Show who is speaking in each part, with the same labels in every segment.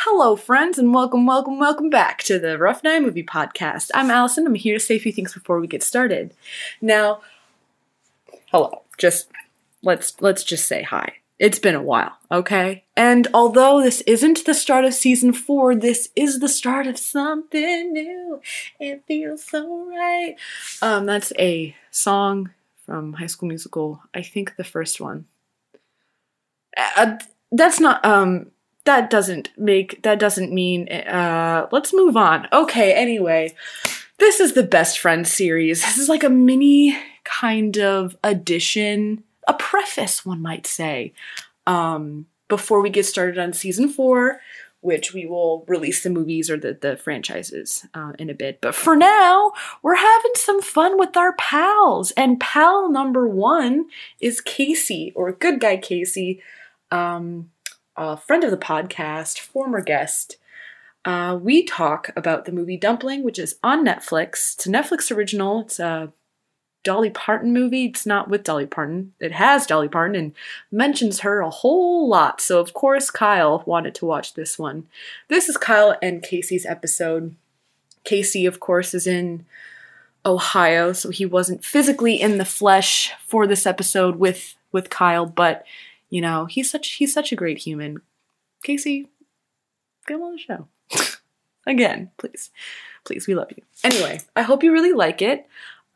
Speaker 1: Hello, friends, and welcome, welcome, welcome back to the Rough Night Movie Podcast. I'm Allison. I'm here to say a few things before we get started. Now, hello. Just let's let's just say hi. It's been a while, okay? And although this isn't the start of season four, this is the start of something new. It feels so right. Um, that's a song from High School Musical. I think the first one. Uh, that's not um that doesn't make that doesn't mean uh let's move on okay anyway this is the best friend series this is like a mini kind of addition a preface one might say um before we get started on season four which we will release the movies or the, the franchises uh, in a bit but for now we're having some fun with our pals and pal number one is casey or good guy casey um a friend of the podcast, former guest. Uh, we talk about the movie Dumpling, which is on Netflix. It's a Netflix original. It's a Dolly Parton movie. It's not with Dolly Parton. It has Dolly Parton and mentions her a whole lot. So, of course, Kyle wanted to watch this one. This is Kyle and Casey's episode. Casey, of course, is in Ohio, so he wasn't physically in the flesh for this episode with with Kyle, but you know he's such he's such a great human casey come on the show again please please we love you anyway i hope you really like it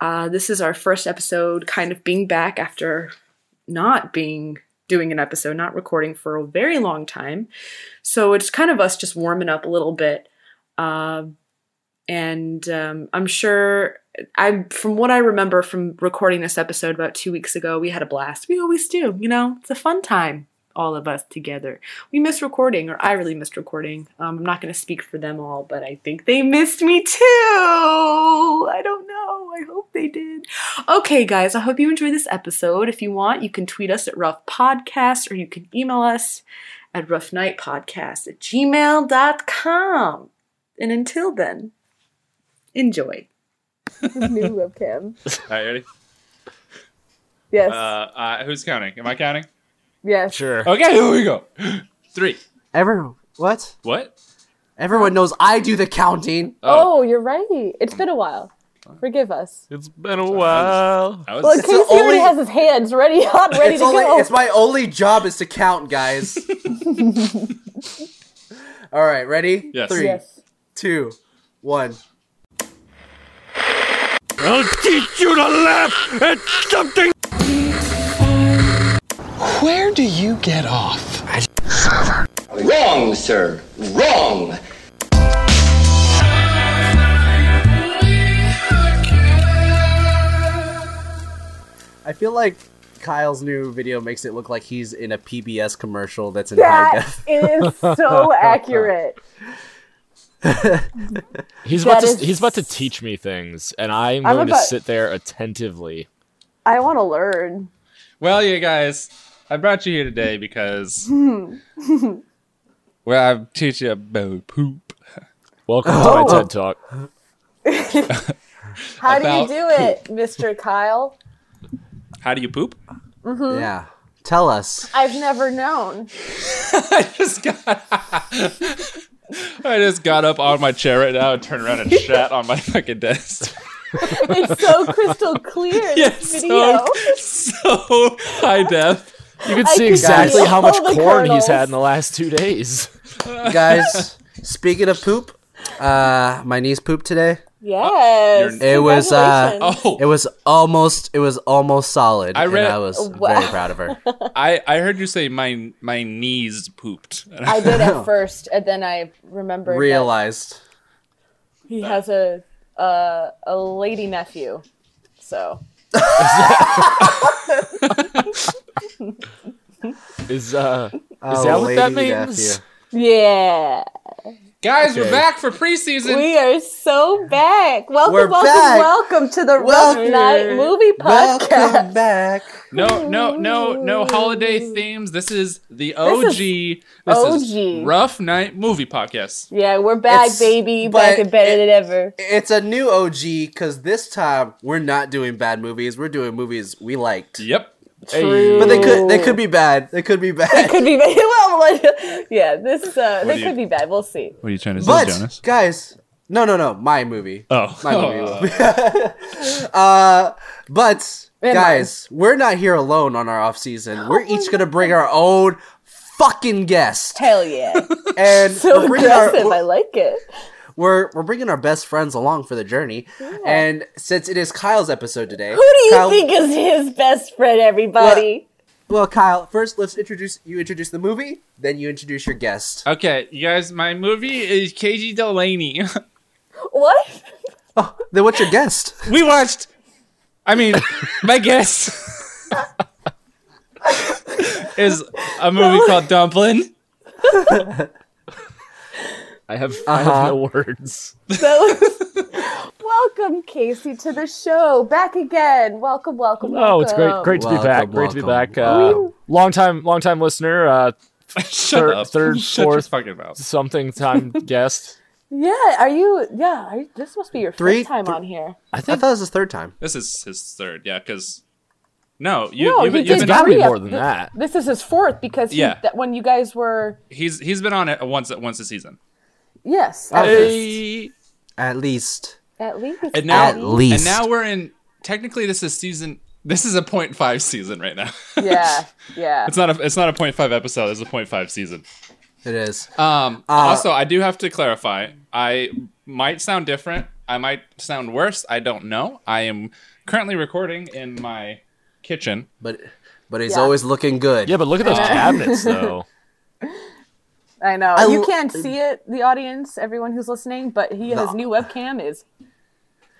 Speaker 1: uh, this is our first episode kind of being back after not being doing an episode not recording for a very long time so it's kind of us just warming up a little bit uh, and um, i'm sure I from what I remember from recording this episode about two weeks ago, we had a blast. We always do, you know. It's a fun time, all of us together. We missed recording, or I really missed recording. Um, I'm not going to speak for them all, but I think they missed me too. I don't know. I hope they did. Okay, guys, I hope you enjoyed this episode. If you want, you can tweet us at Rough Podcast, or you can email us at roughnightpodcast at gmail.com. And until then, enjoy
Speaker 2: new webcam.
Speaker 3: All right, ready?
Speaker 2: Yes.
Speaker 3: Uh, uh, who's counting? Am I counting?
Speaker 2: yes.
Speaker 4: Sure.
Speaker 3: Okay, here we go. Three.
Speaker 4: Everyone, what?
Speaker 3: What?
Speaker 4: Everyone knows I do the counting.
Speaker 3: Oh,
Speaker 2: Oh, you're right. It's been a while. Forgive us.
Speaker 5: It's been a while.
Speaker 3: I
Speaker 2: Look,
Speaker 3: was.
Speaker 4: It's
Speaker 2: Casey
Speaker 4: the only-
Speaker 2: already has his hands ready, hot, ready
Speaker 4: it's,
Speaker 2: to
Speaker 4: only-
Speaker 2: go.
Speaker 4: it's my only job is to count, guys. All right, ready?
Speaker 3: Yes.
Speaker 4: Three,
Speaker 2: yes.
Speaker 4: two, one.
Speaker 5: I'll teach you to laugh at something.
Speaker 6: Where do you get off?
Speaker 7: Wrong, sir. Wrong.
Speaker 4: I feel like Kyle's new video makes it look like he's in a PBS commercial that's in high
Speaker 2: That
Speaker 4: def.
Speaker 2: is so accurate.
Speaker 5: He's about to
Speaker 2: That is-
Speaker 5: he's about to teach me things, and I'm,
Speaker 2: I'm
Speaker 5: going
Speaker 2: about-
Speaker 5: to sit there attentively.
Speaker 2: I want to learn.
Speaker 3: Well, you guys, I brought you here today because. well, I'll teach you about poop.
Speaker 5: Welcome
Speaker 2: Oh.
Speaker 5: to my TED Talk.
Speaker 2: How
Speaker 3: About-
Speaker 2: do you do it, Mr. Kyle?
Speaker 3: How do you poop?
Speaker 4: Yeah. Tell us.
Speaker 2: I've never known.
Speaker 3: I just got. I just got up on my chair right now and turned around and shat on my fucking desk.
Speaker 2: It's so crystal clear.
Speaker 3: Yes,
Speaker 2: this video.
Speaker 3: so, so high def.
Speaker 5: You can
Speaker 2: I
Speaker 5: see
Speaker 2: can
Speaker 5: exactly
Speaker 2: see
Speaker 5: how much
Speaker 2: all the
Speaker 5: corn he's
Speaker 2: kernels.
Speaker 5: had in the last two days.
Speaker 4: guys, speaking of poop, uh, my niece pooped today.
Speaker 2: yes.
Speaker 3: You're-
Speaker 4: It was, uh,
Speaker 2: Congratulations.
Speaker 3: Oh,
Speaker 4: It was almost it was almost solid.
Speaker 3: I read-
Speaker 4: and I was
Speaker 2: Wow.
Speaker 4: very proud of her.
Speaker 3: I, I heard you say my my knees pooped. And
Speaker 4: Oh.
Speaker 3: I-
Speaker 2: I did at first, and then I remembered that
Speaker 4: Realized.
Speaker 2: he has a a, a lady nephew. So
Speaker 5: Is uh
Speaker 4: Oh,
Speaker 5: that what that
Speaker 4: lady
Speaker 5: means?
Speaker 4: nephew.
Speaker 2: yeah,
Speaker 3: Guys, we're
Speaker 4: Okay.
Speaker 3: back for preseason.
Speaker 2: we are so back. Welcome,
Speaker 4: We're
Speaker 2: welcome,
Speaker 4: back.
Speaker 2: welcome to the Rough
Speaker 4: Welcome.
Speaker 2: Night Movie Podcast.
Speaker 4: Welcome back.
Speaker 3: No, no, no, no holiday themes. This is the OG.
Speaker 2: This
Speaker 3: This
Speaker 2: is
Speaker 3: is,
Speaker 2: OG.
Speaker 3: Rough Night Movie Podcast.
Speaker 2: Yeah, we're back,
Speaker 4: It's-
Speaker 2: baby,
Speaker 4: but
Speaker 2: back and better
Speaker 4: it-
Speaker 2: than ever.
Speaker 4: It's a new OG because this time we're not doing bad movies. We're doing movies we liked.
Speaker 3: Yep.
Speaker 2: True.
Speaker 4: But they could they could be bad. They could be bad.
Speaker 2: could be bad. well, like, yeah, this uh,
Speaker 3: do
Speaker 2: they
Speaker 3: you-
Speaker 2: could be bad. We'll see.
Speaker 3: What are you trying to
Speaker 4: but
Speaker 3: say, Jonas?
Speaker 4: guys, no, no, no, my movie.
Speaker 3: Oh,
Speaker 4: my movie.
Speaker 3: Oh.
Speaker 4: uh, but
Speaker 2: And
Speaker 4: guys, we're not here alone on our off season. We're each gonna bring our own fucking guest,
Speaker 2: Hell yeah!
Speaker 4: and
Speaker 2: So
Speaker 4: we're, bringing our,
Speaker 2: aggressive. I
Speaker 4: we're,
Speaker 2: like it.
Speaker 4: we're we're bringing our best friends along for the journey. And since it is Kyle's episode today,
Speaker 2: Who do you
Speaker 4: Kyle-
Speaker 2: think is his best friend? Everybody.
Speaker 4: Well, Kyle, first let's introduce you. Introduce the movie, then you introduce your guest.
Speaker 3: Okay, you guys, my movie is KG Delaney.
Speaker 2: What?
Speaker 4: Oh, then what's your guest?
Speaker 3: we watched. I mean, my guess is a movie called Dumpling.
Speaker 5: I have,
Speaker 2: Uh,
Speaker 5: I have no words.
Speaker 2: That was. welcome, Casey, to the show. Back again. Welcome, welcome.
Speaker 5: Oh, it's great, great to be
Speaker 4: Welcome,
Speaker 5: back. Great to be
Speaker 4: welcome.
Speaker 5: back. Uh, long time, long time listener. Uh,
Speaker 3: Shut
Speaker 5: Third-
Speaker 3: up.
Speaker 5: third,
Speaker 3: Shut your
Speaker 5: fourth-
Speaker 3: fucking mouth.
Speaker 5: something time guest.
Speaker 2: Yeah, are you? Yeah, are you, this must be your
Speaker 4: Three-
Speaker 2: first time
Speaker 4: th-
Speaker 2: on here.
Speaker 5: I
Speaker 4: I
Speaker 5: think
Speaker 4: thought it was his third time.
Speaker 3: This is his third, yeah. Because no, you,
Speaker 2: No,
Speaker 3: you've,
Speaker 2: he
Speaker 3: you've
Speaker 2: did
Speaker 3: been
Speaker 5: gotta be
Speaker 2: three of-
Speaker 5: more than
Speaker 2: th-
Speaker 5: that.
Speaker 2: This is his fourth because he,
Speaker 3: Yeah.
Speaker 2: that when you guys were
Speaker 3: he's he's been on it once once a season.
Speaker 2: yes,
Speaker 4: Oh,
Speaker 2: at,
Speaker 5: Hey,
Speaker 4: At least.
Speaker 2: at least
Speaker 3: And now,
Speaker 4: At
Speaker 3: and
Speaker 4: least.
Speaker 3: now we're in. Technically, this is season. This is a point five season right now.
Speaker 2: yeah, yeah.
Speaker 3: it's not a. It's not a point five episode. It's a point five season.
Speaker 4: It is.
Speaker 5: Uh,
Speaker 3: Um, also, I do have to clarify. I might sound different. I might sound worse. I don't know. I am currently recording in my kitchen.
Speaker 4: but but he's
Speaker 2: Yeah.
Speaker 4: always looking good.
Speaker 5: yeah, but look at those cabinets though.
Speaker 2: I know
Speaker 4: I
Speaker 2: you
Speaker 4: l-
Speaker 2: can't see it, the audience, everyone who's listening, but he his new webcam is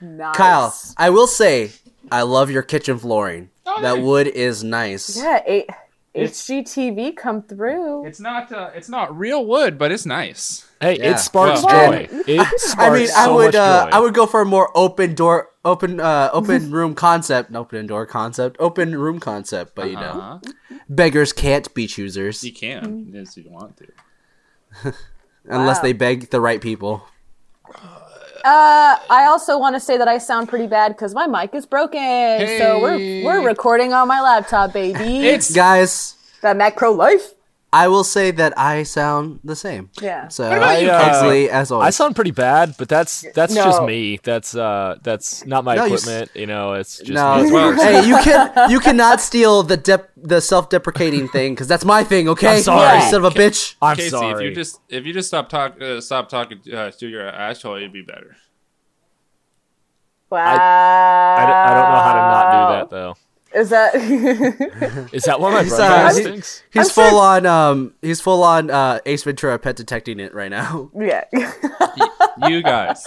Speaker 2: nice.
Speaker 4: Kyle, I will say I love your kitchen flooring.
Speaker 5: Oh,
Speaker 4: that
Speaker 3: nice.
Speaker 4: wood is nice.
Speaker 2: yeah, eight, HGTV come through.
Speaker 3: It's not. Uh, it's not real wood, but it's nice.
Speaker 5: Hey,
Speaker 4: Yeah.
Speaker 5: it sparks
Speaker 3: Well-
Speaker 5: joy. It sparks
Speaker 4: I mean, I
Speaker 5: so
Speaker 4: would
Speaker 5: much
Speaker 4: uh,
Speaker 5: joy.
Speaker 4: I would go for a more open door open uh open room concept, open door concept, open room concept, but you know.
Speaker 3: Uh-huh.
Speaker 4: Beggars can't be choosers
Speaker 3: You can, if you want to.
Speaker 4: unless
Speaker 2: Wow.
Speaker 4: they beg the right people.
Speaker 2: Uh, I also want to say that I sound pretty bad because my mic is broken, so we're
Speaker 3: Hey.
Speaker 2: we're recording on my laptop, baby.
Speaker 3: It's
Speaker 4: Guys,
Speaker 2: the macro life.
Speaker 4: I will say that I sound the same.
Speaker 2: Yeah.
Speaker 4: So
Speaker 5: about you,
Speaker 4: Kingsley, as
Speaker 5: I
Speaker 4: always.
Speaker 5: sound pretty bad, but that's that's just
Speaker 2: No.
Speaker 5: me. That's uh that's not my
Speaker 4: No, you s-
Speaker 5: equipment. You, know, it's just
Speaker 4: no,
Speaker 5: me.
Speaker 3: Well-
Speaker 4: hey, you can you cannot steal the dep- the self deprecating thing because that's my thing. Okay,
Speaker 5: I'm sorry.
Speaker 4: you son of a bitch.
Speaker 5: I'm
Speaker 3: Casey.
Speaker 5: sorry.
Speaker 3: If you just if you just stop talk uh, stop talking uh, to your asshole, you'd be better.
Speaker 2: Wow.
Speaker 5: I, d- I don't know how to not do that though.
Speaker 2: Is that?
Speaker 5: Is that one of my
Speaker 4: He's,
Speaker 5: brother
Speaker 4: uh,
Speaker 5: instincts?
Speaker 4: He's
Speaker 2: sure-
Speaker 4: full on. Um, he's full on. Uh, Ace Ventura: Pet Detecting it right now.
Speaker 2: yeah.
Speaker 3: you guys.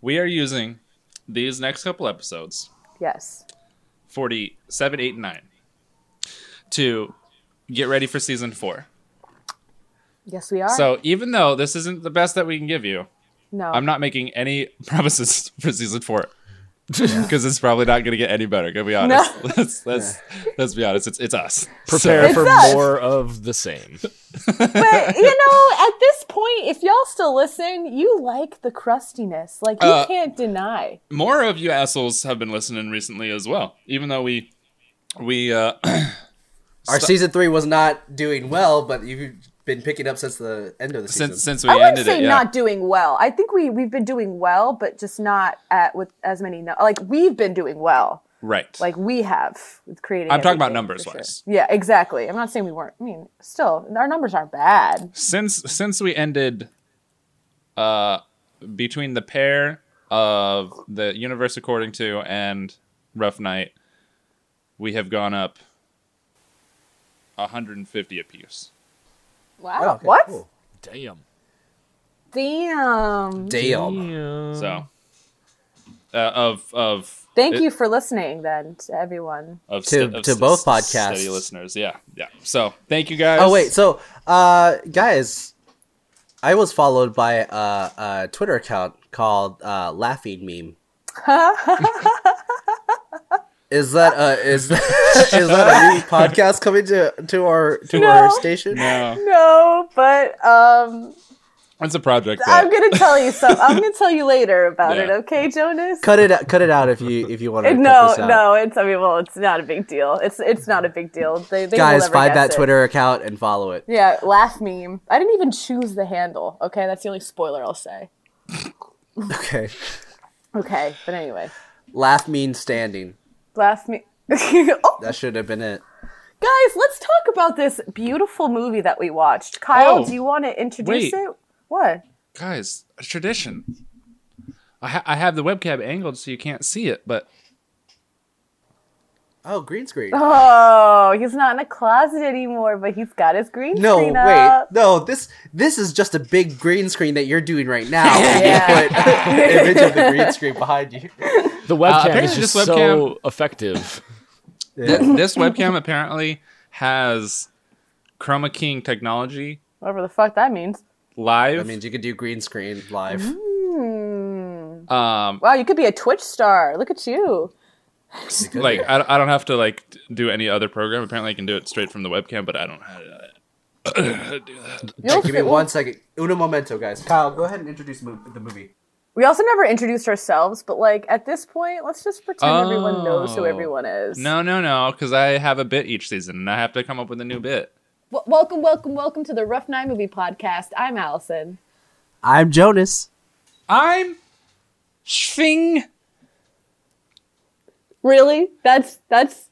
Speaker 3: We are using these next couple episodes,
Speaker 2: yes.
Speaker 3: 47, 8, and 9, to get ready for season 4.
Speaker 2: Yes, we are.
Speaker 3: So even though this isn't the best that we can give you,
Speaker 2: no.
Speaker 3: I'm not making any promises for season 4. Because it's probably not going to get any better. Gonna be honest. Let's let's let's be honest. It's it's us.
Speaker 5: Prepare
Speaker 2: It's
Speaker 5: for
Speaker 2: us.
Speaker 5: more of the same.
Speaker 2: but you know, at this point, if y'all still listen, you like the crustiness. Like you
Speaker 3: Uh,
Speaker 2: can't deny.
Speaker 3: more of you assholes have been listening recently as well. Even though we we uh,
Speaker 4: Our season three was not doing well, but you've been picking up since the end of the season.
Speaker 3: since since we
Speaker 2: I wouldn't
Speaker 3: ended
Speaker 2: say
Speaker 3: it, yeah.
Speaker 2: not doing well. I think we we've been doing well, but just not at with as many. No- like we've been doing well.
Speaker 3: right.
Speaker 2: Like we have with creating.
Speaker 3: I'm talking about
Speaker 2: everything,
Speaker 3: numbers
Speaker 2: for sure.
Speaker 3: wise.
Speaker 2: Yeah, exactly. I'm not saying we weren't. I mean, still, our numbers aren't bad.
Speaker 3: since since we ended uh between the pair of the universe according to and rough night we have gone up 150 apiece
Speaker 2: Wow.
Speaker 4: Oh, okay,
Speaker 2: what?
Speaker 4: cool.
Speaker 5: Damn.
Speaker 2: Damn.
Speaker 4: Damn. Mm.
Speaker 3: so uh, of of
Speaker 2: Thank
Speaker 3: it-
Speaker 2: you for listening, then, to everyone.
Speaker 3: of
Speaker 4: To-
Speaker 3: of
Speaker 4: to both podcasts.
Speaker 3: steady listeners yeah yeah so thank you guys
Speaker 4: Oh wait, so uh, guys, I was followed by a, a Twitter account called uh, Laughing Meme. is that a is that, is that a new podcast coming to to our to
Speaker 2: No.
Speaker 4: our station?
Speaker 3: no
Speaker 2: No, but um,
Speaker 3: Uh, It's a project.
Speaker 2: I'm
Speaker 3: that-
Speaker 2: gonna tell you some. I'm gonna tell you later about it.
Speaker 3: Yeah.
Speaker 2: Okay, Jonas. Uh,
Speaker 4: Cut it out- cut it out if you if you want to.
Speaker 2: no,
Speaker 4: cut this out.
Speaker 2: no, it's I mean, well, it's not a big deal. It's it's not a big deal. They, they will
Speaker 4: Guys,
Speaker 2: never
Speaker 4: find
Speaker 2: guess
Speaker 4: that
Speaker 2: it.
Speaker 4: Twitter account and follow it.
Speaker 2: Yeah, laugh meme. I didn't even choose the handle. Okay, that's the only spoiler I'll say.
Speaker 4: Okay.
Speaker 2: Okay, but anyway,
Speaker 4: Laugh means standing.
Speaker 2: laugh meme. oh,
Speaker 4: That should have been it.
Speaker 2: guys, let's talk about this beautiful movie that we watched. Kyle,
Speaker 3: Oh,
Speaker 2: do you want to introduce
Speaker 3: wait.
Speaker 2: it? What?
Speaker 3: guys, a tradition. I, ha- I have the webcam angled so you can't see it, but
Speaker 4: Oh, green screen.
Speaker 2: Oh, he's not in a closet anymore, but he's got his green
Speaker 4: No,
Speaker 2: screen
Speaker 4: wait.
Speaker 2: up.
Speaker 4: No, this this is just a big green screen that you're doing right now.
Speaker 2: Yeah.
Speaker 4: But image of the green screen behind you.
Speaker 8: The webcam
Speaker 3: apparently
Speaker 8: is just
Speaker 3: this
Speaker 8: so effective.
Speaker 3: th- this webcam apparently has chroma keying technology
Speaker 2: Whatever the fuck that means.
Speaker 3: live.
Speaker 4: That means you could do green screen live.
Speaker 2: Mm-hmm.
Speaker 3: um,
Speaker 2: Hmm. Wow, you could be a Twitch star. Look at you.
Speaker 3: like I, don't- I don't have to like d- do any other program. Apparently, I can do it straight from the webcam, but I don't. Have
Speaker 2: You'll
Speaker 4: Give me
Speaker 2: fit-
Speaker 4: one second. Uno momento, guys. Kyle, go ahead and introduce mo- the movie.
Speaker 2: We also never introduced ourselves, but like at this point, let's just pretend everyone knows who
Speaker 3: Oh.
Speaker 2: everyone is.
Speaker 3: No, no, no, because I have a bit each season, and I have to come up with a new bit.
Speaker 2: W- welcome, welcome, welcome to the Rough Night Movie Podcast. I'm Allison.
Speaker 4: I'm Jonas.
Speaker 3: I'm Schwing.
Speaker 2: Really? That's that's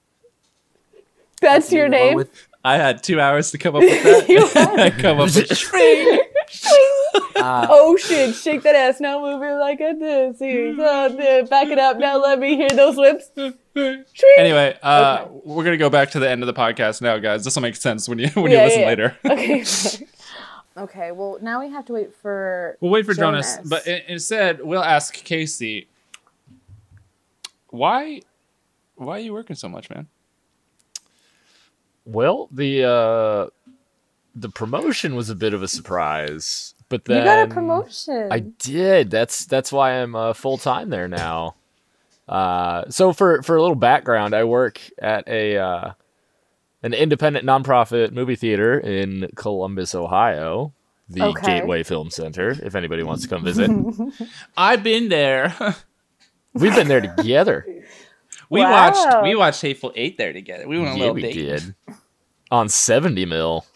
Speaker 2: that's your name.
Speaker 3: I had two hours to come up with that.
Speaker 2: You had-
Speaker 3: I come up with Schwing.
Speaker 2: oh shit! Shake that ass now, move it like I did. Serious, oh, dude. back it up now. Let me hear those lips. Shriek.
Speaker 3: Anyway, uh, we're gonna go back to the end of the podcast now, guys. This will make sense when you when
Speaker 2: Yeah,
Speaker 3: you listen
Speaker 2: yeah, yeah.
Speaker 3: later.
Speaker 2: Okay. okay. Well, now we have to wait for.
Speaker 3: We'll wait for Jonas,
Speaker 2: Jonas.
Speaker 3: but in- instead we'll ask Casey. Why, why are you working so much, man?
Speaker 8: Well, the uh, the promotion was a bit of a surprise, but then
Speaker 2: you got a promotion.
Speaker 8: I did. That's that's why I'm uh, full time there now. Uh, so for for a little background, I work at a uh, an independent nonprofit movie theater in Columbus, Ohio, the
Speaker 2: Okay.
Speaker 8: Gateway Film Center. If anybody wants to come visit,
Speaker 3: I've been there.
Speaker 8: we've been there together.
Speaker 3: we
Speaker 2: Wow. watched- we
Speaker 3: watched Hateful Eight there together. We went
Speaker 8: yeah, we did on seventy mil.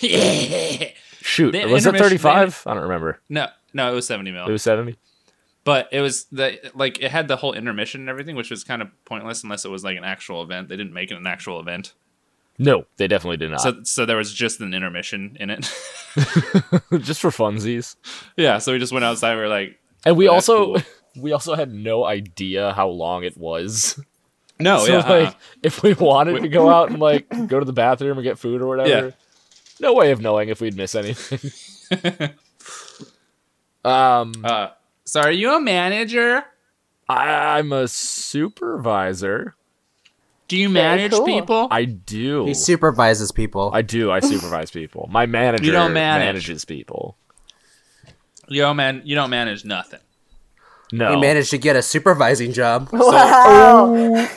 Speaker 8: Shoot,
Speaker 3: The
Speaker 8: was it Oh.
Speaker 3: intermission-
Speaker 8: thirty five? I don't remember.
Speaker 3: No, no, it was seventy mil.
Speaker 8: It was seventy.
Speaker 3: but it was the like it had the whole intermission and everything, which was kind of pointless unless it was like an actual event. They didn't make it an actual event,
Speaker 8: No, they definitely did not.
Speaker 3: so so there was just an intermission in it.
Speaker 8: Just for funsies.
Speaker 3: yeah, so we just went outside. We were like,
Speaker 8: And we
Speaker 3: That's
Speaker 8: also
Speaker 3: cool.
Speaker 8: we also had no idea how long it was.
Speaker 3: no,
Speaker 8: so like if we wanted to go out and like go to the bathroom or get food or whatever,
Speaker 3: Yeah.
Speaker 8: no way of knowing if we'd miss anything. um
Speaker 3: uh, so are you a manager?
Speaker 8: I, I'm a supervisor.
Speaker 3: Do you
Speaker 2: manage cool. people?
Speaker 8: I do.
Speaker 4: He supervises people.
Speaker 8: I do. I supervise people. My manager
Speaker 3: You don't manage.
Speaker 8: manages people.
Speaker 3: Yo, man, you don't manage nothing.
Speaker 8: No.
Speaker 4: He managed to get a supervising job.
Speaker 2: wow.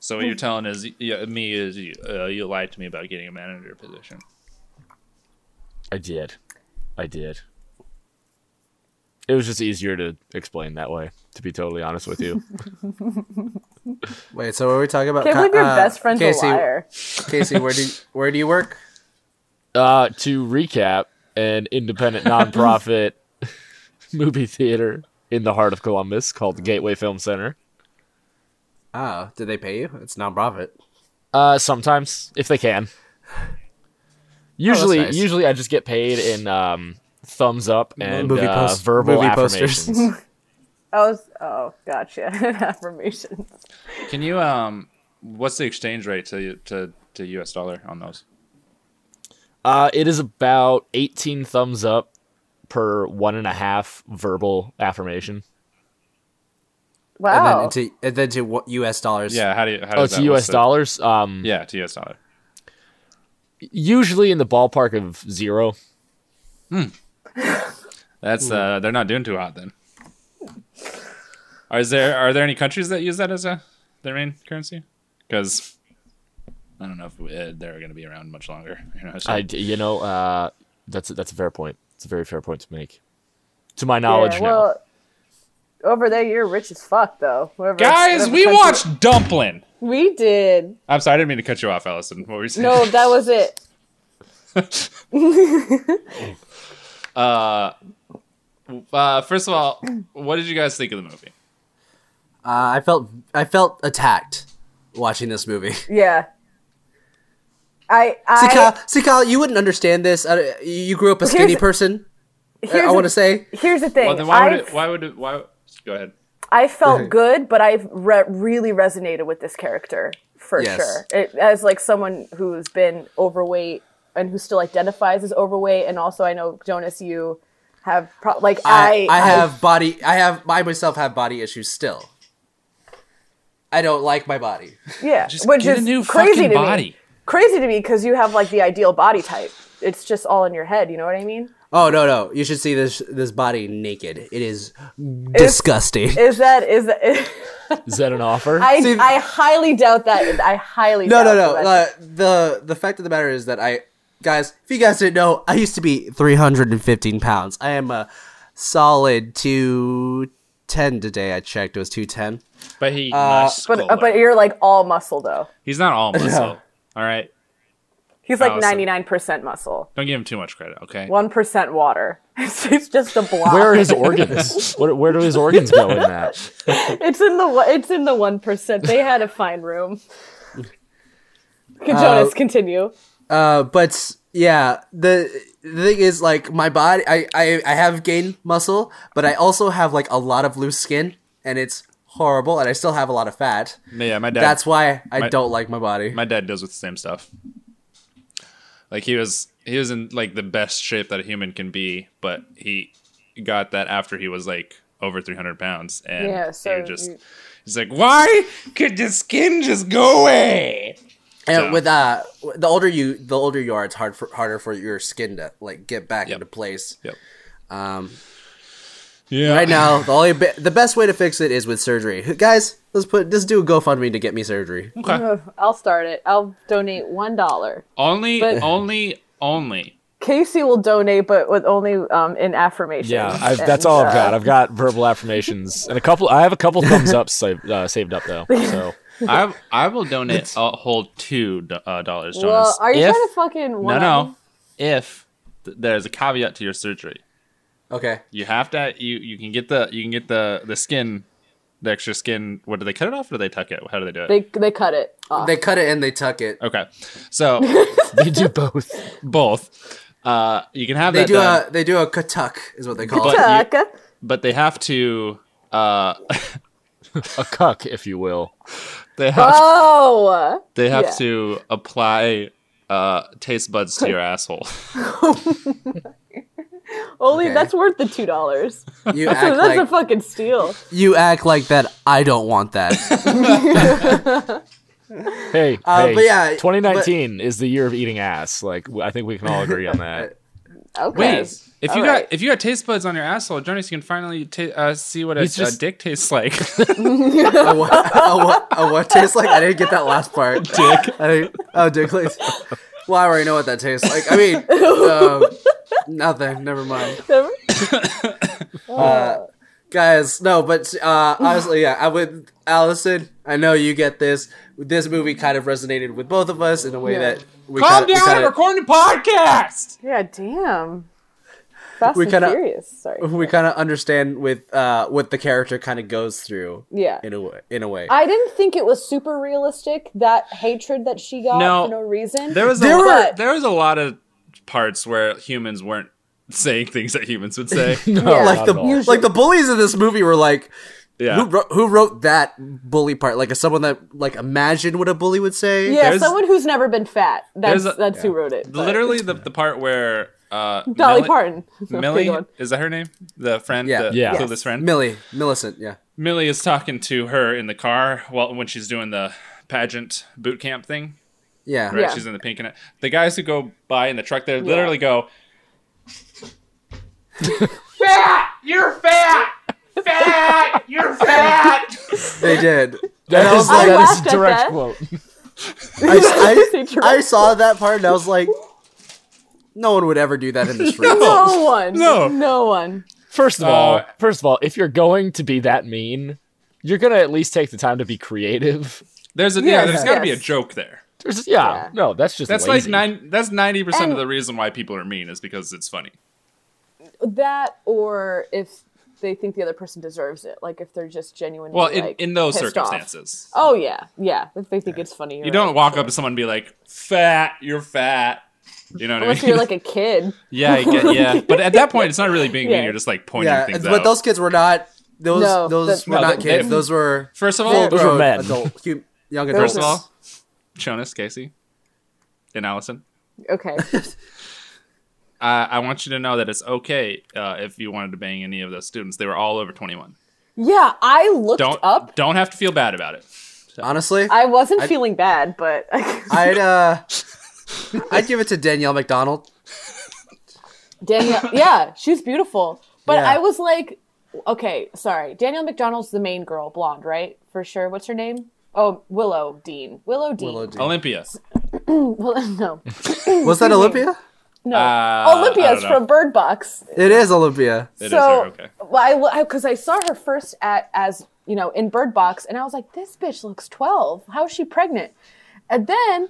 Speaker 3: So what
Speaker 2: Hmm.
Speaker 3: you're telling is y me is you, uh, you lied to me about getting a manager position.
Speaker 8: I did. I did. It was just easier to explain that way, to be totally honest with you.
Speaker 4: Wait, so what are we talking about?
Speaker 2: Can't
Speaker 4: Ki-
Speaker 2: believe your
Speaker 4: uh,
Speaker 2: best friend's
Speaker 4: Casey,
Speaker 2: a liar.
Speaker 4: Casey, where do you, where do you work?
Speaker 8: Uh, to recap, an independent nonprofit movie theater in the heart of Columbus called the Gateway Film Center.
Speaker 4: Oh, did they pay you? It's nonprofit.
Speaker 8: Uh, sometimes if they can. Usually,
Speaker 4: Oh, nice.
Speaker 8: usually I just get paid in um, thumbs up and
Speaker 4: Movie
Speaker 8: uh,
Speaker 4: post-
Speaker 8: verbal
Speaker 4: movie posters.
Speaker 8: affirmations.
Speaker 2: I was, oh, gotcha. Affirmation.
Speaker 3: Can you um, what's the exchange rate to to to U.S. dollar on those?
Speaker 8: Uh, it is about eighteen thumbs up per one and a half verbal affirmation.
Speaker 4: And
Speaker 2: Wow.
Speaker 4: then into and then to what U.S. dollars.
Speaker 3: Yeah, how do you? How
Speaker 8: Oh,
Speaker 3: does
Speaker 8: it's
Speaker 3: that-
Speaker 8: U.S.
Speaker 3: what's the-
Speaker 8: dollars. Um,
Speaker 3: Yeah, to U.S. dollar.
Speaker 8: usually in the ballpark of zero.
Speaker 3: That's uh, they're not doing too hot then. Are is there are there any countries that use that as a their main currency? Because I don't know if uh, they're going to be around much longer. You know, so-
Speaker 8: I d you know, uh, That's that's a fair point. It's a very fair point to make. To my knowledge,
Speaker 2: yeah, well, over there you're rich as fuck though. Whatever-
Speaker 3: Guys,
Speaker 2: whatever
Speaker 3: we
Speaker 2: country-
Speaker 3: watched Dumpling.
Speaker 2: We did.
Speaker 3: I'm sorry, I didn't mean to cut you off, Allison. What were you saying?
Speaker 2: No, that was it.
Speaker 3: Uh, first of all, what did you guys think of the movie?
Speaker 4: Uh, I felt I felt attacked watching this movie.
Speaker 2: Yeah. I
Speaker 4: See, Kyle,
Speaker 2: I
Speaker 4: see, Kyle, you wouldn't understand this. Uh, you grew up a skinny
Speaker 2: Here's-
Speaker 4: person. I-
Speaker 2: here's
Speaker 4: I want
Speaker 2: the-
Speaker 4: to say
Speaker 2: here's the thing.
Speaker 3: Well, then why would
Speaker 2: I-
Speaker 3: it? Why would it? Why? Go ahead.
Speaker 2: I felt good, but I've re- really resonated with this character for
Speaker 4: Yes.
Speaker 2: sure. It, as like someone who's been overweight and who still identifies as overweight, and also I know Jonas, you have pro- like I,
Speaker 4: I, I have body. I have I myself have body issues still. I don't like my body.
Speaker 2: yeah, which
Speaker 3: get
Speaker 2: is
Speaker 3: a new
Speaker 2: crazy
Speaker 3: fucking
Speaker 2: to me.
Speaker 3: body.
Speaker 2: Crazy to me because you have like the ideal body type. It's just all in your head. You know what I mean?
Speaker 4: Oh no no! You should see this this body naked. It is disgusting.
Speaker 2: Is that is that?
Speaker 8: is that an offer?
Speaker 2: I
Speaker 4: See-
Speaker 2: I highly doubt that. I highly
Speaker 4: no
Speaker 2: doubt
Speaker 4: no no.
Speaker 2: That.
Speaker 4: Uh, the the fact of the matter is that I guys, if you guys didn't know, I used to be 315 pounds. I am a solid 210 today. I checked. It was 210.
Speaker 3: But he, muscular.
Speaker 2: but uh, but you're like all muscle though.
Speaker 3: he's not all muscle. All right,
Speaker 2: He's like
Speaker 3: Oh, so-
Speaker 2: ninety nine percent muscle.
Speaker 3: don't give him too much credit. Okay.
Speaker 2: one percent water. It's, it's just a block.
Speaker 8: where are his organs? where, where do his organs go in that?
Speaker 2: It's in the one- it's in the one percent. They had a fine room. Could Jonas continue?
Speaker 4: Uh, but yeah, the, the thing is, like, my body, I, I, I have gained muscle, but I also have, like, a lot of loose skin, and it's horrible, and I still have a lot of fat.
Speaker 3: yeah, my dad.
Speaker 4: That's why I
Speaker 3: My-
Speaker 4: don't like my body.
Speaker 3: my dad deals with the same stuff. Like he was he was in like the best shape that a human can be, but he got that after he was like over three hundred pounds, and
Speaker 2: Yeah, so
Speaker 3: he just
Speaker 2: you-
Speaker 3: he's like, why could the skin just go away?
Speaker 4: and
Speaker 3: so-
Speaker 4: with, uh, the older you, the older you are, it's hard for, harder for your skin to, like, get back into place.
Speaker 3: Yep.
Speaker 4: Um,
Speaker 3: Yeah,
Speaker 4: right now, the only, bi- the best way to fix it is with surgery. Guys, let's put, let's do a GoFundMe to get me surgery.
Speaker 2: Ugh, I'll start it. I'll donate one dollar.
Speaker 3: Only,
Speaker 2: But-
Speaker 3: only, only.
Speaker 2: Casey will donate, but with only um, in uh, affirmation.
Speaker 8: Yeah, I've, that's all I've got. I've got verbal affirmations and a couple. I have a couple thumbs up saved, uh, saved up though. So
Speaker 3: I I will donate a whole two do- uh, dollars, Jonas.
Speaker 2: Well, are you
Speaker 3: if,
Speaker 2: trying to fucking?
Speaker 3: no
Speaker 2: one-up me?
Speaker 3: no? If th- there's a caveat to your surgery,
Speaker 4: Okay.
Speaker 3: You have to you you can get the you can get the the skin, the extra skin. What do they cut it off or do they tuck it? How do they do it?
Speaker 2: They they cut it. Off.
Speaker 4: They cut it and they tuck it.
Speaker 3: okay, so
Speaker 8: you do both.
Speaker 3: both. Uh, you can have
Speaker 4: They
Speaker 3: that
Speaker 4: do
Speaker 3: done,
Speaker 4: a they do a katuk is what they call it.
Speaker 3: but, you,
Speaker 2: Tuck.
Speaker 3: but they have to uh
Speaker 8: A cuck, if you will.
Speaker 3: they have
Speaker 2: Oh,
Speaker 3: they have
Speaker 2: yeah.
Speaker 3: to apply uh taste buds to your asshole.
Speaker 2: only
Speaker 4: Okay.
Speaker 2: that's worth the two dollars.
Speaker 4: You
Speaker 2: So
Speaker 4: act
Speaker 2: that's a
Speaker 4: like
Speaker 2: fucking steal.
Speaker 4: you act like that. I don't want that.
Speaker 8: Hey,
Speaker 4: Uh,
Speaker 8: hey
Speaker 4: but yeah, but-
Speaker 8: 2019 is the year of eating ass. Like w- I think we can all agree on that.
Speaker 2: Okay.
Speaker 3: Wait, if you
Speaker 2: All
Speaker 3: got
Speaker 2: right.
Speaker 3: if you got taste buds on your asshole, Jonas, you can finally ta uh, see what a,
Speaker 8: He's just-
Speaker 3: a dick tastes like.
Speaker 4: a, what, a, what, a what tastes like? I didn't get that last part. Dick. I didn't- oh, dick. please. Well, I already know what that tastes like. I mean, um, nothing. Never mind. guys no but uh honestly yeah i would allison i know you get this this movie kind of resonated with both of us in a way that we
Speaker 3: Calm
Speaker 4: kinda,
Speaker 3: down and
Speaker 4: we kinda,
Speaker 3: recording a podcast.
Speaker 2: Yeah, damn. Fast
Speaker 4: We
Speaker 2: and
Speaker 4: kinda-
Speaker 2: Furious. Sorry.
Speaker 4: we kind of understand with uh what the character kind of goes through
Speaker 2: Yeah.
Speaker 4: in a way in a way
Speaker 2: I didn't think it was super realistic that hatred that she got
Speaker 3: No.
Speaker 2: for no reason.
Speaker 3: There was
Speaker 4: There
Speaker 3: a lot,
Speaker 2: were-
Speaker 3: there was a lot of parts where humans weren't saying things that humans would say.
Speaker 8: No,
Speaker 2: Yeah.
Speaker 4: like
Speaker 8: Oh, not
Speaker 4: the
Speaker 8: at all.
Speaker 4: like the bullies in this movie were like who,
Speaker 3: yeah.
Speaker 4: wrote, who wrote that bully part like someone that like imagined what a bully would say
Speaker 2: yeah,
Speaker 3: there's-
Speaker 2: someone who's never been fat. That's
Speaker 3: there's a-
Speaker 2: that's who wrote it. but-
Speaker 3: Literally the, the part where uh
Speaker 2: Dolly
Speaker 3: Millie-
Speaker 2: Parton. Okay, go
Speaker 3: Millie
Speaker 2: on.
Speaker 3: is that her name? The friend,
Speaker 4: Yeah.
Speaker 3: the
Speaker 8: Yeah.
Speaker 3: clueless friend.
Speaker 4: millie millicent yeah
Speaker 3: Millie is talking to her in the car while when she's doing the pageant boot camp thing.
Speaker 4: yeah
Speaker 3: Right?
Speaker 2: Yeah.
Speaker 3: She's in the pink and it. The guys who go by in the truck there literally go Fat! You're fat! Fat! You're fat!
Speaker 4: they did
Speaker 8: that is,
Speaker 4: I
Speaker 8: that is
Speaker 2: laughed at
Speaker 8: direct
Speaker 2: that.
Speaker 8: quote.
Speaker 4: I, I, I saw that part and i was like No one would ever do that in the streets.
Speaker 2: No one.
Speaker 3: No.
Speaker 2: No one.
Speaker 8: First of all,
Speaker 3: Uh,
Speaker 8: first of all, if you're going to be that mean, you're gonna at least take the time to be creative.
Speaker 3: There's a yeah.
Speaker 2: Yes,
Speaker 3: There's got to be a
Speaker 2: yes.
Speaker 3: joke there.
Speaker 8: There's, yeah,
Speaker 2: Yeah.
Speaker 8: no, that's just
Speaker 3: That's
Speaker 8: lazy.
Speaker 3: like nine. That's ninety percent of
Speaker 2: And-
Speaker 3: the reason why people are mean is because it's funny.
Speaker 2: That or if they think the other person deserves it. Like if they're just genuinely
Speaker 3: Well, in,
Speaker 2: like,
Speaker 3: in those
Speaker 2: pissed off.
Speaker 3: circumstances,
Speaker 2: Oh yeah, yeah. If they think it's funny,
Speaker 3: you don't walk up to someone and be like, "Fat, you're fat." You know what
Speaker 2: unless
Speaker 3: I mean?
Speaker 2: you're like a kid.
Speaker 3: yeah, I get, yeah. But at that point, it's not really being mean.
Speaker 2: Yeah.
Speaker 3: You're just like pointing
Speaker 4: yeah,
Speaker 3: things
Speaker 4: but
Speaker 3: out.
Speaker 4: those kids were not. Those
Speaker 2: No,
Speaker 4: those
Speaker 2: that's-
Speaker 4: were
Speaker 3: No,
Speaker 4: not
Speaker 3: they-
Speaker 4: kids.
Speaker 3: they-
Speaker 4: Those were
Speaker 3: First of all,
Speaker 4: full
Speaker 8: Those were
Speaker 4: grown
Speaker 8: men.
Speaker 4: adult, hu- young adults.
Speaker 3: First of all, Jonas, Casey, and Allison,
Speaker 2: Okay.
Speaker 3: I, I want you to know that it's okay uh, if you wanted to bang any of those students. They were all over 21.
Speaker 2: Yeah, I looked
Speaker 3: Don't
Speaker 2: up.
Speaker 3: don't have to feel bad about it.
Speaker 4: honestly,
Speaker 2: I wasn't
Speaker 4: I-
Speaker 2: feeling bad, but
Speaker 4: I'd uh, I'd give it to Danielle McDonald.
Speaker 2: Danielle, yeah, she's beautiful. But
Speaker 4: Yeah.
Speaker 2: I was like, okay, sorry. Danielle McDonald's the main girl, blonde, right? For sure. What's her name? Oh, Willow Dean. Willow Dean.
Speaker 4: Willow Dean.
Speaker 2: Uh,
Speaker 3: Olympia.
Speaker 2: Well, no,
Speaker 4: Was that Olympia?
Speaker 2: no.
Speaker 3: Uh, I
Speaker 2: Olympia's
Speaker 3: don't know.
Speaker 2: from Bird Box.
Speaker 4: It is Olympia.
Speaker 3: It is
Speaker 2: so,
Speaker 3: her, okay.
Speaker 2: well, I because I, saw her first at as you know in Bird Box, and I was like, this bitch looks twelve. How is she pregnant? And then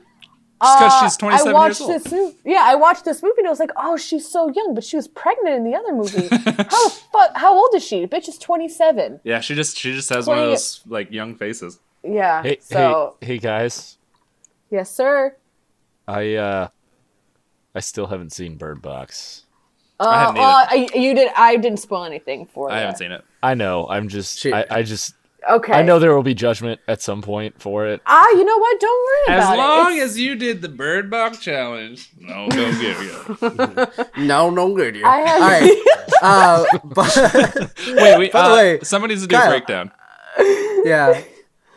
Speaker 3: because
Speaker 2: uh,
Speaker 3: she's 27
Speaker 2: I watched
Speaker 3: years old.
Speaker 2: this movie. Yeah, I watched this movie and I was like, oh, she's so young, but she was pregnant in the other movie. how the fuck? How old is she? Bitch is twenty seven.
Speaker 3: Yeah, she just she just has one of
Speaker 2: Twenty-
Speaker 3: those like young faces.
Speaker 2: Yeah.
Speaker 8: Hey,
Speaker 2: so
Speaker 8: hey, hey, guys,
Speaker 2: yes, sir.
Speaker 8: I uh, I still haven't seen Bird Box.
Speaker 2: Uh,
Speaker 3: I
Speaker 2: I
Speaker 3: haven't
Speaker 2: you did. I didn't spoil anything for
Speaker 3: I
Speaker 2: ya.
Speaker 3: haven't seen it.
Speaker 8: I know. I'm just.
Speaker 4: She-
Speaker 8: I, I just.
Speaker 2: Okay.
Speaker 8: I know there will be judgment at some point for it.
Speaker 2: Ah, you know what? Don't worry
Speaker 3: As
Speaker 2: about
Speaker 3: long
Speaker 2: it.
Speaker 3: as you did the bird box challenge, no, go get it.
Speaker 4: No, no good.
Speaker 2: I
Speaker 4: All
Speaker 2: have.
Speaker 4: right. Uh, but,
Speaker 3: Wait, wait.
Speaker 4: By the
Speaker 3: uh,
Speaker 4: way,
Speaker 3: somebody needs to do a
Speaker 4: Kyle.
Speaker 3: breakdown.
Speaker 4: yeah,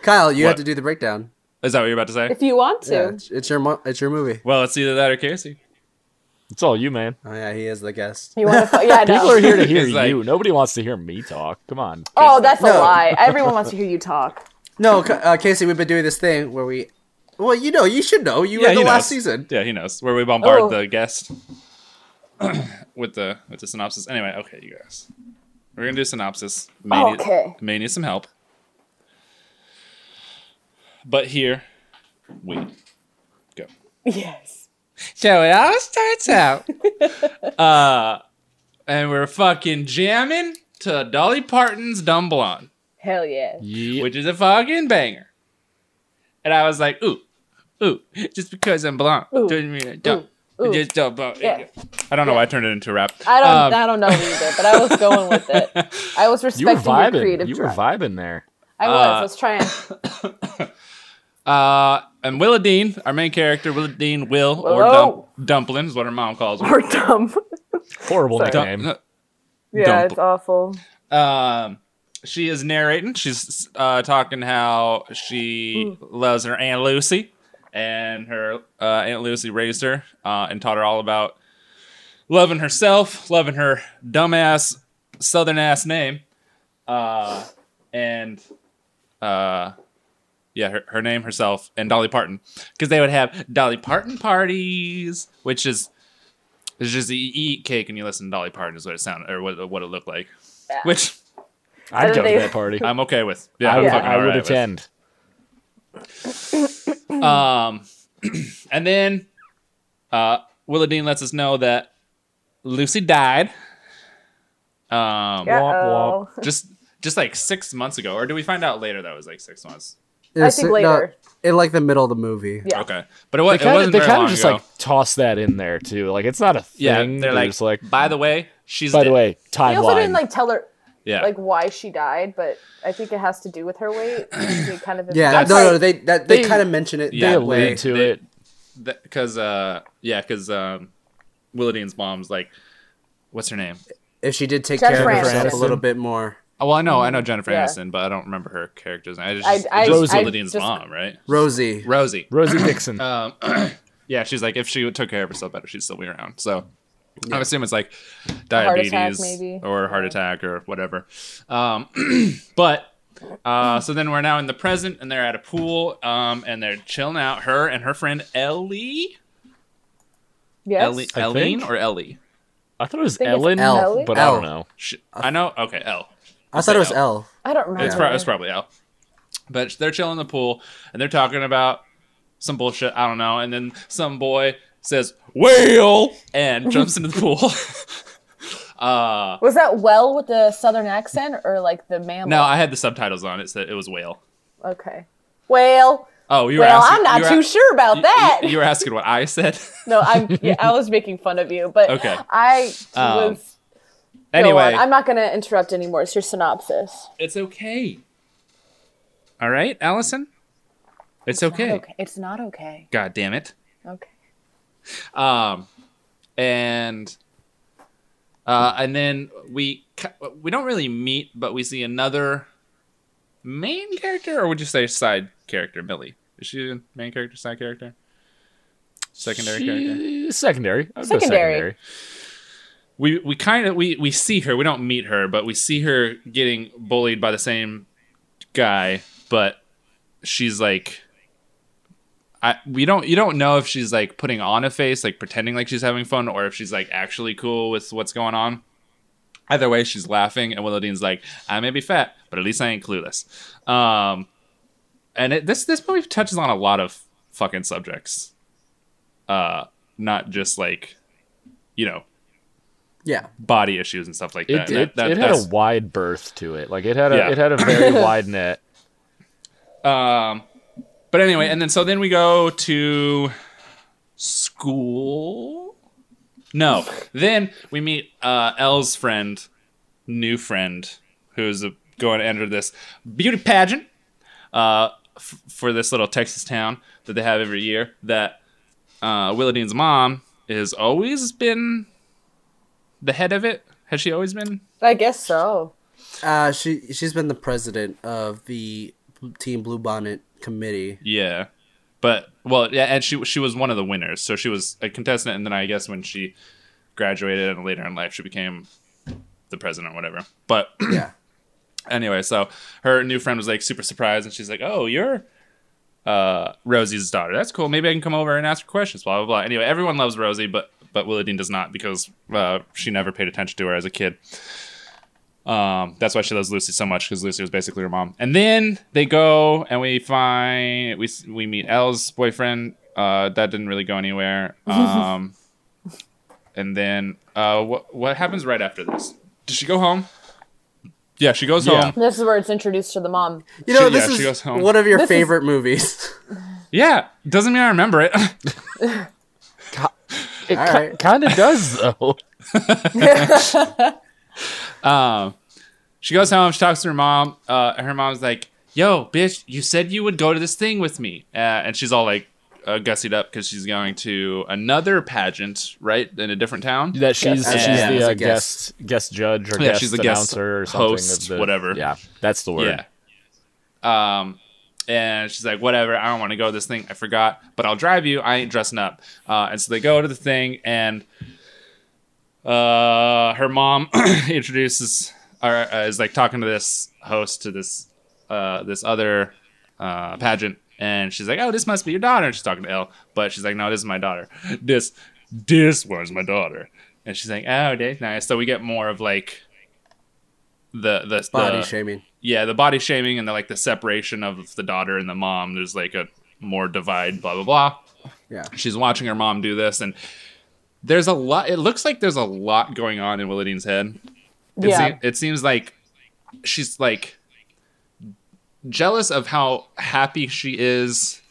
Speaker 4: Kyle, you
Speaker 3: What?
Speaker 4: have to do the breakdown.
Speaker 3: Is that what you're about to say?
Speaker 2: If you want to.
Speaker 4: Yeah, it's, it's your mo- it's your movie.
Speaker 3: Well, it's either that or Casey.
Speaker 8: It's all you, man.
Speaker 4: Oh yeah, he is the guest.
Speaker 2: You want to? Yeah, I know.
Speaker 8: People are here to hear
Speaker 3: It's like-
Speaker 8: you. Nobody wants to hear me talk. Come on.
Speaker 2: Oh, that's
Speaker 4: No.
Speaker 2: a lie. Everyone wants to hear you talk.
Speaker 4: No, Ca- uh, Casey, we've been doing this thing where we. Well, you know, you should know. You were the
Speaker 3: he knows.
Speaker 4: last season.
Speaker 3: Yeah, he knows where we bombard
Speaker 2: Oh.
Speaker 3: the guest with the with the synopsis. Anyway, okay, you guys, we're gonna do synopsis. May need-
Speaker 2: Okay.
Speaker 3: may need some help, but here we go.
Speaker 2: Yes.
Speaker 3: So it all starts out. uh, and we're fucking jamming to Dolly Parton's Dumb Blonde,
Speaker 2: Hell yeah.
Speaker 8: Yeah.
Speaker 3: which is a fucking banger. And I was like, ooh, ooh, just because I'm blonde
Speaker 2: Ooh,
Speaker 3: doesn't mean I don't.
Speaker 2: ooh.
Speaker 3: Just don't blonde.
Speaker 2: Yeah.
Speaker 3: I don't know why I turned it into a rap.
Speaker 2: I don't.
Speaker 3: Um,
Speaker 2: I don't know either, but I was going with it. I was
Speaker 8: You were
Speaker 2: respecting your
Speaker 8: vibing.
Speaker 2: creative
Speaker 8: You were
Speaker 2: drive.
Speaker 8: vibing there.
Speaker 2: I was. I was trying.
Speaker 3: Uh, and Willa Dean, our main character, Willa Dean, Will or
Speaker 2: Hello?
Speaker 3: Dump, Dumplin is what her mom calls her.
Speaker 2: Or dumb.
Speaker 8: Horrible
Speaker 3: Dum-
Speaker 8: nickname.
Speaker 2: Yeah,
Speaker 3: Dump.
Speaker 2: it's awful.
Speaker 3: um, she is narrating. She's uh, talking how she loves her aunt Lucy, and her uh, aunt Lucy raised her uh, and taught her all about loving herself, loving her dumbass southern ass name, uh, and uh, yeah, her, her name herself and Dolly Parton because they would have Dolly Parton parties, which is. It's just you eat cake and you listen to Dolly Parton is what it sounded or what, what it looked like, which
Speaker 8: I'd go to
Speaker 2: they-
Speaker 8: that party.
Speaker 3: I'm okay with. Yeah,
Speaker 8: I
Speaker 3: I'm
Speaker 8: would,
Speaker 3: fucking
Speaker 8: I would
Speaker 3: alright with.
Speaker 8: attend.
Speaker 3: Um, and then uh, Willa Dean lets us know that Lucy died. Um,
Speaker 2: Yeah. oh.
Speaker 8: Womp, womp.
Speaker 3: just just like six months ago, or do we find out later that it was like six months?
Speaker 4: It
Speaker 2: I
Speaker 4: was-
Speaker 2: think
Speaker 4: no,
Speaker 2: later.
Speaker 4: in like the middle of the movie.
Speaker 2: Yeah.
Speaker 3: Okay, but it, wa-
Speaker 8: They
Speaker 3: it wasn't
Speaker 8: kind of they
Speaker 3: very
Speaker 8: kind
Speaker 3: long
Speaker 8: of just
Speaker 3: ago.
Speaker 8: like toss that in there too. Like it's not a thing.
Speaker 3: yeah,
Speaker 8: they're
Speaker 3: they're like,
Speaker 8: just like
Speaker 3: by the way, she's
Speaker 8: by the
Speaker 3: dead."
Speaker 8: way,
Speaker 2: They also didn't
Speaker 8: timeline.
Speaker 2: like tell her
Speaker 3: yeah,
Speaker 2: like why she died, but I think it has to do with her weight. They kind of
Speaker 4: Yeah,
Speaker 3: That's-
Speaker 4: no, no, they that, they,
Speaker 8: They-
Speaker 4: kind of mention it
Speaker 3: yeah,
Speaker 8: they
Speaker 4: that
Speaker 8: allude
Speaker 4: way.
Speaker 8: to
Speaker 3: They-
Speaker 8: it.
Speaker 3: because uh, yeah, because um, Willa Dean's mom's like, what's her name?
Speaker 4: If she did take
Speaker 2: Jennifer
Speaker 4: care of herself a
Speaker 2: Aniston.
Speaker 4: little bit more,
Speaker 3: Oh, well, I know, I know Jennifer
Speaker 2: Yeah.
Speaker 3: Aniston, but I don't remember her character's name. I just,
Speaker 2: I-
Speaker 3: it's
Speaker 2: I-
Speaker 3: just
Speaker 8: I
Speaker 3: Willa Dean's
Speaker 2: just-
Speaker 3: mom, right?
Speaker 4: Rosie.
Speaker 3: Rosie.
Speaker 8: Rosie Dixon.
Speaker 3: Um, yeah, she's like, if she took care of herself better, she'd still be around. So I assume it's like
Speaker 2: attack,
Speaker 3: diabetes
Speaker 2: maybe.
Speaker 3: or heart attack or whatever. Um, but uh, so then we're now in the present and they're at a pool um, and they're chilling out. Her and her friend Ellie.
Speaker 2: Yes.
Speaker 3: Ellie,
Speaker 8: I
Speaker 3: Eileen
Speaker 8: think.
Speaker 3: or Ellie?
Speaker 8: I thought it was
Speaker 2: think it's
Speaker 8: Ellen,
Speaker 4: L.
Speaker 2: Ellie?
Speaker 8: but I
Speaker 4: L.
Speaker 8: don't know.
Speaker 3: Sh- I know. Okay, L.
Speaker 4: I thought it was
Speaker 3: L.
Speaker 4: L.
Speaker 2: I don't remember.
Speaker 3: It's, pro- it's probably out. But they're chilling in the pool and they're talking about some bullshit. I don't know. And then some boy says, whale, and jumps into the pool. uh,
Speaker 2: was that well with the southern accent or like the mammal?
Speaker 3: no, I had the subtitles on. It said it was whale.
Speaker 2: okay. Well,
Speaker 3: Oh, you were
Speaker 2: well,
Speaker 3: asking.
Speaker 2: I'm not
Speaker 3: you were
Speaker 2: too
Speaker 3: a-
Speaker 2: sure about
Speaker 3: you-
Speaker 2: that.
Speaker 3: You, you were asking what I said.
Speaker 2: no, I'm. Yeah, I was making fun of you, but
Speaker 3: Okay.
Speaker 2: I was.
Speaker 3: Um,
Speaker 2: go on.
Speaker 3: anyway,
Speaker 2: I'm not going to interrupt anymore. It's your synopsis.
Speaker 3: it's okay. All right, Allison? It's okay.
Speaker 2: Okay, it's not okay.
Speaker 3: God damn it.
Speaker 2: Okay.
Speaker 3: um, and uh, and then we ki- we don't really meet, but we see another main character, or would you say side character? Millie is she a main character, side character, secondary character?
Speaker 8: She- Secondary. I'd go
Speaker 2: Secondary.
Speaker 8: secondary.
Speaker 3: We we kind of we we see her. We don't meet her, but we see her getting bullied by the same guy, but she's like. I, we don't you don't know if she's like putting on a face like pretending like she's having fun or if she's like actually cool with what's going on either way she's laughing and willow dean's like i may be fat but at least i ain't clueless um and it, this this movie touches on a lot of fucking subjects uh not just like you know
Speaker 4: Yeah.
Speaker 3: body issues and stuff like
Speaker 8: It,
Speaker 3: that That-
Speaker 8: it,
Speaker 3: that-
Speaker 8: it had a
Speaker 3: that's-
Speaker 8: wide berth to it. Like it had a
Speaker 3: Yeah.
Speaker 8: it had a very wide net.
Speaker 3: Um, but anyway, and then so then we go to school. No, then we meet uh, Elle's friend, new friend, who's uh going to enter this beauty pageant uh, f- for this little Texas town that they have every year. That uh, Willow Dean's mom has always been the head of it. Has she always been?
Speaker 2: I guess so.
Speaker 4: Uh, she she's been the president of the Team Blue Bonnet committee.
Speaker 3: Yeah, but well, yeah, and she she was one of the winners, so she was a contestant, and then I guess when she graduated and later in life, she became the president, or whatever. But
Speaker 4: Yeah.
Speaker 3: anyway, so her new friend was like super surprised, and she's like, "Oh, you're." Uh, Rosie's daughter. That's cool. Maybe I can come over and ask her questions. Blah blah blah. Anyway, everyone loves Rosie, but but Willa Dean does not because uh, she never paid attention to her as a kid. Um, that's why she loves Lucy so much because Lucy was basically her mom. And then they go and we find we we meet Elle's boyfriend. Uh, that didn't really go anywhere. Um, and then uh, what what happens right after this? Does she go home? Yeah, she goes
Speaker 8: Yeah.
Speaker 3: home.
Speaker 2: This is where it's introduced to the mom.
Speaker 4: You know,
Speaker 3: She-
Speaker 4: this
Speaker 3: yeah, she goes
Speaker 4: is
Speaker 3: home.
Speaker 4: one of your
Speaker 2: This is-
Speaker 4: favorite movies.
Speaker 3: Yeah, doesn't mean I remember it.
Speaker 8: It
Speaker 4: All right.
Speaker 8: kind of does though.
Speaker 3: Um, she goes home. She talks to her mom. Uh, and her mom's like, "Yo, bitch, you said you would go to this thing with me," uh, and she's all like, uh, gussied up because she's going to another pageant, right, in a different town.
Speaker 8: That she's
Speaker 4: Guest.
Speaker 8: she's
Speaker 4: Yeah, as
Speaker 8: the
Speaker 4: a
Speaker 8: uh,
Speaker 4: guest.
Speaker 8: guest guest judge or
Speaker 3: Yeah,
Speaker 8: guest
Speaker 3: she's the guest
Speaker 8: announcer or something
Speaker 3: host,
Speaker 8: of the,
Speaker 3: whatever.
Speaker 8: Yeah, that's the word.
Speaker 3: Yeah. Um, and she's like, whatever, I don't want to go to this thing. I forgot, but I'll drive you. I ain't dressing up. Uh, and so they go to the thing, and uh, her mom introduces, or uh, is like talking to this host to this uh, this other uh, pageant, and she's like, oh, this must be your daughter. And she's talking to Elle, but she's like, no, this is my daughter. This this one's my daughter. And she's like, oh, that's nice. So we get more of like the the
Speaker 4: Body
Speaker 3: the,
Speaker 4: shaming.
Speaker 3: yeah, the body shaming and the like the separation of the daughter and the mom. There's like a more divide, blah blah blah.
Speaker 4: Yeah.
Speaker 3: She's watching her mom do this, and there's a lot. It looks like there's a lot going on in Willardine's head. It,
Speaker 2: Yeah.
Speaker 3: seem- it seems like she's like jealous of how happy she is,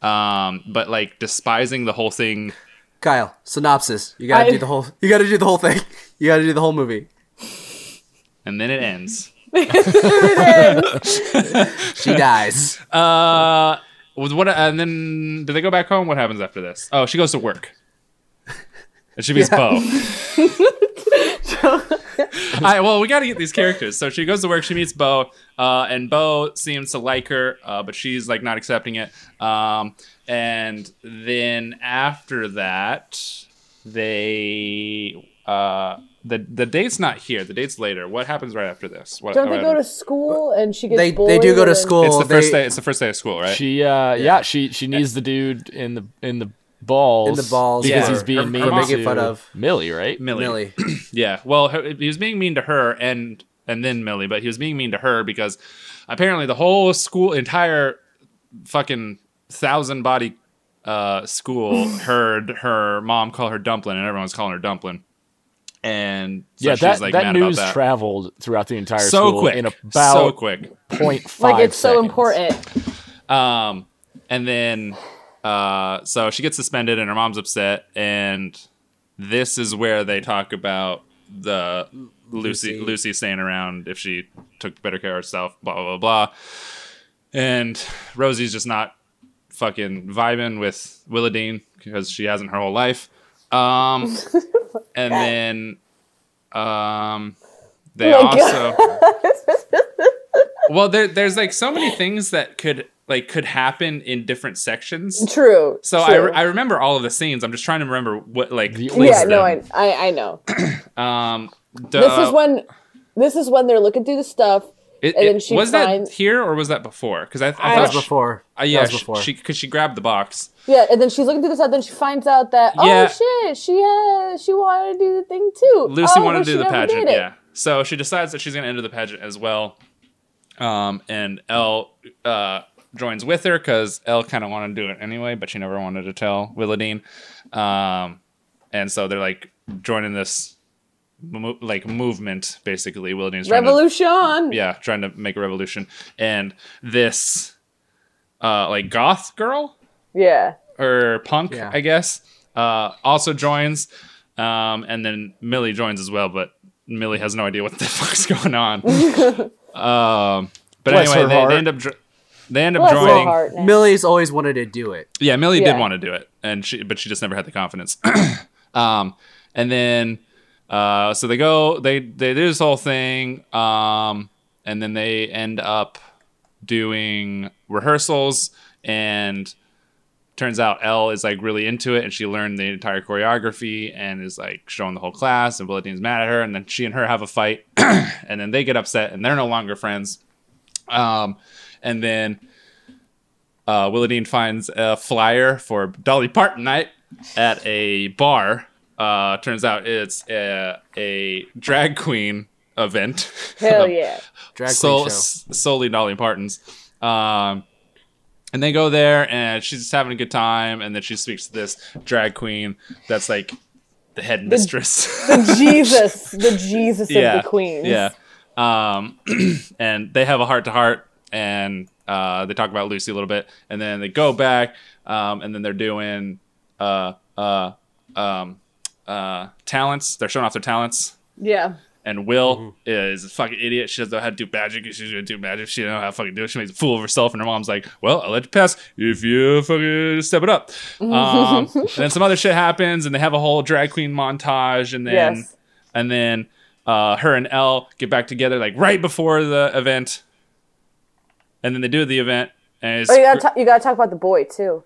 Speaker 3: um, but like despising the whole thing.
Speaker 4: Kyle, synopsis. You gotta
Speaker 2: I-
Speaker 4: do the whole. You gotta do the whole thing. You gotta do the whole movie.
Speaker 3: And then it ends.
Speaker 4: She dies.
Speaker 3: Uh, with what? And then do they go back home? What happens after this? Oh, she goes to work. And she meets Bo. All right, well, we got to get these characters. So she goes to work. She meets Bo, uh, and Bo seems to like her, uh, but she's like not accepting it. Um, and then after that, they uh, the the date's not here. The date's later. What happens right after this? What,
Speaker 2: Don't
Speaker 3: what
Speaker 2: they go to
Speaker 3: happens?
Speaker 2: school and she gets
Speaker 4: They they
Speaker 2: bullied
Speaker 4: do go to
Speaker 2: and-
Speaker 4: school.
Speaker 3: It's the
Speaker 4: they,
Speaker 3: first day. It's the first day of school, right?
Speaker 8: She uh yeah. she she needs the dude in the in the balls.
Speaker 4: In the balls
Speaker 8: because
Speaker 4: for-
Speaker 8: he's being
Speaker 3: for
Speaker 8: mean
Speaker 4: making
Speaker 8: to
Speaker 4: fun of.
Speaker 8: Millie, right?
Speaker 3: Millie.
Speaker 4: Millie.
Speaker 3: Yeah. Well, her, he was being mean to her and and then Millie, but he was being mean to her because apparently the whole school, entire fucking thousand body uh, school heard her mom call her dumpling, and everyone was calling her dumpling. And so
Speaker 8: yeah,
Speaker 3: she
Speaker 8: that
Speaker 3: was like
Speaker 8: that
Speaker 3: mad
Speaker 8: news
Speaker 3: about that.
Speaker 8: traveled throughout the entire
Speaker 3: so
Speaker 8: school
Speaker 3: quick,
Speaker 8: in about
Speaker 3: so quick.
Speaker 8: point five.
Speaker 2: Like it's so
Speaker 8: seconds.
Speaker 2: important.
Speaker 3: Um, and then uh, so she gets suspended, and her mom's upset. And this is where they talk about the Lucy
Speaker 4: Lucy.
Speaker 3: Lucy staying around if she took better care of herself. Blah blah blah. blah. And Rosie's just not fucking vibing with Willa Dean because she hasn't her whole life. Um, and then um, they
Speaker 2: Oh my
Speaker 3: also well there, there's like so many things that could like could happen in different sections
Speaker 2: True.
Speaker 3: so I,
Speaker 2: true.
Speaker 3: re- I remember all of the scenes i'm just trying to remember what like
Speaker 8: The
Speaker 2: yeah,
Speaker 3: links
Speaker 2: no, I,
Speaker 3: them. Uh,
Speaker 2: I, I know.
Speaker 3: um the-
Speaker 2: This is when, this is when they're looking through the stuff.
Speaker 3: it-
Speaker 2: and
Speaker 3: it-
Speaker 2: then she
Speaker 3: was
Speaker 2: finds-
Speaker 3: that here or was that before because i, I
Speaker 2: I-
Speaker 3: thought
Speaker 4: That was
Speaker 3: she-
Speaker 4: before.
Speaker 3: uh, yeah
Speaker 4: that was
Speaker 3: she-
Speaker 4: before.
Speaker 3: she because she grabbed the box
Speaker 2: Yeah, and then she's looking through the stuff. Then she finds out that
Speaker 3: Yeah.
Speaker 2: oh shit, she had, she wanted to do the thing too.
Speaker 3: lucy
Speaker 2: oh,
Speaker 3: wanted
Speaker 2: but
Speaker 3: to
Speaker 2: she
Speaker 3: do the
Speaker 2: never did
Speaker 3: pageant
Speaker 2: it.
Speaker 3: yeah so she decides that she's going to enter the pageant as well um and l uh joins with her because l kind of wanted to do it anyway but she never wanted to tell willadine um and so they're like joining this mo- like movement basically wilderness
Speaker 2: Revolution.
Speaker 3: yeah trying to make a revolution and this uh like goth girl
Speaker 2: yeah.
Speaker 3: or punk
Speaker 4: Yeah.
Speaker 3: i guess uh also joins um and then millie joins as well but millie has no idea what the fuck's going on um but
Speaker 8: Bless her
Speaker 3: anyway they,
Speaker 8: heart.
Speaker 3: they end up dr- they end up
Speaker 2: Bless her
Speaker 3: joining
Speaker 2: heart. man.
Speaker 4: Millie's always wanted to do it.
Speaker 3: yeah, Millie
Speaker 2: Yeah.
Speaker 3: did want to do it, and she but she just never had the confidence. um, and then uh, so they go they they do this whole thing, um, and then they end up doing rehearsals, and turns out Elle is like really into it, and she learned the entire choreography and is like showing the whole class, and Willadine's mad at her, and then she and her have a fight, and then they get upset, and they're no longer friends. Um, and then uh, Willadine finds a flyer for Dolly Parton night at a bar. Uh, turns out it's a, a drag queen event.
Speaker 2: Hell yeah.
Speaker 4: Drag queen
Speaker 3: Sol-
Speaker 4: show.
Speaker 3: s- solely Dolly Parton's. Um, and they go there, and she's just having a good time. And then she speaks to this drag queen that's like the head mistress.
Speaker 2: Jesus, the Jesus of the queens.
Speaker 3: Yeah. Um, and they have a heart to heart and uh, they talk about Lucy a little bit and then they go back um, and then they're doing uh, uh, um, uh, talents. They're showing off their talents.
Speaker 2: Yeah.
Speaker 3: And Will is a fucking idiot. She doesn't know how to do magic. She's gonna do magic. She doesn't know how to fucking do it. She makes a fool of herself. And her mom's like, "Well, I'll let you pass if you fucking step it up."
Speaker 2: Mm-hmm.
Speaker 3: Um, and then some other shit happens, and they have a whole drag queen montage. And then
Speaker 2: Yes.
Speaker 3: and then uh, her and Elle get back together like right before the event, and then they do the event. And it's,
Speaker 2: Oh, you gotta, ta- you gotta talk about the boy too.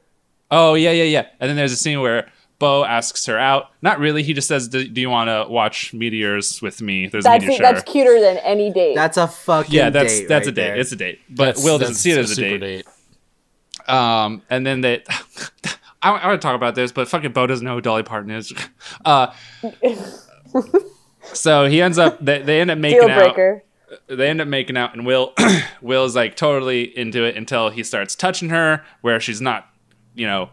Speaker 3: oh yeah, yeah, yeah. And then there's a scene where Bo asks her out. Not really. He just says, "Do, do you want to watch meteors with me?" There's a
Speaker 2: That's
Speaker 3: meteor shower.
Speaker 2: that's cuter than any date.
Speaker 4: That's a fucking
Speaker 3: yeah, that's
Speaker 4: date
Speaker 3: that's
Speaker 4: right
Speaker 3: a date.
Speaker 4: there.
Speaker 3: It's a date. But Will doesn't see it as a date. Um, and then they. I, I want to talk about this, but fucking Bo doesn't know who Dolly Parton is. Uh, so he ends up. They, they end up making
Speaker 2: Deal
Speaker 3: out.
Speaker 2: breaker.
Speaker 3: they end up making out and will will's like totally into it until he starts touching her where she's not you know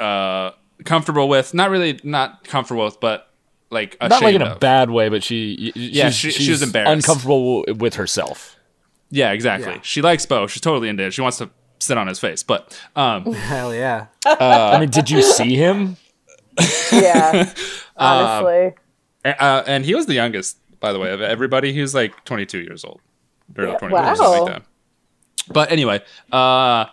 Speaker 3: uh comfortable with not really not comfortable with but like ashamed
Speaker 8: Not like in a
Speaker 3: of.
Speaker 8: bad way, but she, y- y-
Speaker 3: Yeah,
Speaker 8: she's,
Speaker 3: she- she
Speaker 8: she's
Speaker 3: was embarrassed.
Speaker 8: uncomfortable w- with herself.
Speaker 3: yeah exactly
Speaker 4: Yeah.
Speaker 3: she likes bo she's totally into it she wants to sit on his face but um
Speaker 4: Hell yeah.
Speaker 3: Uh,
Speaker 8: I mean, did you see him?
Speaker 2: Yeah. Honestly.
Speaker 3: uh, and he was the youngest by the way of everybody he was like 22 years old or
Speaker 2: Yeah,
Speaker 3: 21 or something
Speaker 2: wow.
Speaker 3: like that but anyway uh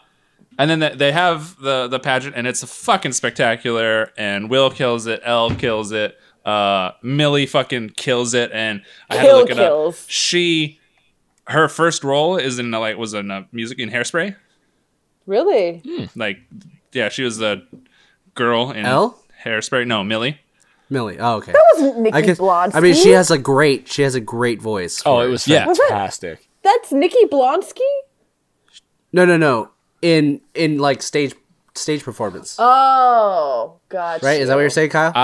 Speaker 3: and then th- they have the the pageant and it's fucking spectacular and will kills it l kills it uh millie fucking kills it and i had to
Speaker 2: Kill
Speaker 3: look it
Speaker 2: kills.
Speaker 3: up she her first role is in uh, like was in uh, music in hairspray
Speaker 2: really?
Speaker 3: like yeah she was the girl in
Speaker 4: Elle?
Speaker 3: hairspray no millie
Speaker 4: Millie. Oh, okay.
Speaker 2: Nikki
Speaker 4: I, guess,
Speaker 2: Blonsky.
Speaker 4: I mean, she has a great, she has a great voice.
Speaker 8: Oh,
Speaker 4: for
Speaker 8: it was
Speaker 3: Yeah.
Speaker 2: Was that-
Speaker 8: fantastic.
Speaker 2: That's Nikki Blonsky?
Speaker 4: No, no, no. In in like stage stage performance.
Speaker 2: Oh, gotcha.
Speaker 4: right? Is that what you're saying, Kyle?
Speaker 3: Uh,
Speaker 2: in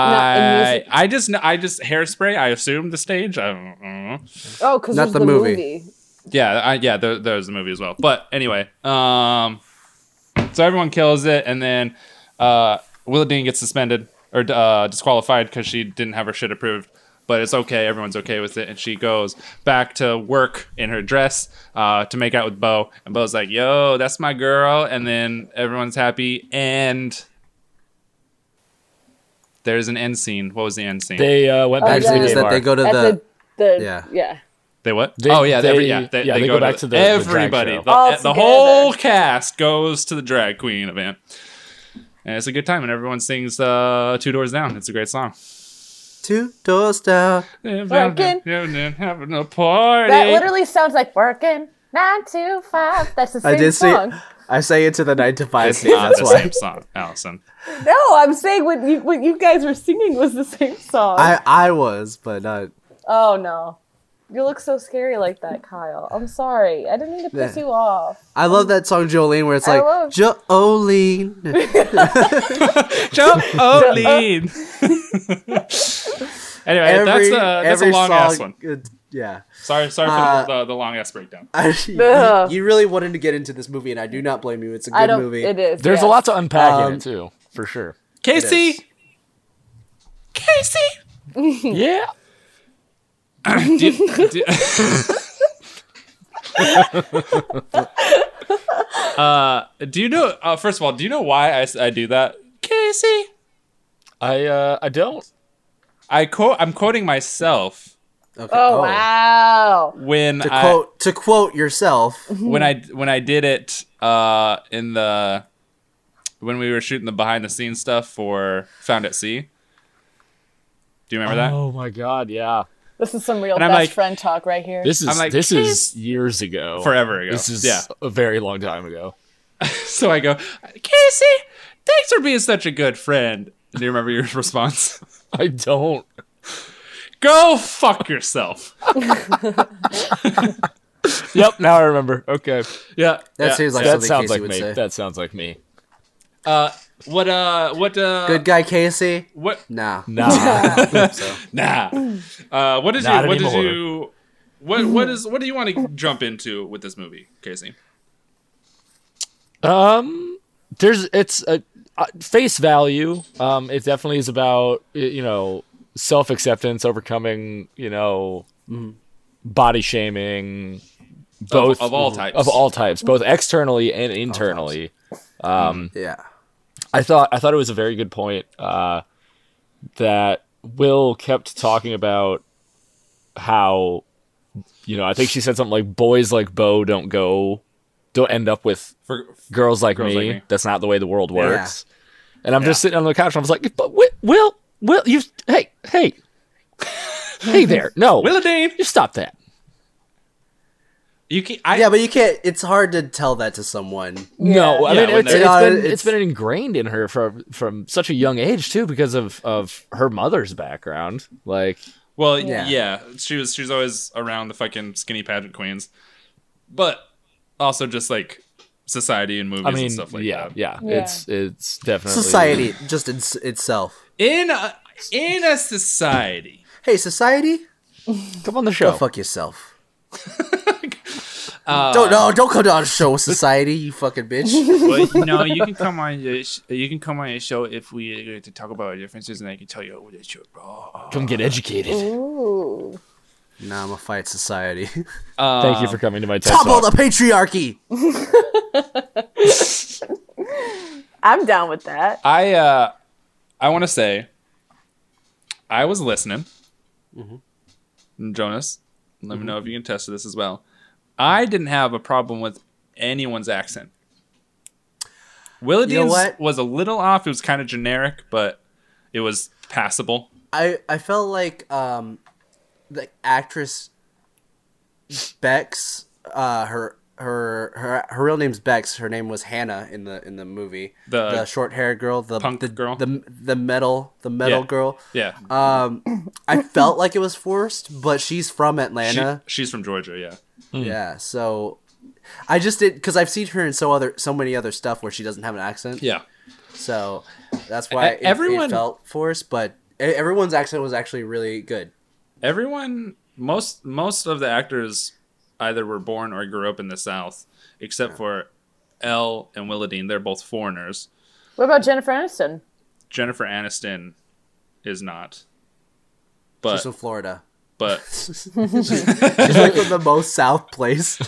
Speaker 3: I
Speaker 2: music-
Speaker 3: I just kn- I just hairspray. I assume the stage. I don't, know.
Speaker 2: Oh, because
Speaker 4: Not
Speaker 2: there's the,
Speaker 4: the
Speaker 2: movie.
Speaker 4: movie.
Speaker 3: Yeah, I, yeah. There, there's the movie as well. But anyway, um, so everyone kills it, and then uh, Willa Dean gets suspended or uh, disqualified because she didn't have her shit approved. But it's okay. Everyone's okay with it, and she goes back to work in her dress uh, to make out with Bo. And Bo's like, "Yo, that's my girl," and then everyone's happy. And there's an end scene. What was the end scene?
Speaker 8: They uh, went back
Speaker 4: Actually,
Speaker 8: to
Speaker 4: it
Speaker 8: the
Speaker 4: was
Speaker 8: gay
Speaker 4: that
Speaker 8: bar.
Speaker 4: they go to
Speaker 2: At
Speaker 4: the,
Speaker 2: the, the
Speaker 4: yeah.
Speaker 2: yeah.
Speaker 3: They what?
Speaker 8: They-
Speaker 3: oh yeah, they, every,
Speaker 8: they-
Speaker 3: yeah, they,
Speaker 8: yeah,
Speaker 3: they
Speaker 8: they
Speaker 3: go, back to, the
Speaker 8: the drag
Speaker 3: everybody.
Speaker 8: show.
Speaker 3: The,
Speaker 2: All
Speaker 3: the
Speaker 2: together.
Speaker 3: whole cast goes to the drag queen event, and it's a good time. And everyone sings uh, Two Doors Down. It's a great song.
Speaker 4: two doors down.
Speaker 2: Working.
Speaker 3: having a party.
Speaker 2: That literally sounds like working nine to five. That's the same
Speaker 4: I did say
Speaker 2: song.
Speaker 4: I sang it to the nine to five.
Speaker 3: it's
Speaker 4: scene,
Speaker 3: not
Speaker 4: That's
Speaker 3: the
Speaker 4: why
Speaker 3: same song, Allison.
Speaker 2: No, I'm saying what you what you guys were singing was the same song.
Speaker 4: I I was, but not.
Speaker 2: oh no. You look so scary like that, Kyle. I'm sorry. I didn't mean to piss
Speaker 4: Yeah.
Speaker 2: you off.
Speaker 4: I love that song Jolene, where it's
Speaker 2: I
Speaker 4: like
Speaker 2: love-
Speaker 4: Jolene.
Speaker 3: Jump, Olin. anyway, that's a that's a
Speaker 4: every
Speaker 3: long ass
Speaker 4: song-
Speaker 3: one.
Speaker 4: it- yeah,
Speaker 3: Sorry, sorry
Speaker 4: Uh,
Speaker 3: for the, the, the long ass breakdown.
Speaker 4: I, you, you really wanted to get into this movie, and I do not blame you. It's a
Speaker 2: I
Speaker 4: good
Speaker 2: don't
Speaker 4: movie.
Speaker 2: it is.
Speaker 8: There's
Speaker 2: yes.
Speaker 8: a lot to unpack in
Speaker 4: Um,
Speaker 8: it too, for sure.
Speaker 3: Casey, Casey.
Speaker 8: yeah.
Speaker 3: Do you- do- uh, do you know? Uh, first of all, do you know why I, s- I do that, Casey?
Speaker 8: I uh, I don't.
Speaker 3: I quote. I'm quoting myself
Speaker 4: Okay.
Speaker 2: Oh, wow.
Speaker 3: when
Speaker 4: To
Speaker 3: I
Speaker 4: quote to quote yourself,
Speaker 3: when I when I did it uh, in the when we were shooting the behind the scenes stuff for Found at Sea. Do you remember that?
Speaker 8: Oh my god, yeah.
Speaker 2: This is some real
Speaker 3: And I'm
Speaker 2: best
Speaker 3: like-
Speaker 2: friend talk right here.
Speaker 8: This
Speaker 3: I'm
Speaker 8: is
Speaker 3: like,
Speaker 8: this is years ago.
Speaker 3: Forever ago.
Speaker 8: This is
Speaker 3: yeah.
Speaker 8: a very long time ago.
Speaker 3: So I go, Casey, thanks for being such a good friend. Do you remember your response?
Speaker 8: I don't.
Speaker 3: go fuck yourself.
Speaker 8: Yep, now I remember. Okay.
Speaker 3: Yeah,
Speaker 4: that
Speaker 3: yeah.
Speaker 4: seems like
Speaker 8: that
Speaker 4: something
Speaker 8: sounds
Speaker 4: Casey
Speaker 8: like
Speaker 4: would
Speaker 8: me.
Speaker 4: say.
Speaker 8: That sounds like me.
Speaker 3: Uh, what? Uh, what? Uh,
Speaker 4: Good guy, Casey.
Speaker 3: What?
Speaker 4: Nah.
Speaker 8: Nah.
Speaker 3: Nah. Uh, what did
Speaker 8: Not
Speaker 3: you? What
Speaker 8: anymore.
Speaker 3: did you? What? What is? What do you want to jump into with this movie, Casey?
Speaker 8: um there's it's a uh, face value. Um it definitely is about y- you know self-acceptance, overcoming, you know,
Speaker 4: Mm-hmm.
Speaker 8: body shaming both
Speaker 3: of all types.
Speaker 8: Of all types, both externally and internally.
Speaker 4: Yeah.
Speaker 8: I thought I thought it was a very good point uh, that Will kept talking about how you know I think she said something like boys like Bo don't go don't end up with
Speaker 3: For
Speaker 8: girls like,
Speaker 3: Girls
Speaker 8: me.
Speaker 3: like me.
Speaker 8: That's not the way the world works. And I'm just sitting on the couch. and I was like, but Wi- Will, Will, you hey hey hey there, no,
Speaker 3: Willa Dane,
Speaker 8: you stop that.
Speaker 3: you can. I,
Speaker 4: Yeah, but you can't. It's hard to tell that to someone.
Speaker 8: No, I
Speaker 3: Yeah,
Speaker 8: mean
Speaker 3: when
Speaker 8: it's,
Speaker 3: they're-
Speaker 8: it's
Speaker 4: Yeah,
Speaker 8: been
Speaker 4: it's-
Speaker 8: it's been ingrained in her from from such a young age too because of of her mother's background. Like
Speaker 3: Well, yeah.
Speaker 4: Yeah.
Speaker 3: she was. She was always around the fucking skinny pageant queens, but also just like society and movies
Speaker 8: I mean,
Speaker 3: and stuff like
Speaker 8: yeah,
Speaker 3: that.
Speaker 8: yeah,
Speaker 2: Yeah.
Speaker 8: it's it's definitely
Speaker 4: Society, just in, itself.
Speaker 3: In a, in a society.
Speaker 4: Hey, society,
Speaker 8: Come on the
Speaker 4: go
Speaker 8: show.
Speaker 4: fuck yourself.
Speaker 3: Uh,
Speaker 4: don't no, don't come to our show, society. You fucking bitch.
Speaker 9: Well, no, you can come on. Your sh- you can come on your show if we agree to talk about our differences, and I can tell you what it's your bro.
Speaker 8: Come get educated.
Speaker 2: Ooh.
Speaker 4: nah, I'm gonna fight society.
Speaker 3: Uh,
Speaker 8: Thank
Speaker 3: Um,
Speaker 8: you for coming to my TED
Speaker 4: Topple
Speaker 8: talk.
Speaker 4: the patriarchy.
Speaker 2: I'm down with that.
Speaker 3: I uh, I want to say, I was listening.
Speaker 4: Mm-hmm.
Speaker 3: Jonas, let me know if you can test this as well. I didn't have a problem with anyone's accent. Willadine's
Speaker 4: You know what?
Speaker 3: was a little off. It was kind of generic, but it was passable.
Speaker 4: I I felt like um, the actress Bex. Uh, her her her her real name's Bex. Her name was Hannah in the in the movie.
Speaker 3: The-
Speaker 4: short haired girl, the
Speaker 3: punk
Speaker 4: the,
Speaker 3: girl?
Speaker 4: the the metal the metal
Speaker 3: Yeah.
Speaker 4: girl.
Speaker 3: Yeah,
Speaker 4: Um, I felt like it was forced, but she's from
Speaker 3: She-
Speaker 4: Atlanta.
Speaker 3: she's from Georgia. Yeah,
Speaker 4: Yeah, so I just did because I've seen her in so other so many other stuff where she doesn't have an accent.
Speaker 3: yeah.
Speaker 4: So that's why
Speaker 3: E-
Speaker 4: it,
Speaker 3: everyone-
Speaker 4: it felt forced, but e- everyone's accent was actually really good.
Speaker 3: Everyone, most most of the actors either were born or grew up in the South, except for Elle and Willadine. They're both foreigners.
Speaker 2: What about Jennifer Aniston?
Speaker 3: Jennifer Aniston is not. But
Speaker 4: She's from Florida.
Speaker 3: but
Speaker 4: She's like from the most south place.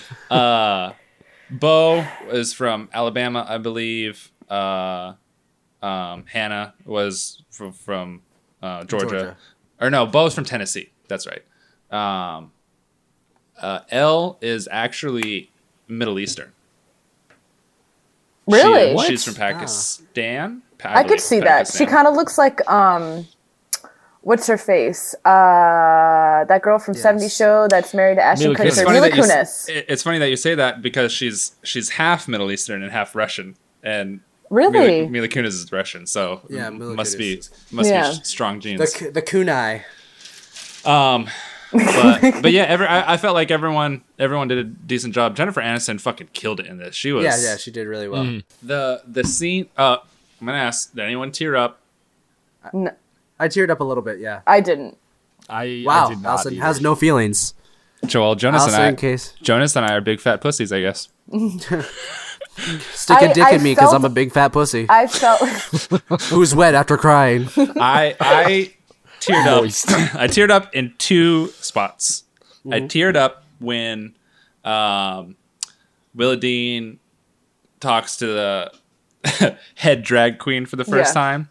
Speaker 3: Bo is from Alabama, I believe. Uh, um, Hannah was from, from uh, Georgia.
Speaker 4: Georgia.
Speaker 3: or no, Bo's from Tennessee. That's right. Um, uh, Elle is actually Middle Eastern. She-
Speaker 2: Really?
Speaker 3: she's
Speaker 4: Ah.
Speaker 3: from Pakistan. Pa-
Speaker 2: I
Speaker 3: believe
Speaker 2: could see that. She
Speaker 3: Pakistan.
Speaker 2: kind of looks like um, what's her face? Uh, that girl from 70 Show that's married to Ashton
Speaker 8: Mila Kunis.
Speaker 2: Kutcher,
Speaker 8: It's
Speaker 2: Mila
Speaker 3: that you, s-
Speaker 2: Kunis.
Speaker 3: it- it's funny that you say that because she's she's half Middle Eastern and half Russian, and
Speaker 2: Really?
Speaker 3: Mila, Mila Kunis is Russian, so
Speaker 4: Yeah,
Speaker 3: m-
Speaker 4: Mila
Speaker 3: must be
Speaker 4: Kunis
Speaker 3: must
Speaker 2: Yeah.
Speaker 3: be s- strong genes.
Speaker 4: The k- the kunai.
Speaker 3: Um, but but yeah, every I, I felt like everyone everyone did a decent job. Jennifer Aniston fucking killed it in this. She was
Speaker 4: Yeah, yeah, she did really well.
Speaker 3: the the scene. Uh, I'm gonna ask did anyone tear up?
Speaker 4: I teared up a little bit, yeah.
Speaker 2: I didn't.
Speaker 8: I I
Speaker 4: Wow,
Speaker 8: did not
Speaker 4: Allison
Speaker 8: either.
Speaker 4: has no feelings.
Speaker 3: Joel Jonas
Speaker 4: Allison, in
Speaker 3: and I.
Speaker 4: case
Speaker 3: Jonas and I are big fat pussies, I guess.
Speaker 4: stick
Speaker 2: I-
Speaker 4: a dick
Speaker 2: I
Speaker 4: in me because
Speaker 2: felt-
Speaker 4: I'm a big fat pussy
Speaker 2: I felt
Speaker 4: who's wet after crying.
Speaker 3: I I teared up. I teared up in two spots. I teared up when um, Willa Dean talks to the head drag queen for the first
Speaker 2: Yeah.
Speaker 3: time,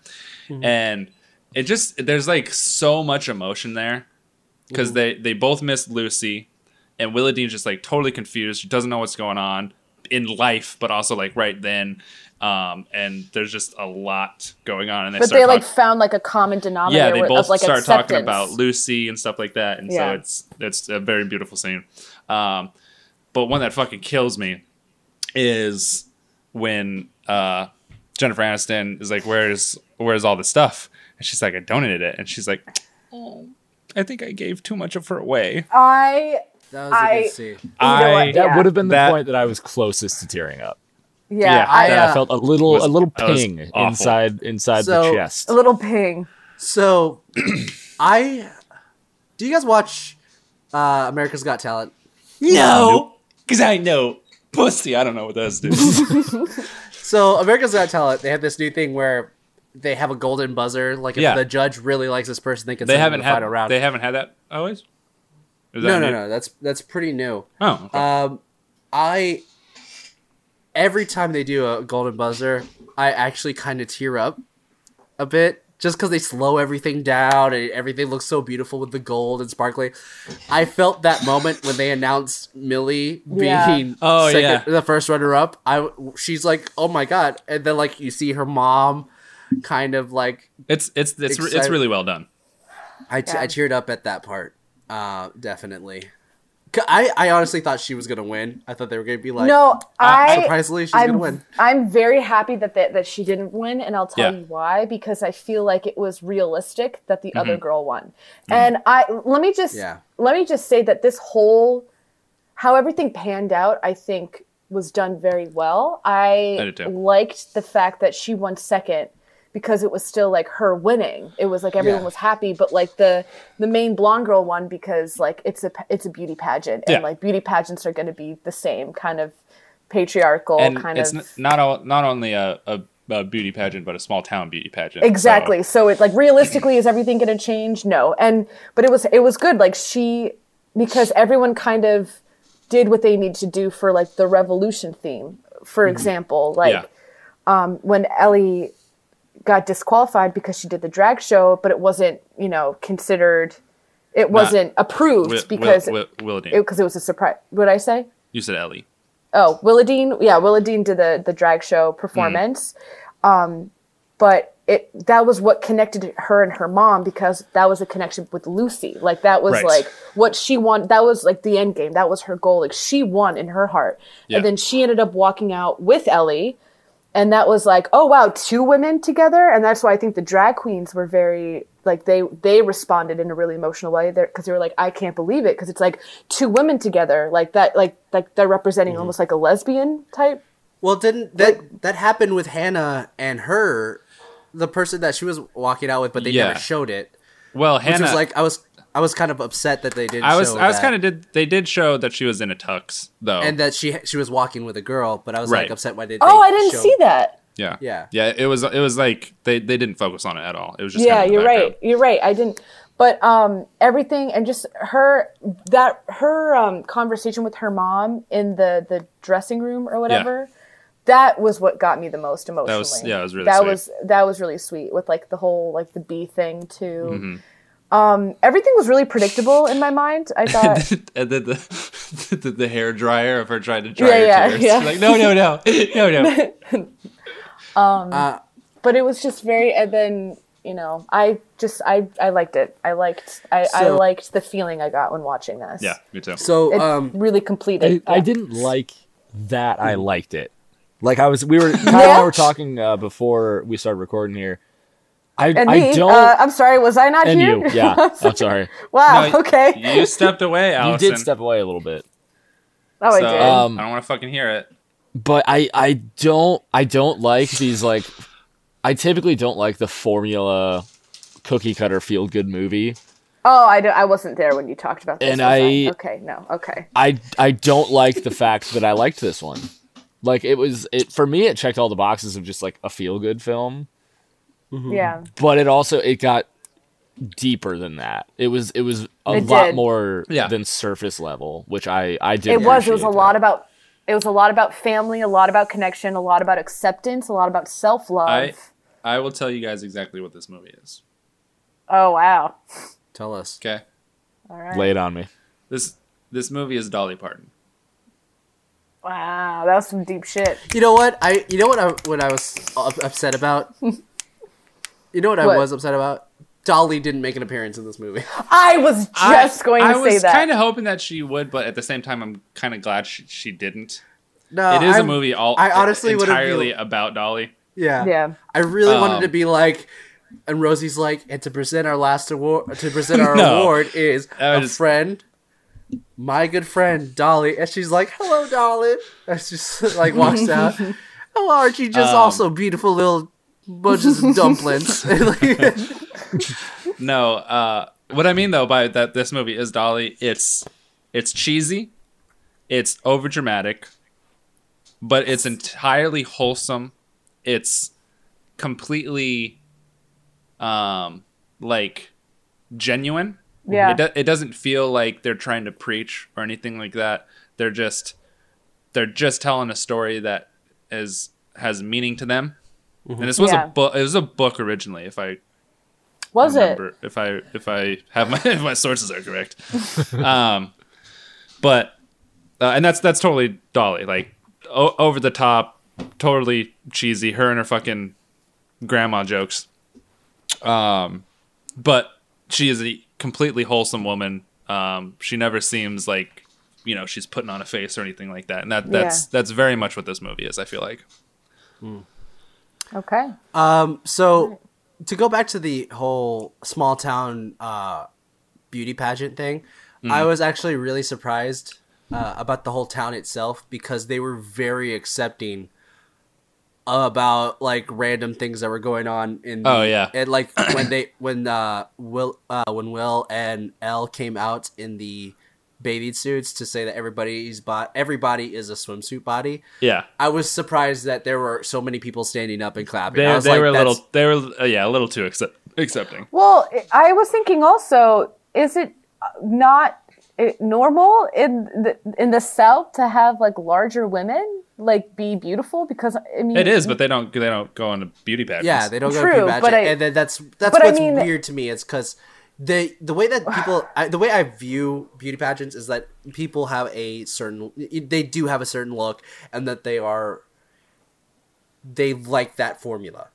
Speaker 3: and it just there's like so much emotion there because they they both miss Lucy, and Willa Dean's just like totally confused. She doesn't know what's going on in life, but also like right then. Um, and there's just a lot going on, and they
Speaker 2: but
Speaker 3: start
Speaker 2: they like
Speaker 3: talk-
Speaker 2: found like a common denominator
Speaker 3: yeah, they
Speaker 2: with-
Speaker 3: both
Speaker 2: of like
Speaker 3: start
Speaker 2: acceptance.
Speaker 3: talking about Lucy and stuff like that, and
Speaker 2: Yeah.
Speaker 3: so it's it's a very beautiful scene. Um, but one that fucking kills me is when uh, Jennifer Aniston is like, "Where's where's all the stuff?" And she's like, "I donated it," and she's like, "Oh, I think I gave too much of her away."
Speaker 2: I
Speaker 4: That was a
Speaker 2: I-
Speaker 4: good scene.
Speaker 2: know
Speaker 3: I
Speaker 2: what?
Speaker 8: That
Speaker 2: Yeah.
Speaker 8: would have been the
Speaker 3: That-
Speaker 8: point that I was closest to tearing up.
Speaker 2: yeah,
Speaker 3: Yeah,
Speaker 2: I,
Speaker 8: That
Speaker 4: uh,
Speaker 8: I felt a little
Speaker 3: was-
Speaker 8: a little
Speaker 3: that was
Speaker 8: ping
Speaker 3: awful.
Speaker 8: inside inside the
Speaker 4: So-
Speaker 8: chest.
Speaker 2: a little ping.
Speaker 4: So, I do you guys watch uh, America's Got Talent?
Speaker 3: no, because I know pussy. I don't know what those do.
Speaker 4: So America's Got Talent, they have this new thing where they have a golden buzzer. Like if
Speaker 3: Yeah.
Speaker 4: the judge really likes this person, they can
Speaker 3: they
Speaker 4: send them
Speaker 3: haven't
Speaker 4: to the
Speaker 3: had
Speaker 4: final round.
Speaker 3: they haven't had that always. Is
Speaker 4: no,
Speaker 3: that
Speaker 4: no,
Speaker 3: new?
Speaker 4: no. That's that's pretty new.
Speaker 3: Oh,
Speaker 2: Uh,
Speaker 3: okay.
Speaker 4: Um, I every time they do a golden buzzer, I actually kind of tear up a bit just because they slow everything down and everything looks so beautiful with the gold and sparkly. I felt that moment when they announced Millie
Speaker 2: Yeah.
Speaker 4: being
Speaker 3: Oh,
Speaker 4: second,
Speaker 3: yeah.
Speaker 4: the first runner up. I she's like, oh my god, and then like you see her mom, kind of like
Speaker 3: it's it's it's it's
Speaker 4: Excite-
Speaker 3: really well done.
Speaker 4: I, t-
Speaker 2: Yeah.
Speaker 4: I teared up at that part. Uh, definitely. 'Cause I, I honestly thought she was gonna win. I thought they were gonna be like,
Speaker 2: No, I
Speaker 4: surprisingly, she's
Speaker 2: I'm,
Speaker 4: gonna win.
Speaker 2: I'm very happy that, that that she didn't win, and I'll tell
Speaker 3: Yeah.
Speaker 2: you why. Because I feel like it was realistic that the other girl won. And I let me just
Speaker 4: Yeah.
Speaker 2: let me just say that this whole how everything panned out, I think, was done very well. I,
Speaker 3: I did too.
Speaker 2: liked the fact that she won second because it was still like her winning. It was like everyone
Speaker 4: Yeah.
Speaker 2: was happy, but like the the main blonde girl won because like it's a it's a beauty pageant, and
Speaker 3: Yeah.
Speaker 2: like beauty pageants are going to be the same kind of patriarchal
Speaker 3: and
Speaker 2: kind
Speaker 3: it's
Speaker 2: of
Speaker 3: n- not all, not only a, a, a beauty pageant, but a small town beauty pageant.
Speaker 2: exactly.
Speaker 3: So,
Speaker 2: So, it like realistically, is everything going to change? No, and but it was it was good. Like she because everyone kind of did what they need to do for like the revolution theme, for example, like.
Speaker 3: Mm-hmm.
Speaker 2: um,
Speaker 3: yeah,
Speaker 2: when Ellie got disqualified because she did the drag show, but it wasn't, you know, considered, it wasn't approved
Speaker 3: Wi-
Speaker 2: because
Speaker 3: Will, Will, Willadine.
Speaker 2: it because it was a surprise. What I say?
Speaker 3: you said Ellie.
Speaker 2: Oh, Willadine, yeah, Willadine did the the drag show performance, um, but it that was what connected her and her mom because that was a connection with Lucy. Like that was
Speaker 3: Right.
Speaker 2: like what she wanted. That was like the end game. That was her goal. Like she won in her heart,
Speaker 3: Yeah.
Speaker 2: and then she ended up walking out with Ellie, and that was like, oh wow, two women together, and that's why I think the drag queens were very like they they responded in a really emotional way there because they were like, I can't believe it because it's like two women together like that like like they're representing almost like a lesbian type
Speaker 4: Well, didn't that that happened with Hannah and her, the person that she was walking out with, but they
Speaker 3: Yeah.
Speaker 4: never showed it.
Speaker 3: Well,
Speaker 4: Which
Speaker 3: Hannah,
Speaker 4: was like I was I was kind of upset that they didn't.
Speaker 3: I was,
Speaker 4: show
Speaker 3: I was
Speaker 4: that.
Speaker 3: kind of did. They did show that she was in a tux though.
Speaker 4: and that she she was walking with a girl, but I was
Speaker 3: Right.
Speaker 4: like upset why they.
Speaker 2: Oh,
Speaker 4: they
Speaker 2: I didn't
Speaker 4: show-
Speaker 2: see that.
Speaker 3: yeah,
Speaker 4: yeah.
Speaker 3: yeah. It was, it was like they, they didn't focus on it at all. It was just
Speaker 2: Yeah,
Speaker 3: kind of in the
Speaker 2: you're
Speaker 3: background.
Speaker 2: right. You're right. I didn't. But um, everything and just her that her um, conversation with her mom in the the dressing room or whatever. That was what got me the most emotionally.
Speaker 3: yeah, it was really
Speaker 2: that
Speaker 3: sweet.
Speaker 2: was that was really sweet with like the whole like the bee thing too.
Speaker 3: Mm-hmm.
Speaker 2: Um, everything was really predictable in my mind. I thought,
Speaker 3: and then the, the the hair dryer of her trying to dry
Speaker 2: Yeah,
Speaker 3: her
Speaker 2: yeah,
Speaker 3: tears.
Speaker 2: yeah.
Speaker 3: Like no, no, no, no, no.
Speaker 4: Uh,
Speaker 2: but it was just very. And then you know, I just I I liked it. I liked I, I
Speaker 4: So-
Speaker 2: liked the feeling I got when watching this.
Speaker 3: yeah, me too.
Speaker 4: So
Speaker 2: it
Speaker 4: um,
Speaker 2: really completed.
Speaker 8: I, I
Speaker 2: yeah.
Speaker 8: didn't like that.
Speaker 2: Hmm.
Speaker 8: I liked it. Like I was, we were Kyle and I
Speaker 2: Yeah.
Speaker 8: were talking uh, before we started recording here. I
Speaker 2: And
Speaker 8: I
Speaker 2: me,
Speaker 8: don't
Speaker 2: uh, I'm sorry, was I not
Speaker 8: and
Speaker 2: here?
Speaker 8: you, yeah. I'm sorry,
Speaker 2: wow.
Speaker 3: No, y-
Speaker 2: Ah, okay.
Speaker 3: You stepped away,
Speaker 8: you
Speaker 3: Allison.
Speaker 8: did step away a little bit,
Speaker 2: oh, I
Speaker 3: So,
Speaker 2: did.
Speaker 8: Um,
Speaker 3: I don't want to fucking hear it.
Speaker 8: but I I don't I don't like these like I typically don't like the formula cookie cutter feel good movie.
Speaker 2: oh, I, don't- I wasn't there when you talked about this.
Speaker 8: And
Speaker 2: was
Speaker 8: I-
Speaker 2: Okay. No. Okay.
Speaker 8: I I don't like the fact that I liked this one. Like it was it for me it checked all the boxes of just like a feel good film. Mm-hmm.
Speaker 2: Yeah.
Speaker 8: but it also it got deeper than that. It was it was a
Speaker 2: It
Speaker 8: lot
Speaker 2: did.
Speaker 8: more
Speaker 3: Yeah.
Speaker 8: than surface level, which I I did.
Speaker 2: It was. It was a
Speaker 8: appreciate
Speaker 2: lot
Speaker 8: that.
Speaker 2: about. It was a lot about family, a lot about connection, a lot about acceptance, a lot about self
Speaker 3: I-
Speaker 2: love.
Speaker 3: I will tell you guys exactly what this movie is.
Speaker 2: Oh wow.
Speaker 4: tell us.
Speaker 3: Okay,
Speaker 2: All right.
Speaker 8: Lay it on me.
Speaker 3: this this movie is Dolly Parton.
Speaker 2: Wow, that was some deep shit.
Speaker 4: You know what I? You know what I? What I was up- upset about? you know what, I
Speaker 2: What?
Speaker 4: was upset about? Dolly didn't make an appearance in this movie.
Speaker 2: I was just
Speaker 3: I,
Speaker 2: going to
Speaker 3: I
Speaker 2: say
Speaker 3: was
Speaker 2: that.
Speaker 3: kind of hoping that she would, but at the same time, I'm kind of glad she, she didn't.
Speaker 4: No,
Speaker 3: It is a
Speaker 4: Oh, I'm-
Speaker 3: movie all
Speaker 4: I honestly would've
Speaker 3: entirely
Speaker 4: been-
Speaker 3: about Dolly.
Speaker 4: Yeah,
Speaker 2: yeah.
Speaker 4: I really wanted to
Speaker 3: Um,
Speaker 4: be like, and Rosie's like, and to present our last award, to present our
Speaker 3: No.
Speaker 4: award is
Speaker 3: I
Speaker 4: a
Speaker 3: was-
Speaker 4: friend, my good friend Dolly, and she's like, "Hello, Dolly," and she's like walks out. Oh, aren't you just
Speaker 3: Um,
Speaker 4: also beautiful little bunches of dumplings?
Speaker 3: No, uh, what I mean though by that this movie is Dolly, it's it's cheesy, it's overdramatic, but it's entirely wholesome. It's completely um like genuine.
Speaker 2: Yeah.
Speaker 3: It, do- it doesn't feel like they're trying to preach or anything like that. They're just they're just telling a story that is has meaning to them. And this was
Speaker 2: Yeah.
Speaker 3: a book. It was a book originally, if I
Speaker 2: was it?
Speaker 3: remember if I if I have my if my sources are correct. um, but uh, and that's that's totally Dolly, like o- over the top, totally cheesy. Her and her fucking grandma jokes. Um, but she is a completely wholesome woman. Um, she never seems like you know she's putting on a face or anything like that, and that that's that's very much what this movie is. I feel like.
Speaker 2: Okay.
Speaker 4: um, so to go back to the whole small town uh, beauty pageant thing,
Speaker 3: Mm-hmm.
Speaker 4: I was actually really surprised uh, about the whole town itself because they were very accepting about like random things that were going on in the,
Speaker 3: Oh, yeah.
Speaker 4: and like when they when uh will uh when will and l came out in the bathing suits to say that everybody's bot everybody is a swimsuit body
Speaker 3: Yeah,
Speaker 4: i was surprised that there were so many people standing up and clapping
Speaker 3: they,
Speaker 4: I was
Speaker 3: they
Speaker 4: like,
Speaker 3: were a
Speaker 4: "That's-
Speaker 3: little they were uh, yeah a little too accept- accepting.
Speaker 2: Well, I I was thinking also, is it uh, not uh, normal in the in the South to have like larger women like be beautiful? Because I mean,
Speaker 3: It is, but they don't they don't go on a beauty pageants.
Speaker 4: Yeah, they don't go
Speaker 2: True,
Speaker 4: to
Speaker 2: but
Speaker 4: pre magic,
Speaker 2: I-
Speaker 4: and then that's that's
Speaker 2: but I
Speaker 4: what's
Speaker 2: mean-
Speaker 4: weird to me. It's because the the way that people I, the way I view beauty pageants is that people have a certain they do have a certain look, and that they are they like that formula.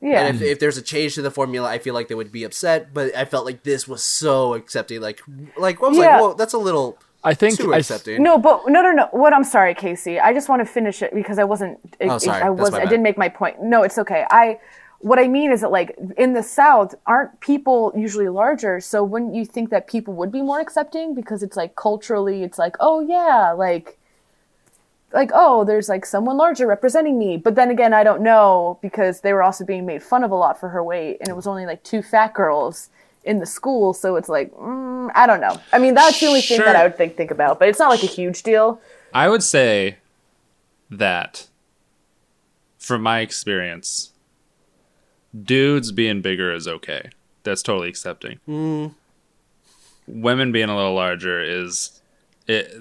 Speaker 2: yeah,
Speaker 4: And if, if there's a change to the formula, I feel like they would be upset. But I felt like this was so accepting. Like like I was
Speaker 2: Yeah.
Speaker 4: like, whoa, that's a little
Speaker 8: I think
Speaker 4: too
Speaker 8: I,
Speaker 4: accepting.
Speaker 2: No, but no, no, no. What I'm sorry, Casey. I just want to finish it because I wasn't. I-
Speaker 4: Oh, sorry.
Speaker 2: I
Speaker 4: That's
Speaker 2: was.
Speaker 4: my
Speaker 2: I
Speaker 4: bad.
Speaker 2: didn't make my point. No, it's okay. I. What I mean is that, like, in the South, aren't people usually larger? So wouldn't you think that people would be more accepting because it's like culturally, it's like, oh yeah, like, like oh there's like someone larger representing me but then again i don't know because they were also being made fun of a lot for her weight and it was only like two fat girls in the school so it's like mm, i don't know i mean that's the only thing that
Speaker 3: Sure.
Speaker 2: i would think think about but it's not like a huge deal
Speaker 3: I would say that, from my experience, dudes being bigger is okay. That's totally accepting.
Speaker 2: Mm.
Speaker 3: Women being a little larger is it.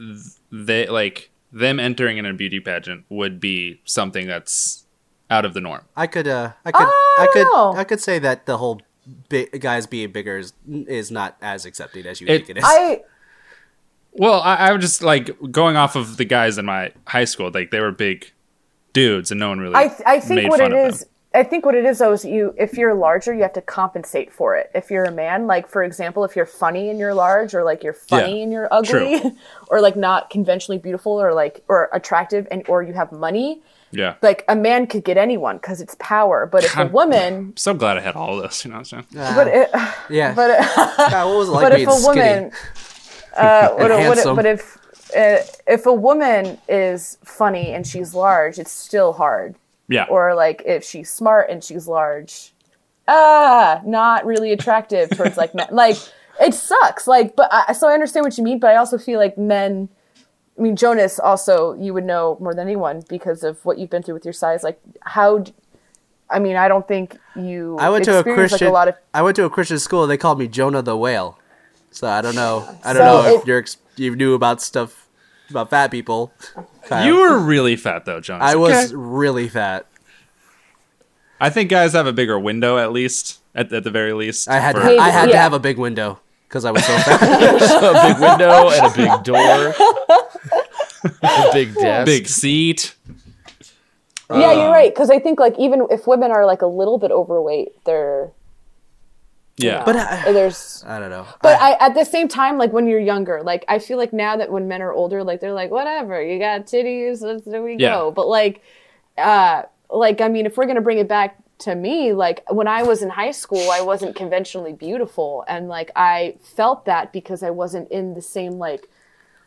Speaker 3: They like them entering in a beauty pageant would be something that's out of the norm.
Speaker 4: I could, uh, I could, I could,
Speaker 2: Oh,
Speaker 4: I could say that the whole bi- guys being bigger is, is not as accepting as you
Speaker 3: It-
Speaker 4: think it is.
Speaker 2: i
Speaker 3: Well, I, I was just like going off of the guys in my high school. Like they were big dudes, and no one really.
Speaker 2: I, th- I think
Speaker 3: made
Speaker 2: what
Speaker 3: fun
Speaker 2: it
Speaker 3: of
Speaker 2: is,
Speaker 3: them.
Speaker 2: I think what it is though is you, if you're larger, you have to compensate for it. If you're a man, like for example, if you're funny and you're large, or like you're funny
Speaker 3: Yeah,
Speaker 2: and you're ugly, or like not conventionally beautiful, or like or attractive, and or you have money,
Speaker 3: Yeah.
Speaker 2: like a man could get anyone because it's power. But if a
Speaker 3: Com-
Speaker 2: woman,
Speaker 3: so glad I had all of those. You know what I'm saying?
Speaker 2: but it,
Speaker 4: yeah.
Speaker 2: but it,
Speaker 4: God, what was it like
Speaker 2: but
Speaker 4: being
Speaker 2: if a
Speaker 4: skinny?
Speaker 2: woman, uh, what,
Speaker 4: And
Speaker 2: what,
Speaker 4: handsome.
Speaker 2: but if uh, if a woman is funny and she's large, it's still hard
Speaker 3: Yeah.
Speaker 2: or like if she's smart and she's large ah not really attractive towards like men like it sucks like but I, so i understand what you mean but i also feel like men i mean jonas also you would know more than anyone because of what you've been through with your size like how d- i mean i don't think you
Speaker 4: I went to a
Speaker 2: experience,
Speaker 4: Christian.
Speaker 2: like a lot of
Speaker 4: I went to a Christian school. They called me Jonah the whale. So I don't know. I don't
Speaker 2: So
Speaker 4: know if
Speaker 2: it-
Speaker 4: you're ex- you knew about stuff about fat people. Kyle.
Speaker 3: You were really fat though, John.
Speaker 4: uh, I was really fat.
Speaker 3: I think guys have a bigger window at least, at, at the very least.
Speaker 4: I had to,
Speaker 3: for-
Speaker 2: Hey,
Speaker 4: I had to
Speaker 2: yeah.
Speaker 4: have a big window because I was so fat.
Speaker 8: a big window and a big door, a big desk.
Speaker 3: big seat.
Speaker 4: Uh,
Speaker 2: yeah you're right because i think like even if women are like a little bit overweight they're
Speaker 3: Yeah.
Speaker 4: but I,
Speaker 2: there's
Speaker 4: I don't know.
Speaker 2: But I, at the same time, like when you're younger, like I feel like now that when men are older, like they're like, whatever, you got titties, let's, there we
Speaker 3: Yeah.
Speaker 2: go. But like, uh, like I mean, if we're gonna bring it back to me, like when I was in high school, I wasn't conventionally beautiful, and like I felt that because I wasn't in the same like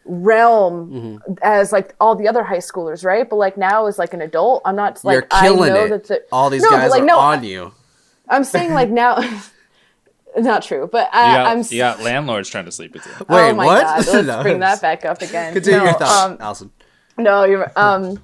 Speaker 2: realm
Speaker 4: Mm-hmm.
Speaker 2: as like all the other high schoolers, right? But like now as like an adult, I'm not like
Speaker 4: you're
Speaker 2: I
Speaker 4: killing
Speaker 2: know
Speaker 4: it.
Speaker 2: that the,
Speaker 4: All these
Speaker 2: No, but,
Speaker 4: guys
Speaker 2: like,
Speaker 4: are
Speaker 2: no,
Speaker 4: on you.
Speaker 2: I'm saying like now. Not true, but
Speaker 3: you,
Speaker 2: I,
Speaker 3: got,
Speaker 2: I'm
Speaker 3: you got landlords trying to sleep with you.
Speaker 4: Wait,
Speaker 2: oh my
Speaker 4: what?
Speaker 2: God. Let's
Speaker 4: No,
Speaker 2: bring that back up again.
Speaker 4: Continue
Speaker 2: no,
Speaker 4: your thoughts,
Speaker 2: Um,
Speaker 4: Allison.
Speaker 2: no, you're um,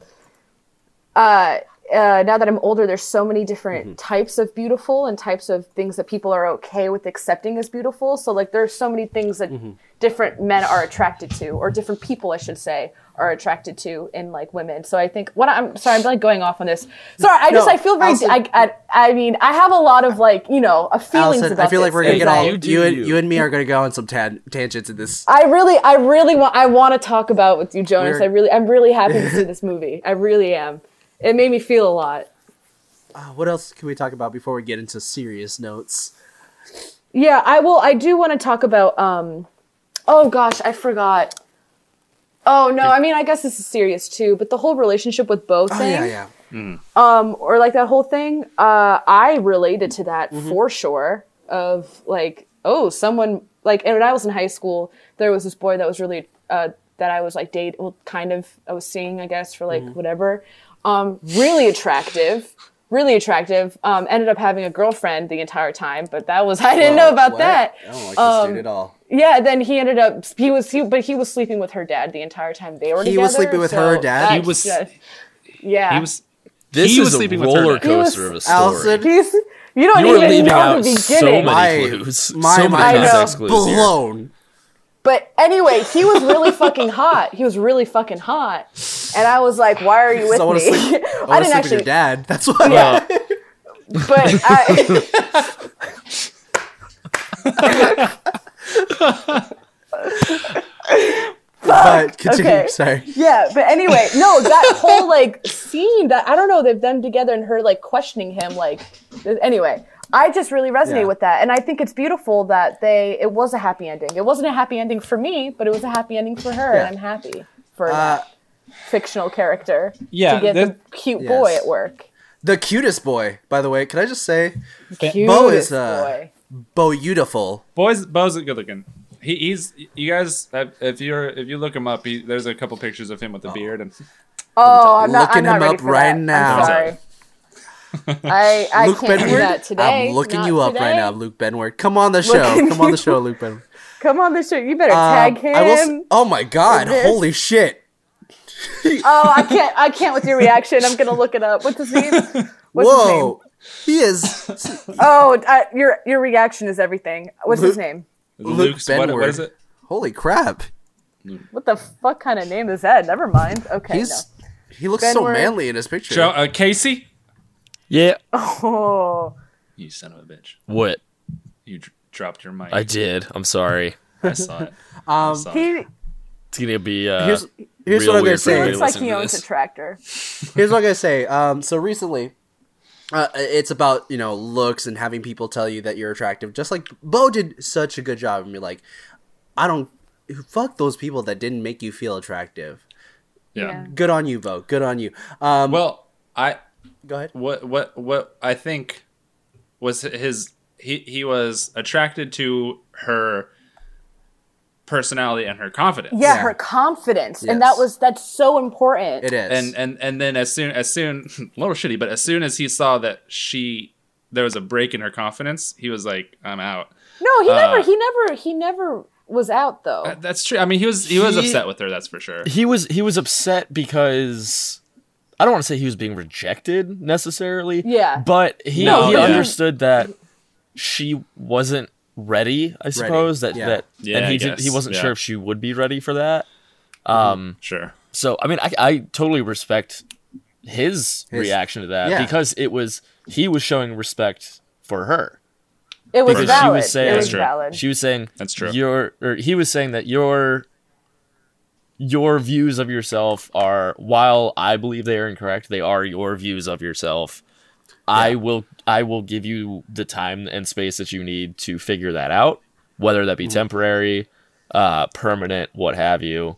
Speaker 2: uh, uh, now that I'm older, there's so many different
Speaker 4: Mm-hmm.
Speaker 2: types of beautiful and types of things that people are okay with accepting as beautiful. So like, there's so many things that
Speaker 4: Mm-hmm.
Speaker 2: different men are attracted to, or different people, I should say, are attracted to in like women. So I think what I'm sorry, I'm like going off on this. Sorry, I just
Speaker 4: No,
Speaker 2: I feel very.
Speaker 4: Allison-
Speaker 2: I, I I mean, I have a lot of like you know a feelings
Speaker 4: Allison,
Speaker 2: about.
Speaker 4: I feel like
Speaker 2: this
Speaker 4: we're gonna
Speaker 2: because
Speaker 4: get
Speaker 2: I-
Speaker 4: all
Speaker 8: You
Speaker 4: you,
Speaker 8: do
Speaker 4: and
Speaker 8: you.
Speaker 4: you and me are gonna go on some tan- tangents in this.
Speaker 2: I really, I really want, I want to talk about with you, Jonas.
Speaker 4: We're-
Speaker 2: I really, I'm really happy to see this movie. I really am. It made me feel a lot.
Speaker 4: Uh, what else can we talk about before we get into serious notes?
Speaker 2: Yeah, I will. I do want to talk about. um Oh gosh, I forgot. Oh no, I mean, I guess this is serious too. But the whole relationship with Bo thing,
Speaker 4: Oh yeah, yeah.
Speaker 2: um, or like that whole thing, uh, I related to that
Speaker 4: Mm-hmm.
Speaker 2: for sure. Of like, oh, someone like, and when I was in high school, there was this boy that was really uh, that I was like date, well, kind of, I was seeing, I guess, for
Speaker 4: Mm-hmm.
Speaker 2: like whatever. Um, really attractive, really attractive. Um, ended up having a girlfriend the entire time, but that was I didn't know
Speaker 4: Oh,
Speaker 2: about
Speaker 4: what?
Speaker 2: that.
Speaker 4: I don't like this
Speaker 2: Um,
Speaker 4: dude at all.
Speaker 2: Yeah, then he ended up he was he, but he was sleeping with her dad the entire time they were
Speaker 4: He
Speaker 2: together.
Speaker 4: was sleeping with her
Speaker 2: so
Speaker 4: dad? He
Speaker 2: that
Speaker 3: was-
Speaker 2: just- yeah.
Speaker 3: He
Speaker 4: uh,
Speaker 3: was.
Speaker 8: This
Speaker 3: He
Speaker 8: is
Speaker 3: was
Speaker 8: a
Speaker 3: sleeping with her
Speaker 8: roller
Speaker 3: dad.
Speaker 2: He was-
Speaker 8: coaster of a story.
Speaker 4: Allison,
Speaker 2: He's, you don't
Speaker 8: you were
Speaker 2: even
Speaker 8: leaving
Speaker 2: know
Speaker 8: out
Speaker 2: the beginning.
Speaker 8: so many
Speaker 4: My-
Speaker 8: clues.
Speaker 4: my
Speaker 8: so
Speaker 4: mind
Speaker 8: many
Speaker 2: is
Speaker 8: context clues here.
Speaker 4: blown.
Speaker 2: But anyway, he was really fucking hot. He was really fucking hot. And I was like, why are you with
Speaker 4: I wanna
Speaker 2: me?
Speaker 4: sleep-
Speaker 2: I,
Speaker 4: I want to
Speaker 2: didn't
Speaker 4: sleep
Speaker 2: actually.
Speaker 4: with your dad. That's what.
Speaker 2: Yeah. but I.
Speaker 4: But continue.
Speaker 2: Okay.
Speaker 4: Sorry.
Speaker 2: Yeah, but anyway, no, that whole like scene that I don't know, they've them together and her like questioning him, like anyway. I just really resonate
Speaker 4: Yeah.
Speaker 2: with that. And I think it's beautiful that they it was a happy ending. It wasn't a happy ending for me, but it was a happy ending for her, and I'm happy for
Speaker 4: Uh,
Speaker 2: that fictional character
Speaker 3: Yeah,
Speaker 2: to get
Speaker 3: that-
Speaker 2: the cute
Speaker 4: Yes.
Speaker 2: boy at work.
Speaker 4: The cutest boy, by the way. Can I just say,
Speaker 2: Cute
Speaker 4: Bo is, uh, Bo beautiful.
Speaker 3: Boys, Bo's good looking. He, he's you guys. If you're if you look him up, he, there's a couple pictures of him with a beard, and
Speaker 2: Oh, I'm not.
Speaker 4: Looking
Speaker 2: I'm not
Speaker 4: him
Speaker 2: ready
Speaker 4: up
Speaker 2: for
Speaker 4: right
Speaker 2: that.
Speaker 4: now.
Speaker 2: I'm sorry. I I can't do that today.
Speaker 4: I'm looking
Speaker 2: Not
Speaker 4: you up right
Speaker 2: today.
Speaker 4: now, Luke Benward. Come on the show.
Speaker 2: Looking
Speaker 4: Come on
Speaker 2: you-
Speaker 4: the show, Luke Benward.
Speaker 2: Come on, this show. You better
Speaker 4: Um,
Speaker 2: tag him.
Speaker 4: I will s- oh my god,
Speaker 2: this.
Speaker 4: holy shit.
Speaker 2: oh, I can't. I can't with your reaction. I'm gonna look it up. What's his name? What's His name?
Speaker 4: Whoa. He is
Speaker 2: Oh, I, your your reaction is everything. What's his
Speaker 4: Luke-
Speaker 2: name?
Speaker 4: Luke
Speaker 3: Luke's what, what
Speaker 4: Benward.
Speaker 3: is it?
Speaker 4: holy crap.
Speaker 2: What the fuck kind of name is that? Never mind. Okay.
Speaker 4: He's he looks so
Speaker 2: Benward.
Speaker 4: manly in his picture.
Speaker 3: Joe, uh, Casey?
Speaker 8: Yeah.
Speaker 2: no. Oh,
Speaker 3: You son of a bitch.
Speaker 8: What?
Speaker 3: You dr- dropped your mic.
Speaker 8: I did. I'm sorry.
Speaker 3: I saw it. I
Speaker 4: Um
Speaker 3: saw it.
Speaker 2: he,
Speaker 8: It's gonna be uh,
Speaker 4: here's here's
Speaker 8: real
Speaker 4: what I'm gonna
Speaker 8: weird for
Speaker 2: he
Speaker 8: me
Speaker 4: say.
Speaker 8: to
Speaker 2: looks like
Speaker 8: listen
Speaker 2: he
Speaker 8: to
Speaker 2: owns
Speaker 8: this.
Speaker 2: a tractor.
Speaker 4: here's what I'm gonna say. Um, so recently, uh, it's about you know looks and having people tell you that you're attractive. Just like Bo did such a good job and be like, I don't fuck those people that didn't make you feel attractive.
Speaker 3: Yeah.
Speaker 4: Good on you, Bo. Good on you. Um,
Speaker 3: Well, I
Speaker 4: go ahead.
Speaker 3: what what what I think was his he he was attracted to her personality and her confidence.
Speaker 2: Yeah,
Speaker 4: Yeah.
Speaker 2: her confidence, and
Speaker 4: Yes.
Speaker 2: that was that's so important.
Speaker 4: It is.
Speaker 3: and and and then as soon as soon little shitty, but as soon as he saw that she there was a break in her confidence, he was like, "I'm out."
Speaker 2: No, he
Speaker 8: Uh,
Speaker 2: never. He never. He never was out though.
Speaker 3: That- That's true. I mean, he was Oh. he was
Speaker 8: He-
Speaker 3: upset with her. That's for sure.
Speaker 8: he was he was upset because I don't want to say he was being rejected necessarily.
Speaker 2: Yeah.
Speaker 8: But he
Speaker 3: No,
Speaker 8: he
Speaker 3: yeah.
Speaker 8: understood that she wasn't ready, I suppose. That
Speaker 4: yeah.
Speaker 8: that
Speaker 3: Yeah,
Speaker 8: and
Speaker 3: I
Speaker 8: he did, he
Speaker 3: guess,
Speaker 8: wasn't
Speaker 3: yeah.
Speaker 8: sure if she would be ready for that.
Speaker 3: Sure.
Speaker 8: So I mean I I totally respect his,
Speaker 4: His-
Speaker 8: reaction to that
Speaker 4: yeah.
Speaker 8: because it was he was showing respect for her.
Speaker 2: it was
Speaker 8: Because
Speaker 2: valid.
Speaker 8: she was saying
Speaker 2: it was
Speaker 3: That's true.
Speaker 2: valid.
Speaker 8: She was saying
Speaker 3: That's true.
Speaker 8: Your or he was saying that your your views of yourself are while I believe they are incorrect, they are your views of yourself. I will I will give you the time and space that you need to figure that out, whether that be
Speaker 3: Mm-hmm.
Speaker 8: temporary, uh, permanent, what have you.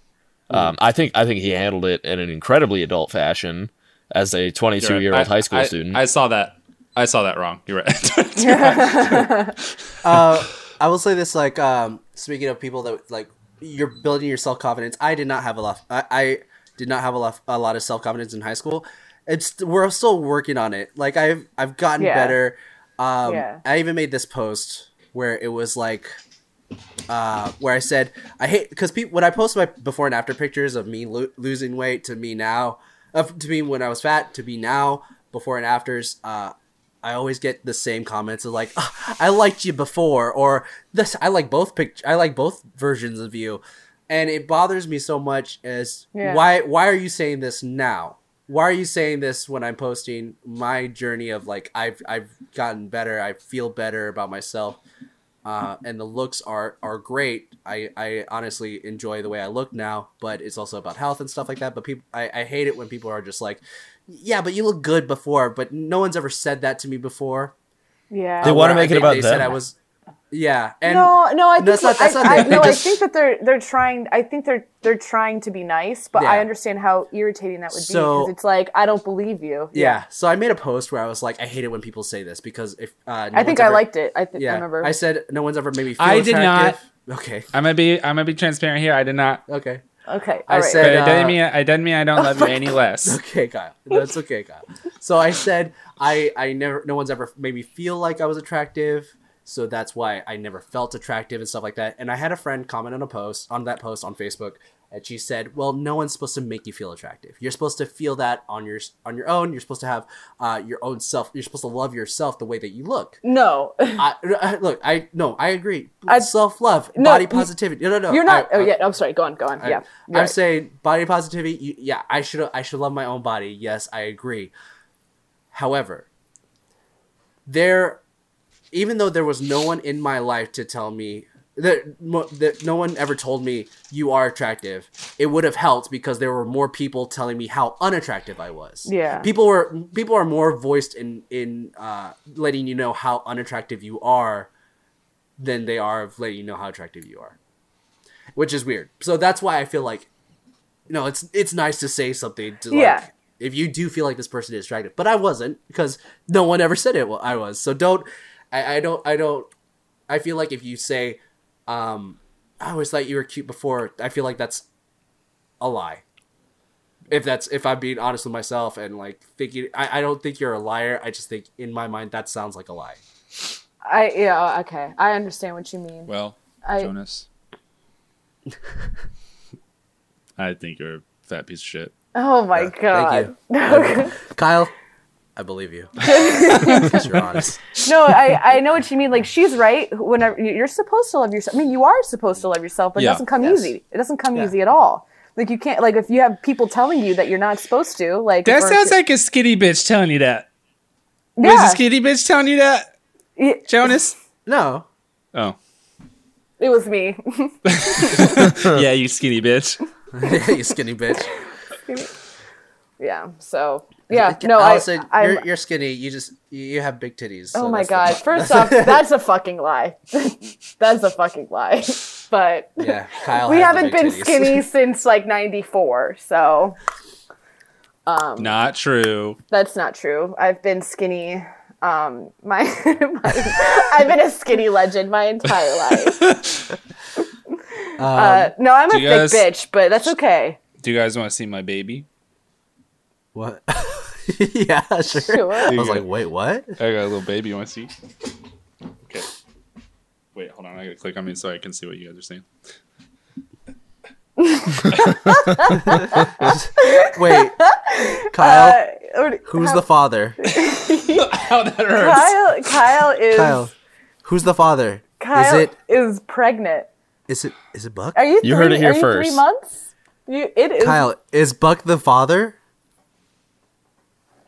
Speaker 3: Mm-hmm.
Speaker 8: Um, I think I think he handled it in an incredibly adult fashion as a 22 year
Speaker 3: I-
Speaker 8: old high school
Speaker 3: I-
Speaker 8: student.
Speaker 3: I saw that. I saw that wrong. You're right.
Speaker 4: uh, I will say this: like, um, speaking of people that like, you're building your self confidence. I did not have a lot. I, I did not have a lot, a lot of self confidence in high school. It's we're still working on it. Like, I've I've gotten
Speaker 2: Yeah.
Speaker 4: better. Um,
Speaker 2: Yeah.
Speaker 4: I even made this post where it was like, uh, where I said I hate because people when I post my before and after pictures of me lo- losing weight to me now, of to me when I was fat to me now before and afters. Uh, I always get the same comments of like, "Ah, I liked you before, or this I like both pict- I like both versions of you, and it bothers me so much as
Speaker 2: Yeah.
Speaker 4: why why are you saying this now? Why are you saying this when I'm posting my journey of like I've I've gotten better, I feel better about myself, uh, and the looks are are great. I I honestly enjoy the way I look now, but it's also about health and stuff like that. But people, I, I hate it when people are just like, yeah, but you look good before, but no one's ever said that to me before.
Speaker 2: yeah.
Speaker 8: They
Speaker 4: Uh,
Speaker 8: wanna
Speaker 4: where
Speaker 8: make it
Speaker 4: they-
Speaker 8: about
Speaker 4: they said
Speaker 8: them.
Speaker 4: I was, yeah, and
Speaker 2: no, no, I think
Speaker 4: No, it's not-
Speaker 2: that-
Speaker 4: that's not
Speaker 2: I, I,
Speaker 4: it. They
Speaker 2: no, I
Speaker 4: just-
Speaker 2: think that they're they're trying. I think they're they're trying to be nice, but I
Speaker 4: Yeah.
Speaker 2: understand how irritating that would be
Speaker 4: So-
Speaker 2: because it's like I don't believe you.
Speaker 4: yeah. So I made a post where I was like, I hate it when people say this because if uh, no
Speaker 2: I think
Speaker 4: one's
Speaker 2: I
Speaker 4: ever-
Speaker 2: liked it. I think
Speaker 4: Yeah,
Speaker 2: I remember.
Speaker 4: I said no one's ever made me feel
Speaker 3: I did not-
Speaker 4: attractive. Okay,
Speaker 3: I'm gonna be I'm gonna be transparent here. I did not.
Speaker 4: okay,
Speaker 2: okay, all
Speaker 4: I
Speaker 2: right.
Speaker 4: said-
Speaker 3: But it doesn't
Speaker 4: uh,
Speaker 3: mean I doesn't mean I
Speaker 8: Oh
Speaker 3: don't love you any less.
Speaker 4: okay, Kyle. That's okay, Kyle. So I said I I never no one's ever made me feel like I was attractive, so that's why I never felt attractive and stuff like that. And I had a friend comment on a post on that post on Facebook, and she said, "Well, no one's supposed to make you feel attractive. You're supposed to feel that on your on your own. You're supposed to have uh, your own self. You're supposed to love yourself the way that you look."
Speaker 2: no,
Speaker 4: I, I- look, I no, I agree.
Speaker 2: I-
Speaker 4: Self love,
Speaker 2: No,
Speaker 4: body
Speaker 2: you-
Speaker 4: positivity. No, no, no.
Speaker 2: you're not.
Speaker 4: I-
Speaker 2: oh
Speaker 4: I-
Speaker 2: yeah, I'm sorry. Go on, go on.
Speaker 4: I,
Speaker 2: yeah,
Speaker 4: I'm
Speaker 2: you're right.
Speaker 4: saying body positivity. You, yeah, I should I should love my own body. Yes, I agree. However, there, even though there was no one in my life to tell me that, mo- that no one ever told me you are attractive, it would have helped because there were more people telling me how unattractive I was.
Speaker 2: Yeah.
Speaker 4: people were people are more voiced in in uh, letting you know how unattractive you are than they are of letting you know how attractive you are which is weird. So that's why I feel like, you know, it's it's nice to say something to like
Speaker 2: Yeah.
Speaker 4: if you do feel like this person is attractive, but I wasn't because no one ever said it. Well, I was. So don't. I, I don't. I don't. I feel like if you say, um, I always thought you were cute before. I feel like that's a lie. If that's if I'm being honest with myself and like thinking, I, I don't think you're a liar. I just think in my mind that sounds like a lie.
Speaker 2: I yeah okay. I understand what you mean.
Speaker 3: Well,
Speaker 2: I
Speaker 3: Jonas. I think you're a fat piece of shit.
Speaker 2: oh my
Speaker 4: Thank
Speaker 2: god.
Speaker 4: you, Kyle. I believe you. Because you're honest.
Speaker 2: No, I I know what you mean. Like she's right. Whenever you're supposed to love yourself. I mean, you are supposed to love yourself, but
Speaker 3: Yeah.
Speaker 2: it doesn't come easy. It doesn't come
Speaker 4: Yeah.
Speaker 2: easy at all. Like you can't like if you have people telling you that you're not supposed to like
Speaker 3: That
Speaker 2: or-
Speaker 3: sounds like a skinny bitch telling you that. Was
Speaker 2: yeah.
Speaker 3: a skinny bitch telling you that,
Speaker 2: It,
Speaker 3: Jonas?
Speaker 4: No,
Speaker 3: Oh.
Speaker 2: it was me.
Speaker 3: yeah, you skinny bitch.
Speaker 4: you skinny bitch.
Speaker 2: yeah. So yeah. No,
Speaker 4: Allison,
Speaker 2: I
Speaker 4: you're,
Speaker 2: I'm,
Speaker 4: you're skinny. You just you- you have big titties. so
Speaker 2: Oh my
Speaker 4: that's the
Speaker 2: god. First off, that's a fucking lie. that's a fucking lie. But
Speaker 4: fu- yeah, Kyle.
Speaker 2: we
Speaker 4: has the
Speaker 2: haven't
Speaker 4: big
Speaker 2: been
Speaker 4: titties.
Speaker 2: skinny since like 94 so
Speaker 3: Not true.
Speaker 2: that's not true i've been skinny um my, my i've been a skinny legend my entire life
Speaker 4: Um,
Speaker 2: uh, no i'm a
Speaker 3: do
Speaker 2: thick
Speaker 3: you guys-
Speaker 2: bitch but that's okay
Speaker 3: Do you guys want to see my baby?
Speaker 4: What? yeah, sure. I
Speaker 2: sure
Speaker 4: was like, wait, what?
Speaker 3: I got a little baby. You want to see? Okay. Wait, hold on. I gotta click on me so I can see what you guys are seeing.
Speaker 2: Uh,
Speaker 4: Wait, Kyle,
Speaker 2: Or-
Speaker 4: who's the father?
Speaker 3: How that hurts.
Speaker 2: kyle kyle is
Speaker 4: Kyle, who's the father?
Speaker 2: Kyle
Speaker 4: Is it
Speaker 2: is pregnant
Speaker 4: is it is it Buck?
Speaker 2: are you three,
Speaker 8: You heard it here
Speaker 2: are you three
Speaker 8: first.
Speaker 2: months you it is
Speaker 4: Kyle, is Buck the father?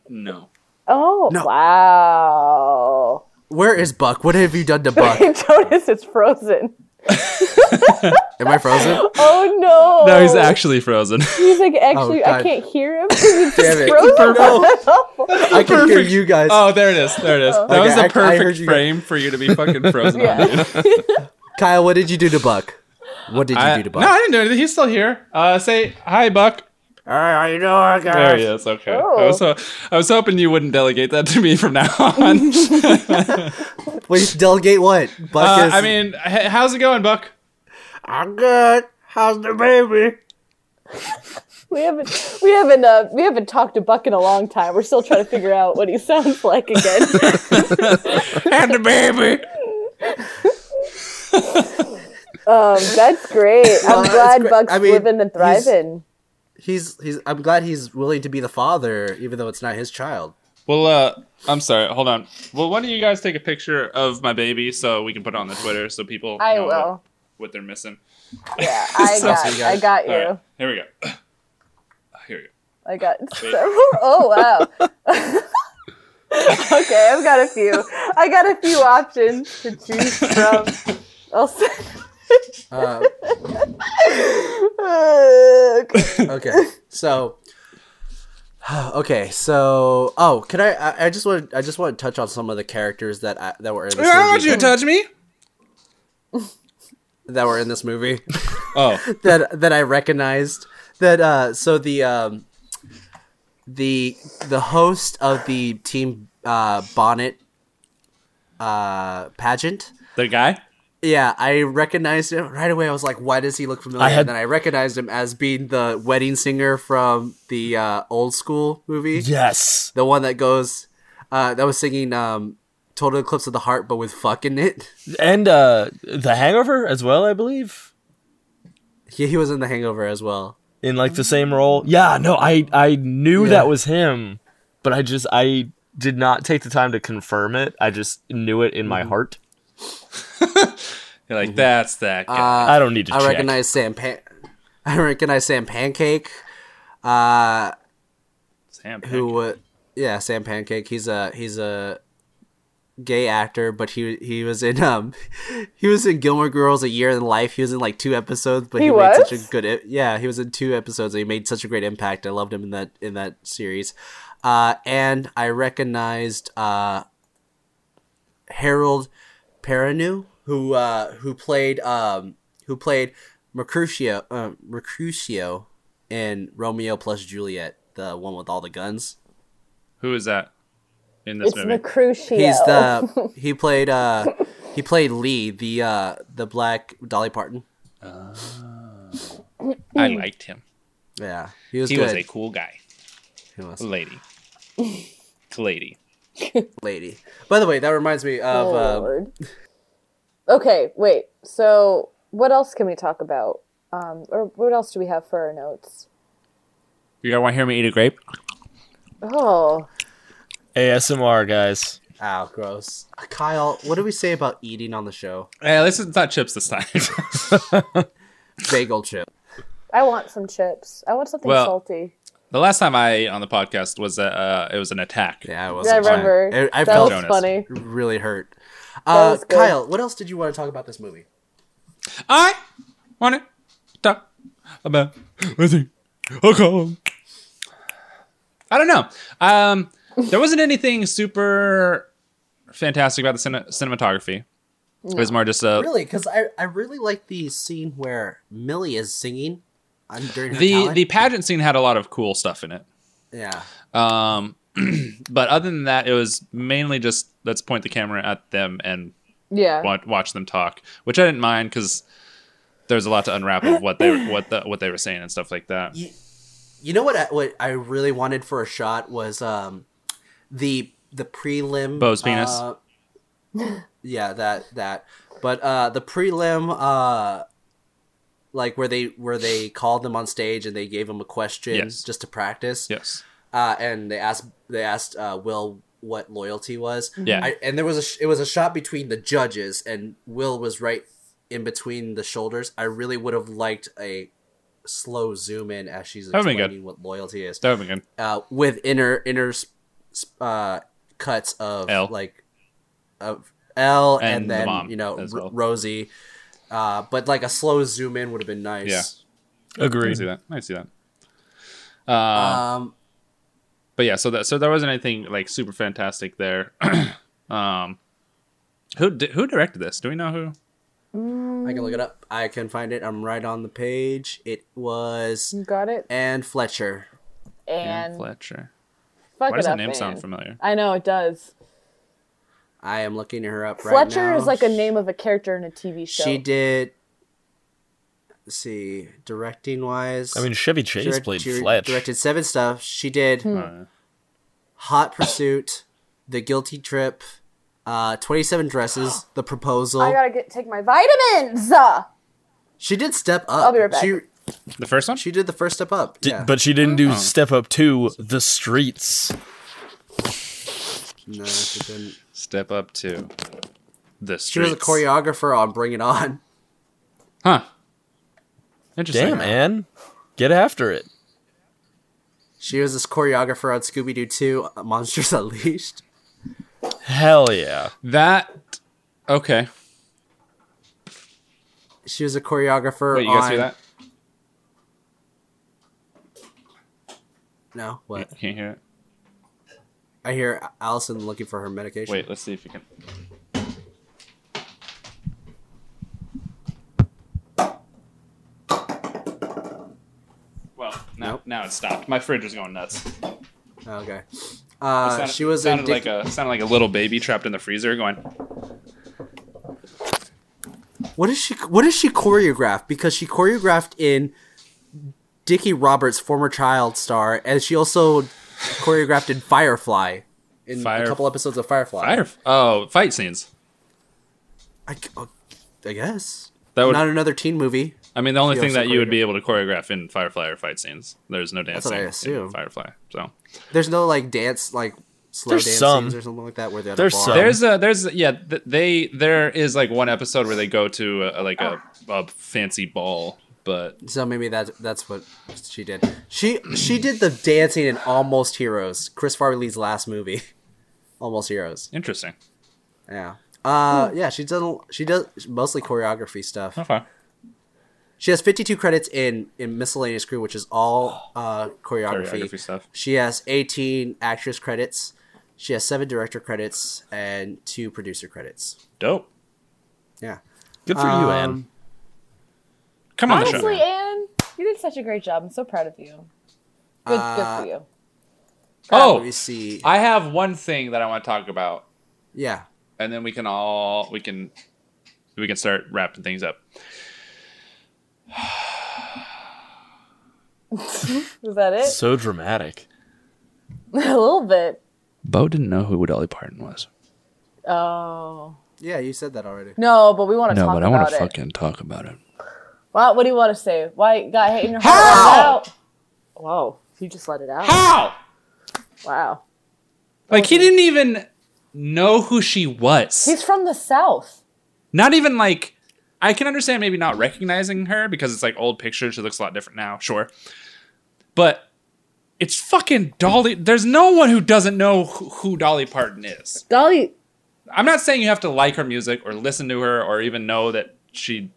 Speaker 3: No.
Speaker 2: oh
Speaker 4: No.
Speaker 2: wow
Speaker 4: Where is Buck? What have you done to Buck?
Speaker 2: jonas is frozen
Speaker 4: Am I frozen?
Speaker 2: oh no
Speaker 3: No, he's actually frozen.
Speaker 2: He's like, actually, I
Speaker 4: Oh, God.
Speaker 2: can't hear him. He's
Speaker 4: Damn it.
Speaker 2: frozen.
Speaker 4: I can hear you guys.
Speaker 3: oh, there it is. There it is. That
Speaker 4: Okay,
Speaker 3: was
Speaker 4: I- I
Speaker 3: the
Speaker 4: heard
Speaker 3: perfect
Speaker 4: you-
Speaker 3: frame for you to be fucking frozen. on.
Speaker 2: Yeah.
Speaker 4: Kyle, what did you do to Buck? What did you
Speaker 3: I-
Speaker 4: do to
Speaker 3: no,
Speaker 4: Buck?
Speaker 3: I didn't do anything. He's still here. Uh, say hi, Buck.
Speaker 4: how you doing,
Speaker 3: There he is. Okay. I
Speaker 2: Oh.
Speaker 3: was ho- I was hoping you wouldn't delegate that to me from now on.
Speaker 4: Wait, delegate what? Buck
Speaker 3: Uh,
Speaker 4: is.
Speaker 3: I mean, h- how's it going, Buck?
Speaker 4: I'm good. How's the baby?
Speaker 2: We haven't, we haven't, uh, we haven't talked to Buck in a long time. We're still trying to figure out what he sounds like again.
Speaker 3: And the baby.
Speaker 2: Um, that's great. I'm
Speaker 4: that's
Speaker 2: glad
Speaker 4: great.
Speaker 2: Buck's
Speaker 4: I mean,
Speaker 2: living and
Speaker 4: he's-
Speaker 2: thriving.
Speaker 4: He's he's. I'm glad he's willing to be the father, even though it's not his child.
Speaker 3: Well, uh, I'm sorry. Hold on. Well, why don't you guys take a picture of my baby so we can put it on the Twitter so people
Speaker 2: I
Speaker 3: know What,
Speaker 2: will.
Speaker 3: what they're missing.
Speaker 2: Yeah, I
Speaker 3: So-
Speaker 2: got, I got you.
Speaker 3: All right, Here we go. Here we go.
Speaker 2: I got several. Oh wow. okay, I've got a few. I got a few options to choose from. I'll send.
Speaker 4: Uh,
Speaker 2: okay.
Speaker 4: okay, so. Okay, so oh, can I? I, I just want I just want to touch on some of the characters that I, that were in this movie,
Speaker 3: touch me.
Speaker 4: that were in this movie
Speaker 3: Oh,
Speaker 4: that that I recognized. That uh, so the um, the the host of the team uh, bonnet uh pageant.
Speaker 3: the guy.
Speaker 4: Yeah, I recognized him right away. I was like, "Why does he look familiar?"
Speaker 8: I had-
Speaker 4: And then I recognized him as being the wedding singer from the uh, old school movie,
Speaker 8: Yes.
Speaker 4: the one that goes, uh, that was singing um, "Total Eclipse of the Heart," but with "fuck" in it.
Speaker 8: And uh The Hangover as well, I believe.
Speaker 4: Yeah, he was in The Hangover as well.
Speaker 8: In like the same role. Yeah, no, I I knew
Speaker 4: Yeah.
Speaker 8: that was him, but I just I did not take the time to confirm it. I just knew it in
Speaker 4: Mm-hmm.
Speaker 8: my heart.
Speaker 3: You're like, that's that guy.
Speaker 8: I don't need to
Speaker 4: Uh, I
Speaker 8: check.
Speaker 4: recognize Sam. Pan- I recognize Sam Pancake. Uh,
Speaker 3: Sam.
Speaker 4: who wa yeah sam pancake he's a he's a gay actor but he he was in um he was in gilmore girls a year in life he was in like two episodes but he,
Speaker 2: He
Speaker 4: made
Speaker 2: was?
Speaker 4: such a good i- yeah he was in two episodes and he made such a great impact i loved him in that in that series uh and i recognized uh harold perrineau who uh who played um who played mercutio um mercutio in romeo plus juliet the one with all the guns
Speaker 3: Who is that in this
Speaker 2: It's
Speaker 3: movie?
Speaker 2: Mercutio.
Speaker 4: He's the he played uh he played Lee, the uh the black Dolly Parton.
Speaker 3: I liked him.
Speaker 4: Yeah, he was
Speaker 9: He
Speaker 4: good.
Speaker 9: was a cool guy,
Speaker 4: he was a
Speaker 9: lady, lady.
Speaker 4: lady. By the way, that reminds me of.
Speaker 2: Oh,
Speaker 4: uh,
Speaker 2: Lord. Okay, wait. So, what else can we talk about? Um, or what else do we have for our notes?
Speaker 9: You guys want to hear me eat a grape?
Speaker 2: Oh,
Speaker 8: ASMR guys.
Speaker 4: ow, gross. Uh, Kyle, what did we say about eating on the show?
Speaker 3: Hey, at least it's not chips Eh, this time.
Speaker 4: Bagel chip.
Speaker 2: I want some chips. I want something
Speaker 3: Well,
Speaker 2: salty.
Speaker 3: the last time I ate on the podcast was uh, uh it was an attack.
Speaker 4: Yeah, I was.
Speaker 2: I remember.
Speaker 4: I, I
Speaker 2: that
Speaker 4: felt
Speaker 2: was
Speaker 3: Jonas.
Speaker 2: funny.
Speaker 4: really hurt. Uh,
Speaker 2: was good.
Speaker 4: Kyle, what else did you want to talk about this movie?
Speaker 3: I want to talk about listen, alcohol. I don't know. Um, there wasn't anything super fantastic about the cine- cinematography. It was more just
Speaker 9: Oh.
Speaker 3: a
Speaker 4: Really, because I, I really like the scene where Millie is singing on during her
Speaker 3: the
Speaker 4: talent.
Speaker 3: the pageant scene had a lot of cool stuff in it.
Speaker 4: yeah
Speaker 3: Um, but other than that, it was mainly just let's point the camera at them and
Speaker 2: Yeah.
Speaker 3: watch, watch them talk, which I didn't mind because there's a lot to unwrap of what they what the what they were saying and stuff like that.
Speaker 4: you know what I, what I really wanted for a shot was um the the prelim
Speaker 3: Bo's penis.
Speaker 4: uh, yeah that that but uh the prelim uh like where they where they called them on stage and they gave them a question
Speaker 3: Yes.
Speaker 4: just to practice
Speaker 3: Yes.
Speaker 4: uh, and they asked they asked uh, Will what loyalty was.
Speaker 3: Mm-hmm. Yeah.
Speaker 4: I, and there was a sh- it was a shot between the judges, and Will was right in between the shoulders. I really would have liked a slow zoom in as she's
Speaker 3: That'd been
Speaker 4: explaining
Speaker 3: good.
Speaker 4: what loyalty is,
Speaker 3: That would be good.
Speaker 4: uh, with inner inner uh, cuts of
Speaker 3: L.
Speaker 4: like of L and,
Speaker 3: And the
Speaker 4: then
Speaker 3: mom
Speaker 4: you know
Speaker 3: as
Speaker 4: R-
Speaker 3: well.
Speaker 4: Rosie. Uh, but like a slow zoom in would have been nice.
Speaker 3: Yeah. I
Speaker 8: Agreed.
Speaker 3: see that. I see that. Uh,
Speaker 4: Um,
Speaker 3: But yeah, so that so there wasn't anything like super fantastic there. um, who di- who directed this? Do we know who?
Speaker 4: I can look it up. I can find it. I'm right on the page. It was
Speaker 2: Got it.
Speaker 4: Anne Fletcher.
Speaker 2: And
Speaker 3: Fletcher.
Speaker 2: fuck
Speaker 3: Why
Speaker 2: it
Speaker 3: does that
Speaker 2: up,
Speaker 3: name sound
Speaker 2: man.
Speaker 3: familiar?
Speaker 2: I know it does.
Speaker 4: I am looking her up right
Speaker 2: Fletcher
Speaker 4: now.
Speaker 2: is like a name of a character in a TV show.
Speaker 4: She did. Let's see, directing wise.
Speaker 8: I mean, Chevy Chase
Speaker 4: she
Speaker 8: played
Speaker 4: she
Speaker 8: Fletch.
Speaker 4: Directed seven stuff. She did
Speaker 2: Hmm.
Speaker 3: Uh,
Speaker 4: Hot Pursuit, The Guilty Trip, uh, Twenty Seven Dresses, The Proposal.
Speaker 2: I gotta get take my vitamins. Uh,
Speaker 4: she did Step Up.
Speaker 2: I'll be right back.
Speaker 4: She
Speaker 3: the first one.
Speaker 4: she did the first Step Up.
Speaker 8: Di-
Speaker 4: yeah. Oh.
Speaker 8: But she didn't do Step Up to The Streets.
Speaker 4: no, she didn't.
Speaker 3: Step up to the streets.
Speaker 4: She was a choreographer on Bring It On.
Speaker 3: Huh. Interesting.
Speaker 8: Damn, man. Get after it.
Speaker 4: She was this choreographer on Scooby Doo 2, uh, Monsters Unleashed.
Speaker 8: Hell yeah.
Speaker 3: That. Okay.
Speaker 4: She was a choreographer
Speaker 3: Wait, you
Speaker 4: on.
Speaker 3: guys hear that?
Speaker 4: No, what?
Speaker 3: Can't hear it.
Speaker 4: I hear Allison looking for her medication.
Speaker 3: Wait, let's see if you can. Well, now,
Speaker 4: Nope.
Speaker 3: now it's stopped. My fridge is going nuts.
Speaker 4: Oh, okay. Uh,
Speaker 3: Sounded-
Speaker 4: she was in
Speaker 3: sounded
Speaker 4: Dick-
Speaker 3: like a sounded like a little baby trapped in the freezer going.
Speaker 4: what is she? What is she choreographed? Because she choreographed in Dickie Roberts' former child star, and she also choreographed in Firefly. In
Speaker 3: Fire-
Speaker 4: a couple episodes of Firefly.
Speaker 3: Fire! Oh, fight scenes.
Speaker 4: I, oh, I guess.
Speaker 3: That would.
Speaker 4: Not another teen movie.
Speaker 3: I mean, the only
Speaker 4: she
Speaker 3: thing
Speaker 4: also
Speaker 3: that you would be able to choreograph in Firefly are fight scenes. There's no dancing
Speaker 4: what I
Speaker 3: in
Speaker 4: assume.
Speaker 3: Firefly. So
Speaker 4: There's no like dance, like slow
Speaker 8: There's
Speaker 4: dance
Speaker 8: some.
Speaker 4: scenes or something like that. Where they're at a
Speaker 8: There's
Speaker 4: bar.
Speaker 9: Um,
Speaker 8: some.
Speaker 3: There's a there's yeah th- they there is like one episode where they go to a, like a, a fancy ball, but
Speaker 4: So maybe that that's what she did. She she did the dancing in Almost Heroes, Chris Farley's last movie, Almost Heroes.
Speaker 3: interesting.
Speaker 4: Yeah. Uh,
Speaker 3: Hmm.
Speaker 4: yeah, she does. She does mostly choreography stuff.
Speaker 3: Okay.
Speaker 4: She has 52 credits in in miscellaneous crew, which is all uh, choreography.
Speaker 3: Choreography stuff.
Speaker 4: She has 18 actress credits. She has seven director credits and two producer credits.
Speaker 3: Dope.
Speaker 4: Yeah.
Speaker 8: Good for you, Anne.
Speaker 4: Um,
Speaker 3: Come on the show.
Speaker 2: Honestly, Anne, you did such a great job. I'm so proud of you. Good,
Speaker 4: Uh,
Speaker 2: good for you.
Speaker 4: Let me
Speaker 2: um,
Speaker 3: Oh,
Speaker 4: see.
Speaker 3: I have one thing that I want to talk about,
Speaker 4: Yeah.
Speaker 3: and then we can all we can we can start wrapping things up.
Speaker 2: Is that it?
Speaker 8: So dramatic.
Speaker 2: a little bit.
Speaker 9: Bo didn't know who Dolly Parton was.
Speaker 2: Oh
Speaker 4: Yeah, you said that already.
Speaker 2: no, but we want to
Speaker 9: No,
Speaker 2: talk
Speaker 9: but I
Speaker 2: about
Speaker 9: want to
Speaker 2: it.
Speaker 9: fucking talk about it.
Speaker 2: Wow, what do you want to say? Why got hate in your heart? How? Whoa, you just let it out.
Speaker 3: How?
Speaker 2: Wow,
Speaker 3: Like he didn't even know who she was.
Speaker 2: he's from the south.
Speaker 3: not even like I can understand maybe not recognizing her because it's like old pictures. She looks a lot different now, sure. But it's fucking Dolly. There's no one who doesn't know who, who Dolly Parton is.
Speaker 2: Dolly,
Speaker 3: I'm not saying you have to like her music or listen to her or even know that she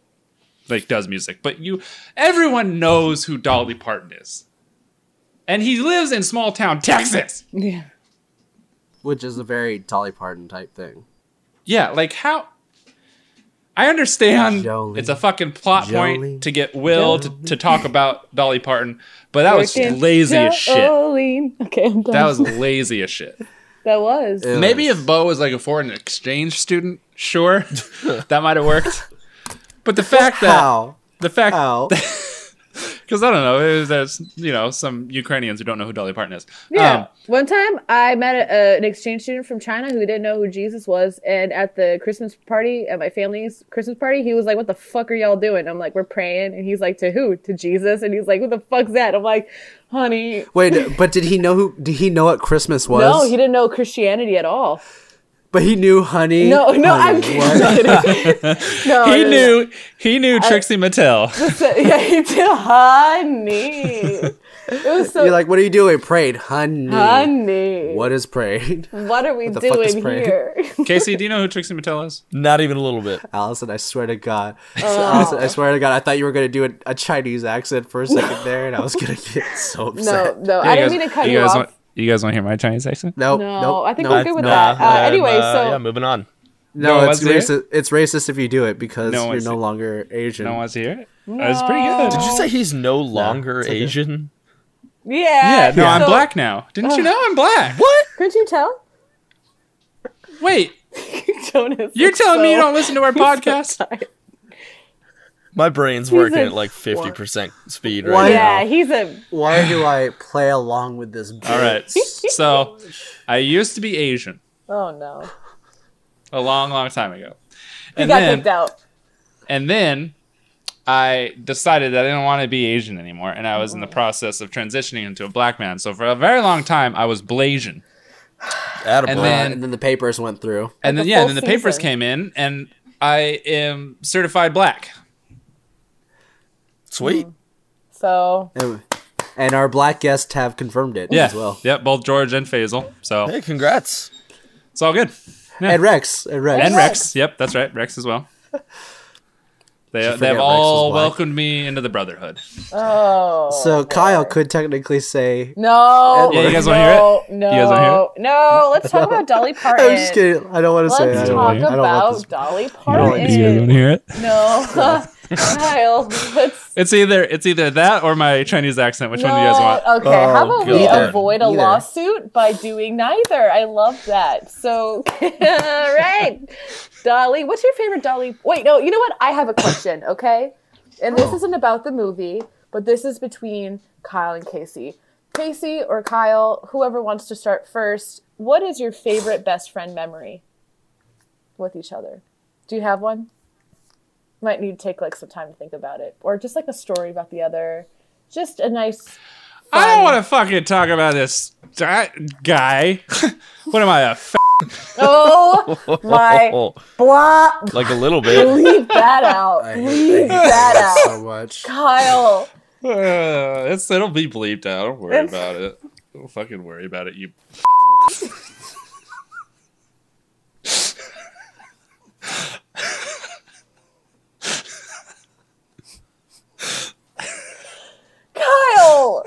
Speaker 3: like does music, but you everyone knows who Dolly Parton is. And he lives in small town Texas.
Speaker 2: yeah,
Speaker 4: Which is a very Dolly Parton type thing.
Speaker 3: Yeah, like how I understand
Speaker 4: Jolene.
Speaker 3: it's a fucking plot
Speaker 4: Jolene.
Speaker 3: point to get Will to, to talk about Dolly Parton, but that was
Speaker 2: Working
Speaker 3: lazy as shit.
Speaker 2: Jolene. Okay, I'm done.
Speaker 3: That was lazy as shit.
Speaker 2: that was.
Speaker 4: It
Speaker 3: Maybe
Speaker 4: was-
Speaker 3: if Bo was like a foreign exchange student, sure, that might have worked. But the fact that
Speaker 4: How?
Speaker 3: the fact
Speaker 4: How?
Speaker 3: because I don't know, it was- there's you know some Ukrainians who don't know who Dolly Parton is.
Speaker 2: Yeah.
Speaker 3: Um,
Speaker 2: One time I met a, uh, an exchange student from China who didn't know who Jesus was. And at the Christmas party, at my family's Christmas party, he was like, What the fuck are y'all doing? I'm like, We're praying. And he's like, To who? To Jesus. And he's like, Who the fuck's that? I'm like, Honey.
Speaker 4: Wait, but did he know who? Did he know what Christmas was?
Speaker 2: No, he didn't know Christianity at all.
Speaker 4: But he knew, honey.
Speaker 2: No, no, I'm
Speaker 4: honey, what?
Speaker 2: kidding. no, no,
Speaker 3: he
Speaker 2: no.
Speaker 3: knew he knew Trixie Mattel.
Speaker 2: yeah, he did. Honey. It was so
Speaker 4: You're like, what are you doing? Prayed, honey.
Speaker 2: honey.
Speaker 4: What is prayed?
Speaker 2: What are we
Speaker 4: the fuck is
Speaker 2: doing
Speaker 4: praying?
Speaker 2: here?
Speaker 3: Casey, do you know who Trixie Mattel is?
Speaker 8: Not even a little bit.
Speaker 4: Allison, I swear to God.
Speaker 2: Uh.
Speaker 4: Allison, I swear to God, I thought you were going to do a, a Chinese accent for a second there, and I was going to get so
Speaker 2: No,
Speaker 4: upset.
Speaker 2: no, I didn't mean to cut you,
Speaker 3: guys
Speaker 2: off.
Speaker 3: Want, you guys want to hear my Chinese accent?
Speaker 4: No,
Speaker 2: No,
Speaker 4: no,
Speaker 2: I think
Speaker 4: no,
Speaker 2: we're good with that. Uh, anyway, so
Speaker 8: yeah, moving on.
Speaker 4: No,
Speaker 3: No
Speaker 4: it's
Speaker 3: one's
Speaker 4: racist. It's racist if you do it because
Speaker 3: No
Speaker 4: you're
Speaker 3: one's
Speaker 4: no
Speaker 3: here.
Speaker 4: longer Asian.
Speaker 3: No one wants to hear it. Oh, It's pretty good.
Speaker 8: Did you say he's no longer Asian?
Speaker 2: yeah,
Speaker 3: Yeah, no, I'm
Speaker 2: so-
Speaker 3: black now. Didn't you know I'm black? What?
Speaker 2: Couldn't you tell?
Speaker 3: Wait,
Speaker 2: Jonas,
Speaker 3: you're
Speaker 2: looks
Speaker 3: telling me you
Speaker 2: so-
Speaker 3: don't listen to our podcast?
Speaker 8: My brain's
Speaker 2: He's
Speaker 8: working
Speaker 2: a-
Speaker 8: at like fifty percent speed right
Speaker 4: Why-
Speaker 8: now.
Speaker 2: Yeah, he's a.
Speaker 4: Why do I play along with this?
Speaker 3: All right. So, I used to be Asian
Speaker 2: Oh no,
Speaker 3: a long, long time ago.
Speaker 2: he
Speaker 3: And
Speaker 2: got
Speaker 3: then,
Speaker 2: kicked out.
Speaker 3: and then I decided that I didn't want to be Asian anymore, and I was in the
Speaker 2: Oh.
Speaker 3: process of transitioning into a black man. So for a very long time, I was Blasian.
Speaker 8: Attaboy.
Speaker 3: And then-
Speaker 4: Uh, And then the papers went through.
Speaker 2: Like
Speaker 3: and then
Speaker 2: a
Speaker 3: yeah,
Speaker 2: full
Speaker 3: and then the papers
Speaker 2: season.
Speaker 3: came in, and I am certified black.
Speaker 8: sweet.
Speaker 2: So
Speaker 4: And and our black guests have confirmed it
Speaker 3: Yeah,
Speaker 4: as well.
Speaker 3: yep, both George and Faisal. So
Speaker 8: Hey, congrats.
Speaker 3: it's all good.
Speaker 4: And Rex. And Rex.
Speaker 3: and Rex. Yep, that's right, Rex as well. They,
Speaker 4: forget
Speaker 3: they have
Speaker 4: Rex
Speaker 3: all
Speaker 4: was black.
Speaker 3: welcomed me into the brotherhood.
Speaker 2: oh
Speaker 4: So Kyle could technically say.
Speaker 2: no.
Speaker 4: Yeah, you
Speaker 3: guys
Speaker 2: no,
Speaker 3: wanna hear it?
Speaker 2: No,
Speaker 3: You guys wanna hear
Speaker 2: no. Let's talk about Dolly Parton.
Speaker 4: I'm just kidding. I don't want to say. it. I
Speaker 2: Let's
Speaker 4: don't
Speaker 2: talk
Speaker 4: want, I don't want
Speaker 2: about
Speaker 4: this.
Speaker 2: Dolly
Speaker 4: want this
Speaker 2: Parton.
Speaker 3: hear it?
Speaker 2: No, Kyle. Let's.
Speaker 3: It's either it's either that or my Chinese accent. Which
Speaker 2: No.
Speaker 3: one do you guys want?
Speaker 2: Okay, how about we
Speaker 8: God.
Speaker 2: avoid a
Speaker 4: Neither.
Speaker 2: lawsuit by doing neither? I love that. So, all right, Dolly, what's your favorite Dolly? Wait, no, you know what? I have a question. Okay, and this isn't about the movie, but this is between Kyle and Casey. Casey or Kyle, whoever wants to start first. What is your favorite best friend memory with each other? Do you have one? Might need to take like some time to think about it, or just like a story about the other. Just a nice
Speaker 3: I don't want to fucking talk about this di- guy. what am I a? F-
Speaker 2: Oh my
Speaker 8: Oh,
Speaker 2: blah!
Speaker 8: like a little bit.
Speaker 2: Leave that out. Leave that out.
Speaker 4: So much.
Speaker 2: Kyle.
Speaker 3: uh, it's, it'll be bleeped out. Don't worry
Speaker 2: It's-
Speaker 3: about it. Don't fucking worry about it. You.
Speaker 2: Kyle.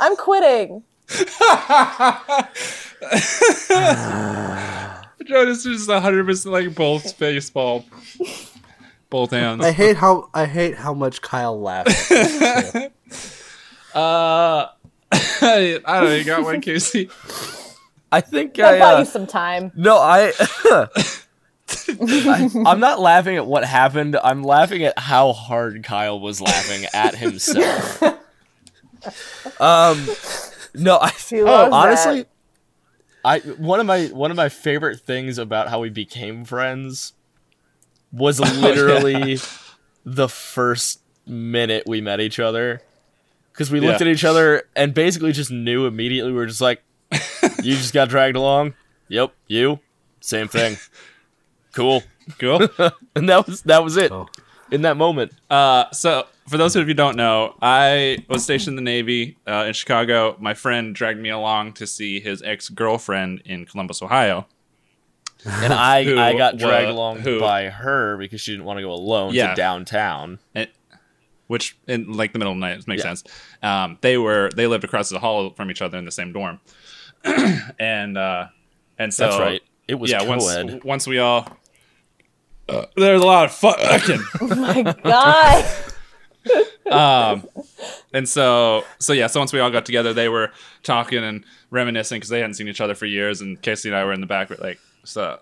Speaker 2: I'm quitting.
Speaker 3: Jonas is 100 percent like both baseball, both hands.
Speaker 4: I hate how I hate how much Kyle laughs.
Speaker 3: Uh, I don't know. You got one, Casey.
Speaker 8: I think
Speaker 2: I
Speaker 8: I.
Speaker 2: bought
Speaker 8: Uh,
Speaker 2: you some time.
Speaker 8: no, I. I'm not laughing at what happened. I'm laughing at how hard Kyle was laughing at himself. um, no, I
Speaker 2: He loves that.
Speaker 8: Oh, honestly, I one of my one of my favorite things about how we became friends was
Speaker 3: Oh,
Speaker 8: literally the first minute we met each other because we looked
Speaker 3: Yeah.
Speaker 8: at each other and basically just knew immediately. We were just like, "You just got dragged along." Yep, you. Same thing. cool.
Speaker 3: Cool.
Speaker 8: And that was that was it.
Speaker 4: Oh.
Speaker 8: In that moment,
Speaker 3: Uh, so for those of you who don't know, I was stationed in the Navy uh, in Chicago. My friend dragged me along to see his ex girlfriend in Columbus, Ohio.
Speaker 8: and I
Speaker 3: Who
Speaker 8: I got dragged
Speaker 3: wa-
Speaker 8: along
Speaker 3: who-
Speaker 8: by her because she didn't want to go alone
Speaker 3: Yeah.
Speaker 8: to downtown.
Speaker 3: which in like the middle of the night it makes
Speaker 8: Yeah.
Speaker 3: sense. Um, they were they lived across the hall from each other in the same dorm, and uh, and so
Speaker 8: That's right. It was
Speaker 3: yeah,
Speaker 8: co-ed.
Speaker 3: once once we all uh, there's a lot of fucking
Speaker 2: My God.
Speaker 3: um, and so so yeah. So once we all got together, they were talking and reminiscing because they hadn't seen each other for years, and Casey and I were in the back we're like so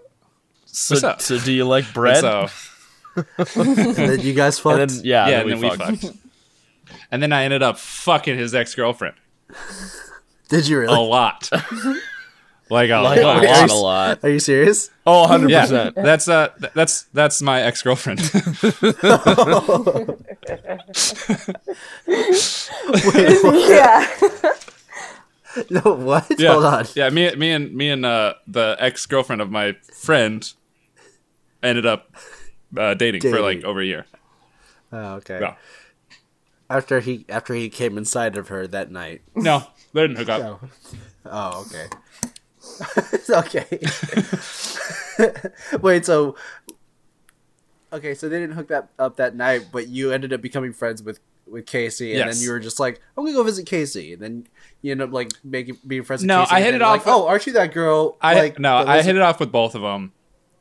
Speaker 8: So,
Speaker 3: What's up?
Speaker 8: so do you like
Speaker 3: and
Speaker 8: bread?
Speaker 3: so
Speaker 4: And then you guys fucked.
Speaker 8: And then yeah,
Speaker 3: yeah,
Speaker 8: Ah, then we
Speaker 3: and then we
Speaker 8: fucked.
Speaker 3: fucked. And then I ended up fucking his ex girlfriend
Speaker 4: Did you really?
Speaker 3: a lot, like a
Speaker 8: Like, a
Speaker 3: lot.
Speaker 8: lot, a lot.
Speaker 4: Are you serious?
Speaker 8: Oh, 100
Speaker 3: Yeah,
Speaker 8: percent.
Speaker 3: that's uh, th- that's that's my ex girlfriend.
Speaker 2: yeah.
Speaker 4: No, what?
Speaker 3: yeah,
Speaker 4: Hold on.
Speaker 3: yeah. Me, me, and me and uh, the ex girlfriend of my friend ended up uh, dating, for like
Speaker 4: Dating.
Speaker 3: over a year.
Speaker 4: Oh, okay.
Speaker 3: Yeah.
Speaker 4: After he after he came inside of her that night.
Speaker 3: No, they didn't hook up.
Speaker 4: No. Oh, okay. okay. Wait, so Okay, so they didn't hook that up that night, but you ended up becoming friends with with Casey, and
Speaker 3: Yes.
Speaker 4: then you were just like, "I'm gonna go visit Casey," and then you end up like making being friends. with
Speaker 3: No,
Speaker 4: Casey,
Speaker 3: I
Speaker 4: and
Speaker 3: hit
Speaker 4: then
Speaker 3: it
Speaker 4: you're
Speaker 3: off
Speaker 4: Like,
Speaker 3: with-
Speaker 4: oh, aren't you that girl?
Speaker 3: I
Speaker 4: like,
Speaker 3: no,
Speaker 4: that
Speaker 3: I
Speaker 4: lives
Speaker 3: hit
Speaker 4: in-"
Speaker 3: it off with both of them.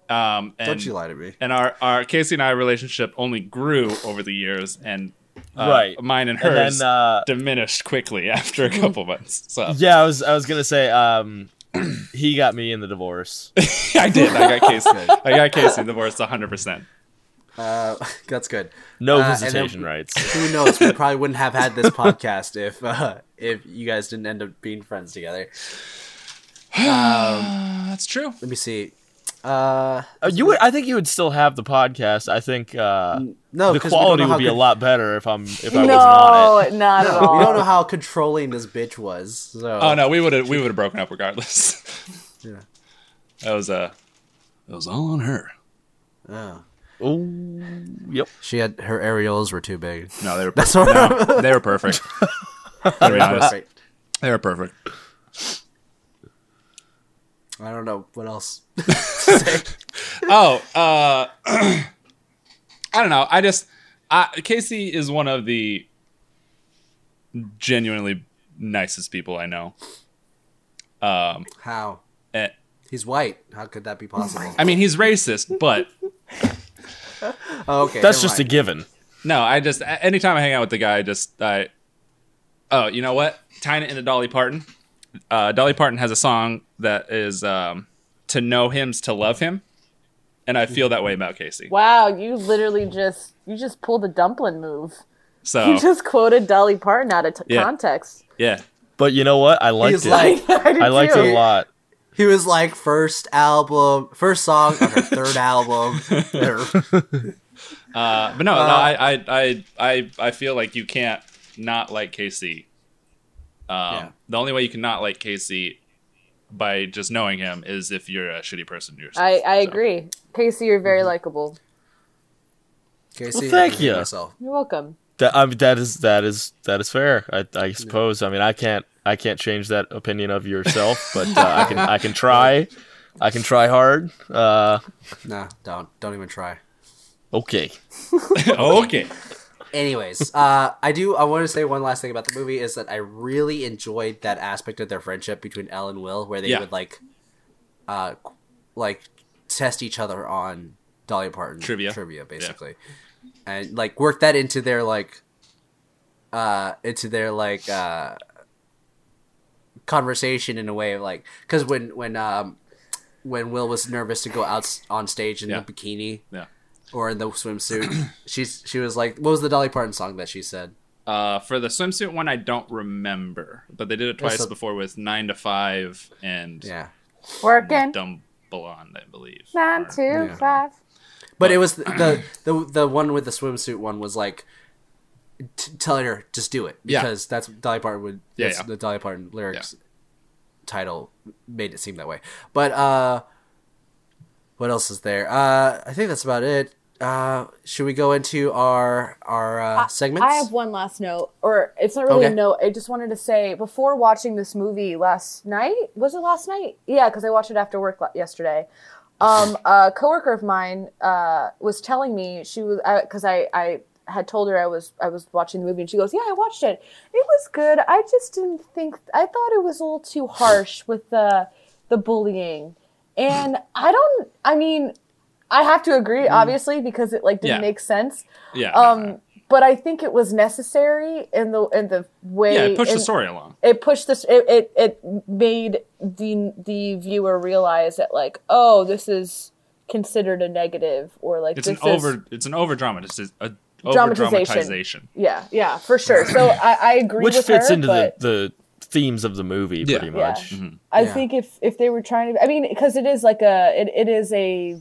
Speaker 3: Um, and,
Speaker 4: Don't you lie to me?
Speaker 3: And our, our Casey and I relationship only grew over the years, and uh,
Speaker 8: Right.
Speaker 3: mine and
Speaker 8: And
Speaker 3: hers
Speaker 8: then uh,
Speaker 3: diminished quickly after a couple months. So
Speaker 8: yeah, I was I was gonna say um, he got me in the divorce.
Speaker 3: I did. I got Casey. I got Casey divorced 100. percent
Speaker 4: Uh, that's good.
Speaker 8: No
Speaker 4: Uh, and then-
Speaker 8: visitation rights.
Speaker 4: Who knows? We probably wouldn't have had this podcast if uh, if you guys didn't end up being friends together.
Speaker 3: Uh, That's true.
Speaker 4: Let me see. Uh,
Speaker 8: Uh, you would, I think you would still have the podcast. I think uh,
Speaker 4: no,
Speaker 8: the
Speaker 4: 'cause we don't
Speaker 8: quality
Speaker 4: know how
Speaker 8: would be a
Speaker 4: good-
Speaker 8: lot better if I'm if I
Speaker 2: No,
Speaker 8: wasn't on it.
Speaker 2: not at all.
Speaker 4: We don't know how controlling this bitch was. So.
Speaker 3: Oh no, we would have we would have broken up regardless.
Speaker 4: Yeah.
Speaker 3: That was uh that was all on her.
Speaker 4: Oh.
Speaker 8: Ooh, yep.
Speaker 4: She had her areolas were too big.
Speaker 3: No, they were
Speaker 4: That's all right.
Speaker 3: perfect. they were perfect. To be honest,
Speaker 4: Right.
Speaker 3: they were perfect.
Speaker 4: I don't know what else.
Speaker 3: Oh, uh I don't know. I just I Casey is one of the genuinely nicest people I know. Um
Speaker 4: How
Speaker 3: eh,
Speaker 4: he's white? How could that be possible?
Speaker 3: I mean he's racist, but
Speaker 4: Oh, okay,
Speaker 8: That's
Speaker 4: never
Speaker 8: just a
Speaker 4: mind.
Speaker 8: given.
Speaker 3: No, I just a- anytime I hang out with the guy, I just I. Oh, you know what? Tying it into Dolly Parton. Uh, Dolly Parton has a song that is um, "To Know Him's to Love Him," and I feel that way about Casey.
Speaker 2: Wow, you literally just you just pulled a dumpling move.
Speaker 3: So
Speaker 8: Oh.
Speaker 2: You just quoted Dolly Parton out of t-
Speaker 3: Yeah.
Speaker 2: context.
Speaker 3: yeah,
Speaker 8: But you know what? I liked
Speaker 4: He's
Speaker 8: it.
Speaker 4: like
Speaker 2: did
Speaker 8: I liked it
Speaker 2: too.
Speaker 8: a lot.
Speaker 4: he was like first album, first song on her third album.
Speaker 3: uh, but no, no, I, I I I I feel like you can't not like Casey. Um, The only way you can not like Casey by just knowing him is if you're a shitty person to yourself.
Speaker 2: I, I
Speaker 3: So,
Speaker 2: agree. Casey, you're
Speaker 8: Mm-hmm.
Speaker 2: very likable.
Speaker 4: Casey,
Speaker 8: Well, thank
Speaker 4: I hate
Speaker 8: ya.
Speaker 4: Myself.
Speaker 2: You're welcome.
Speaker 8: That I mean, that is that is that is fair. I, I suppose. I mean, I can't I can't change that opinion of yourself, but uh, I can I can try. I can try hard. Uh,
Speaker 4: Nah, don't don't even try.
Speaker 8: okay.
Speaker 3: okay.
Speaker 4: Anyways, uh, I do. I want to say one last thing about the movie is that I really enjoyed that aspect of their friendship between Elle and Will, where they
Speaker 3: Yeah.
Speaker 4: would like, uh, qu- like test each other on Dolly Parton
Speaker 3: Trivia.
Speaker 4: trivia basically, and like work that into their like, uh, into their like uh, conversation in a way of like, because when when um, when Will was nervous to go out s- on stage in
Speaker 3: Yeah.
Speaker 4: the bikini
Speaker 3: Yeah.
Speaker 4: or in the swimsuit. She's she was like, what was the Dolly Parton song that she said?
Speaker 3: Uh, for the swimsuit one, I don't remember, but they did it twice
Speaker 4: so-
Speaker 3: before with Nine to Five and
Speaker 4: Yeah,
Speaker 2: Working
Speaker 3: Dumb Blonde, I believe.
Speaker 2: nine
Speaker 3: Or-
Speaker 2: to
Speaker 4: Yeah.
Speaker 2: five.
Speaker 4: but it was the the the one with the swimsuit one was like t- telling her just do it
Speaker 3: Yeah.
Speaker 4: because that's what Dolly Parton would
Speaker 3: Yeah,
Speaker 4: that's
Speaker 3: yeah.
Speaker 4: the Dolly Parton lyrics title made it seem that way. But uh what else is there? Uh I think that's about it. Uh should we go into our our uh, segments?
Speaker 2: I have one last note, or it's not really
Speaker 4: Okay.
Speaker 2: a note. I just wanted to say before watching this movie last night, was it last night? Yeah, because I watched it after work la- yesterday. Um, a coworker of mine uh, was telling me she was because I, I had told her I was I was watching the movie, and she goes, "Yeah, I watched it. It was good. I just didn't think I thought it was a little too harsh with the the bullying, and I don't. I mean." I have to agree,
Speaker 4: Mm.
Speaker 2: obviously, because it like didn't
Speaker 3: Yeah.
Speaker 2: make sense
Speaker 3: Yeah.
Speaker 2: um but i think it was necessary in the in the way
Speaker 3: yeah, it pushed the
Speaker 2: in-
Speaker 3: story along.
Speaker 2: it pushed this it, it it made the the viewer realize that like oh this is considered a negative or like
Speaker 3: It's an
Speaker 2: this is,
Speaker 3: over. It's an over dramatization. Over
Speaker 2: Dramatization.
Speaker 3: dramatization.
Speaker 2: yeah yeah for sure so i i agree
Speaker 10: which
Speaker 2: with
Speaker 10: fits
Speaker 2: her,
Speaker 10: into
Speaker 2: but
Speaker 10: the the themes of the movie
Speaker 3: Yeah.
Speaker 10: pretty
Speaker 2: Yeah.
Speaker 10: much.
Speaker 3: Mm-hmm.
Speaker 2: i
Speaker 4: Yeah.
Speaker 2: think if if they were trying to i mean because it is like a it, it is a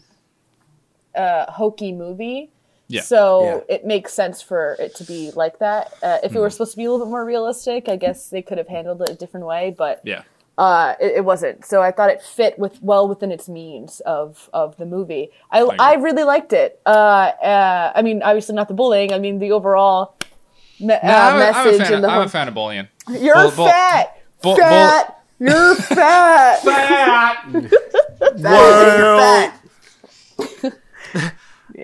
Speaker 2: uh hokey movie
Speaker 3: Yeah.
Speaker 2: So it makes sense for it to be like that. Uh, if it
Speaker 3: Mm-hmm.
Speaker 2: were supposed to be a little bit more realistic, I guess they could have handled it a different way, but
Speaker 3: Yeah.
Speaker 2: uh, it, it wasn't. So I thought it fit with well within its means of of the movie. I,
Speaker 3: agree.
Speaker 2: I really liked it. Uh, uh, I mean, obviously not the bullying. I mean the overall me-
Speaker 3: No,
Speaker 2: uh,
Speaker 3: I'm, a- I'm a
Speaker 2: message
Speaker 3: fan
Speaker 2: and
Speaker 3: of,
Speaker 2: the
Speaker 3: I'm
Speaker 2: whole.
Speaker 3: a fan of bullying.
Speaker 2: You're
Speaker 3: bull- bull-
Speaker 2: fat,
Speaker 3: bull- bull-
Speaker 2: fat. You're fat.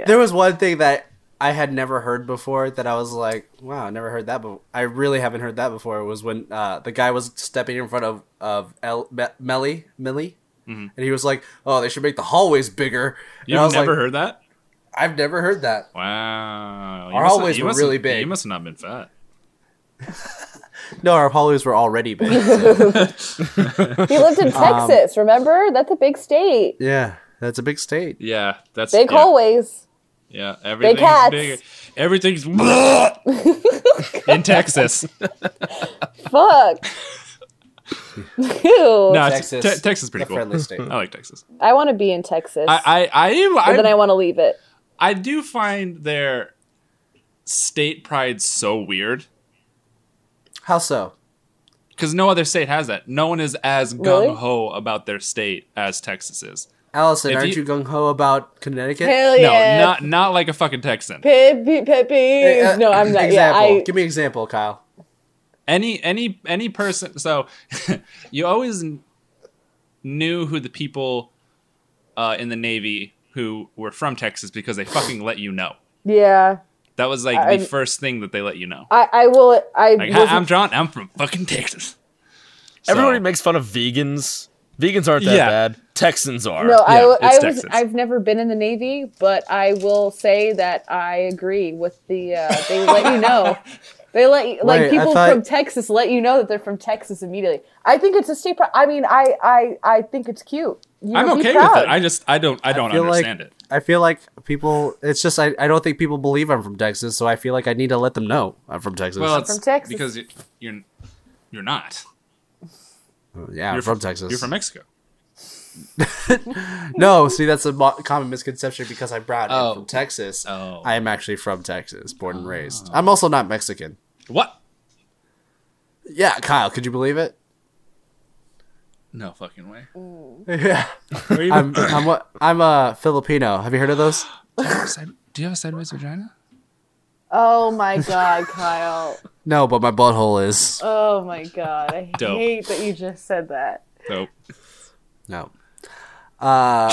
Speaker 4: There was one thing that I had never heard before that I was like, wow, I never heard that before. I really haven't heard that before. Was when uh, the guy was stepping in front of of El- Me- Melly Millie, and he was like, "Oh, they should make the hallways bigger." and
Speaker 3: You've
Speaker 4: I was
Speaker 3: Mm-hmm. never
Speaker 4: like,
Speaker 3: heard that?
Speaker 4: I've never heard that.
Speaker 3: Wow. You
Speaker 4: Our
Speaker 3: must-
Speaker 4: hallways
Speaker 3: you
Speaker 4: were
Speaker 3: must-
Speaker 4: really big.
Speaker 3: You must have not been fat.
Speaker 4: No, our hallways were already big. so-
Speaker 2: he lived
Speaker 3: Um,
Speaker 2: in Texas. remember, that's a big state,
Speaker 4: yeah, that's a big state.
Speaker 3: Yeah, that's
Speaker 2: big
Speaker 3: yeah,
Speaker 2: hallways.
Speaker 3: Yeah, everything's
Speaker 2: hats.
Speaker 3: bigger. Everything's in Texas.
Speaker 2: Fuck. Ew.
Speaker 3: No,
Speaker 4: Texas.
Speaker 3: Texas. Te- Texas is
Speaker 4: It's
Speaker 3: pretty
Speaker 4: a
Speaker 3: cool.
Speaker 4: friendly state.
Speaker 3: I like Texas.
Speaker 2: I want to be in Texas,
Speaker 3: I I I, am-
Speaker 2: but then
Speaker 3: I,
Speaker 2: I want to leave it.
Speaker 3: I do find their state pride so weird
Speaker 4: How so?
Speaker 3: because no other state has that. No one is as
Speaker 2: Really?
Speaker 3: gung ho about their state as Texas is.
Speaker 4: Allison,
Speaker 3: If
Speaker 4: aren't you,
Speaker 3: you-
Speaker 4: gung ho about Connecticut?
Speaker 2: Hell Oh, yeah.
Speaker 3: No, not Eh, not like a fucking Texan.
Speaker 2: Pippi, Pippi.
Speaker 4: Hey, uh,
Speaker 2: no, I'm not. Yeah,
Speaker 4: Example.
Speaker 2: I,
Speaker 4: Give me an example, Kyle.
Speaker 3: any any any person so you always kn- knew who the people uh, in the navy who were from texas because they fucking let you know
Speaker 2: yeah.
Speaker 3: that was like
Speaker 2: I-
Speaker 3: the first thing that they let you know
Speaker 2: I, I will. I
Speaker 3: like
Speaker 2: wasn't-
Speaker 3: "Hi, i'm john i'm from fucking texas So-
Speaker 10: Everybody makes fun of vegans. Vegans aren't that
Speaker 3: Yeah.
Speaker 10: bad. Texans are.
Speaker 2: no, I,
Speaker 3: yeah,
Speaker 2: w-
Speaker 3: it's
Speaker 2: I was.
Speaker 3: Texas.
Speaker 2: I've never been in the Navy, but I will say that I agree with the. Uh, they let you know. They let you, like
Speaker 4: Wait, I
Speaker 2: people
Speaker 4: thought-
Speaker 2: from Texas let you know that they're from Texas immediately. I think it's a state. Pro- I mean, I, I, I think it's cute. You
Speaker 3: i'm
Speaker 2: know, be
Speaker 3: okay with
Speaker 2: proud.
Speaker 3: it i just i don't i don't
Speaker 4: feel like-
Speaker 3: understand it
Speaker 4: I feel like people. It's just I, I. don't think people believe I'm from Texas, so I feel like I need to let them know I'm from Texas.
Speaker 3: well it's
Speaker 2: from Texas.
Speaker 3: because you- you're you're not
Speaker 4: yeah, I'm
Speaker 3: you're
Speaker 4: from, Texas.
Speaker 3: you're from mexico
Speaker 4: no, see, that's a mo- common misconception because I'm brown and
Speaker 3: Oh.
Speaker 4: from Texas.
Speaker 3: Oh.
Speaker 4: I am actually from Texas, born and raised. I'm also not Mexican.
Speaker 3: what
Speaker 4: Yeah, Kyle, could you believe it?
Speaker 3: no fucking way
Speaker 4: Yeah,
Speaker 3: Where you-
Speaker 4: I'm. I'm. What, I'm a Filipino. Have you heard of those?
Speaker 3: side- do you have a sideways vagina
Speaker 2: Oh my god, Kyle.
Speaker 4: No, but my butthole is.
Speaker 2: Oh my god. I
Speaker 3: Dope.
Speaker 2: hate that you just said that.
Speaker 3: nope
Speaker 4: No. Uh.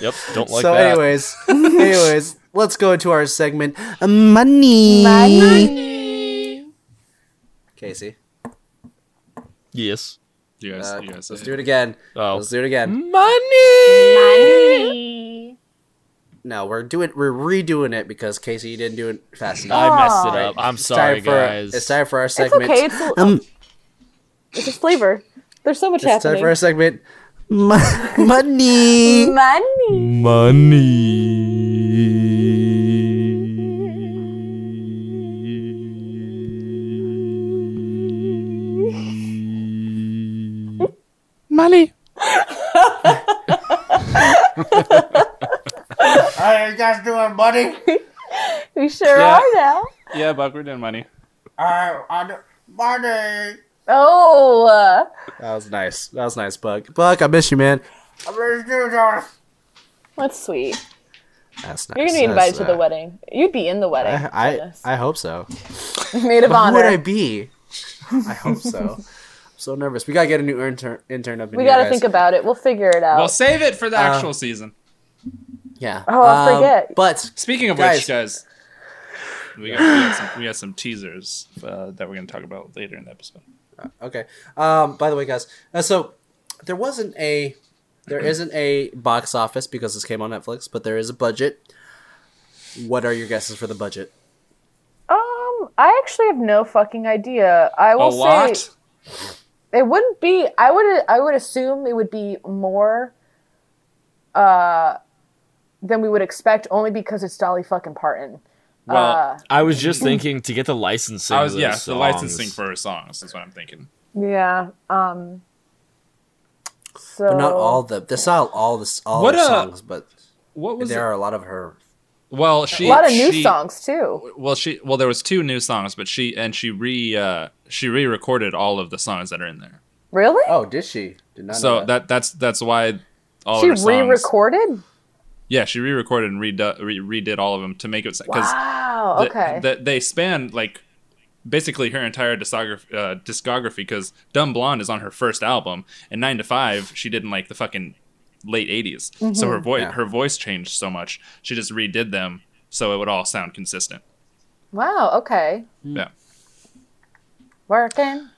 Speaker 10: Yep, don't like
Speaker 4: so,
Speaker 10: that.
Speaker 4: anyways, anyways, let's go into our segment money. Casey,
Speaker 10: Yes.
Speaker 3: you guys,
Speaker 4: uh,
Speaker 3: you guys
Speaker 4: let's do it again.
Speaker 10: Oh.
Speaker 4: Let's do it
Speaker 2: Hmm?
Speaker 4: again. No, we're doing we're redoing it because Casey you didn't do it fast enough.
Speaker 10: I messed it up. I'm
Speaker 4: It's time
Speaker 10: sorry,
Speaker 4: for,
Speaker 10: guys.
Speaker 4: It's time for our
Speaker 2: It's
Speaker 4: segment.
Speaker 2: okay. It's, a,
Speaker 4: Um,
Speaker 2: it's just flavor. There's so much
Speaker 4: it's time
Speaker 2: happening.
Speaker 4: for our segment. money.
Speaker 2: Money.
Speaker 5: Money.
Speaker 9: Money.
Speaker 4: How you guys doing, buddy?
Speaker 2: we sure
Speaker 9: Yeah.
Speaker 2: are now.
Speaker 9: Yeah, Buck, we're doing money.
Speaker 4: Uh, I money.
Speaker 2: Oh, uh,
Speaker 4: That was nice. That was nice, Buck. Buck, I miss you, man.
Speaker 2: that's sweet.
Speaker 4: That's nice.
Speaker 2: You're gonna be
Speaker 4: That's,
Speaker 2: invited to the
Speaker 4: uh,
Speaker 2: wedding. You'd be in the wedding.
Speaker 4: I, I I hope so.
Speaker 2: Maid of
Speaker 4: But who would I
Speaker 2: honor.
Speaker 4: be? I hope so. I'm so nervous. We gotta get a new intern intern up in
Speaker 2: We
Speaker 4: here,
Speaker 2: gotta
Speaker 4: guys.
Speaker 2: think about it. We'll figure it out.
Speaker 3: Well, save it for the
Speaker 4: Uh,
Speaker 3: actual season.
Speaker 4: Yeah. Um,
Speaker 2: Oh, I forget.
Speaker 4: But
Speaker 3: Speaking of
Speaker 4: guys.
Speaker 3: which, guys, we got, we got some, we got some teasers uh, that we're going to talk about later in the episode.
Speaker 4: Okay. Um, by the way, guys, uh, so there wasn't a there isn't a box office because this came on Netflix, but there is a budget. What are your guesses for the budget?
Speaker 2: um, I actually have no fucking idea. I
Speaker 3: A
Speaker 2: will say
Speaker 3: lot.
Speaker 2: it wouldn't be. I would. I would assume it would be more. Uh, than we would expect, only because it's Dolly fucking Parton.
Speaker 3: Well,
Speaker 2: uh,
Speaker 10: I was just thinking to get the licensing.
Speaker 3: I was
Speaker 10: of
Speaker 3: yeah,
Speaker 10: those
Speaker 3: the
Speaker 10: songs.
Speaker 3: licensing for her songs is what I'm thinking.
Speaker 2: yeah. Um. So
Speaker 4: They're not all the they're not all the all
Speaker 3: What
Speaker 4: the
Speaker 3: a-
Speaker 4: songs, but
Speaker 3: What was
Speaker 4: there
Speaker 3: it?
Speaker 4: are a lot of her.
Speaker 3: Well, she
Speaker 2: a lot of new
Speaker 3: she-
Speaker 2: songs too.
Speaker 3: Well, she well there was two new songs, but she and she re uh, she re-recorded all of the songs that are in there.
Speaker 2: Really?
Speaker 4: Oh, did she? Did not
Speaker 3: So that that's that's why all
Speaker 2: she
Speaker 3: of Oh, her songs.
Speaker 2: re-recorded.
Speaker 3: Yeah, she re-recorded and redo- re- redid all of them to make it because
Speaker 2: Wow.
Speaker 3: the-
Speaker 2: okay.
Speaker 3: the- they span like basically her entire discography uh, discography because dumb blonde is on her first album and nine to five she did in like the fucking late 80s so her voice
Speaker 4: Yeah.
Speaker 3: her voice changed so much she just redid them so it would all sound consistent
Speaker 2: wow. Okay.
Speaker 3: yeah
Speaker 2: Working.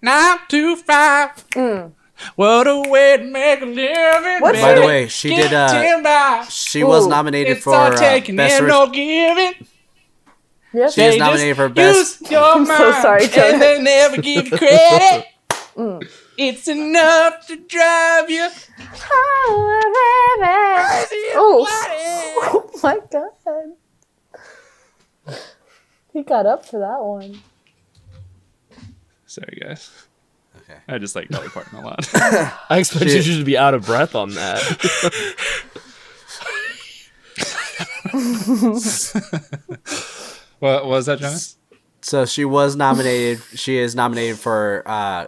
Speaker 3: nine to five
Speaker 2: Mm.
Speaker 3: what a way to make a living
Speaker 2: What's
Speaker 4: By
Speaker 2: her-
Speaker 4: the way, she did. Uh,
Speaker 3: by.
Speaker 4: she was
Speaker 2: Ooh,
Speaker 4: nominated for uh, best. Ori-
Speaker 3: giving
Speaker 2: Yes.
Speaker 4: she is nominated for best.
Speaker 3: Use your I'm
Speaker 2: so sorry, Jonah.
Speaker 3: they never give you credit. Mm. It's enough to drive you.
Speaker 2: Oh, oh my god. He got up for that one.
Speaker 3: Sorry, guys.
Speaker 4: Okay.
Speaker 3: I just like Dolly Parton a lot.
Speaker 10: I expect
Speaker 4: Shit.
Speaker 10: you to be out of breath on that.
Speaker 3: what, what was that, Jonas?
Speaker 4: So she was nominated. she is nominated for uh,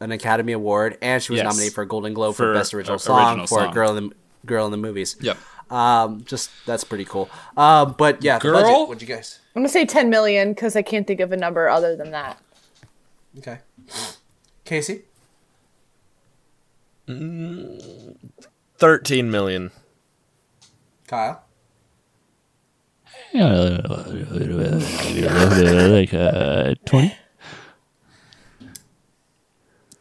Speaker 4: an Academy Award, and she was
Speaker 3: Yes.
Speaker 4: nominated for a Golden Globe
Speaker 3: For
Speaker 4: for, Best Original
Speaker 3: o-
Speaker 4: Song
Speaker 3: original
Speaker 4: for
Speaker 3: song.
Speaker 4: Girl in the Girl in the Movies.
Speaker 3: Yep.
Speaker 4: Um, just that's pretty cool. Um, but yeah, the budget,
Speaker 3: Girl?
Speaker 4: what'd you guys?
Speaker 2: I'm gonna say 10 million because I can't think of a number other than that.
Speaker 4: Okay. Casey.
Speaker 10: Thirteen million.
Speaker 4: Kyle.
Speaker 9: like uh, 20?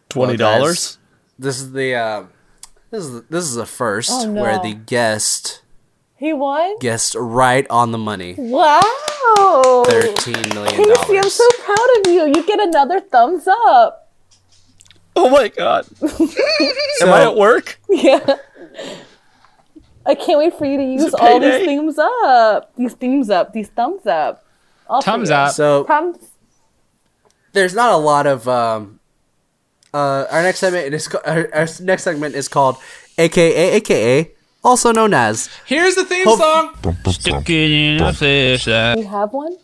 Speaker 10: Twenty dollars.
Speaker 4: This is the uh, this is this is the first
Speaker 2: Oh, no.
Speaker 4: where the guest
Speaker 2: He won.
Speaker 4: guessed right on the money.
Speaker 2: Wow.
Speaker 4: Thirteen million
Speaker 2: Casey, I'm
Speaker 4: dollars.
Speaker 2: so proud of you. You get another thumbs up.
Speaker 10: oh my god. Am I at work?
Speaker 2: Yeah. I can't wait for you to use all these
Speaker 10: payday.
Speaker 2: thumbs up. These thumbs up. These thumbs up. All for
Speaker 3: Thumbs
Speaker 2: you.
Speaker 3: up.
Speaker 4: So
Speaker 2: Thumbs
Speaker 4: there's not a lot of um uh our next segment is ca- our, our next segment is called aka aka also known as
Speaker 3: Here's the theme
Speaker 4: Hope-
Speaker 3: song.
Speaker 2: You have one?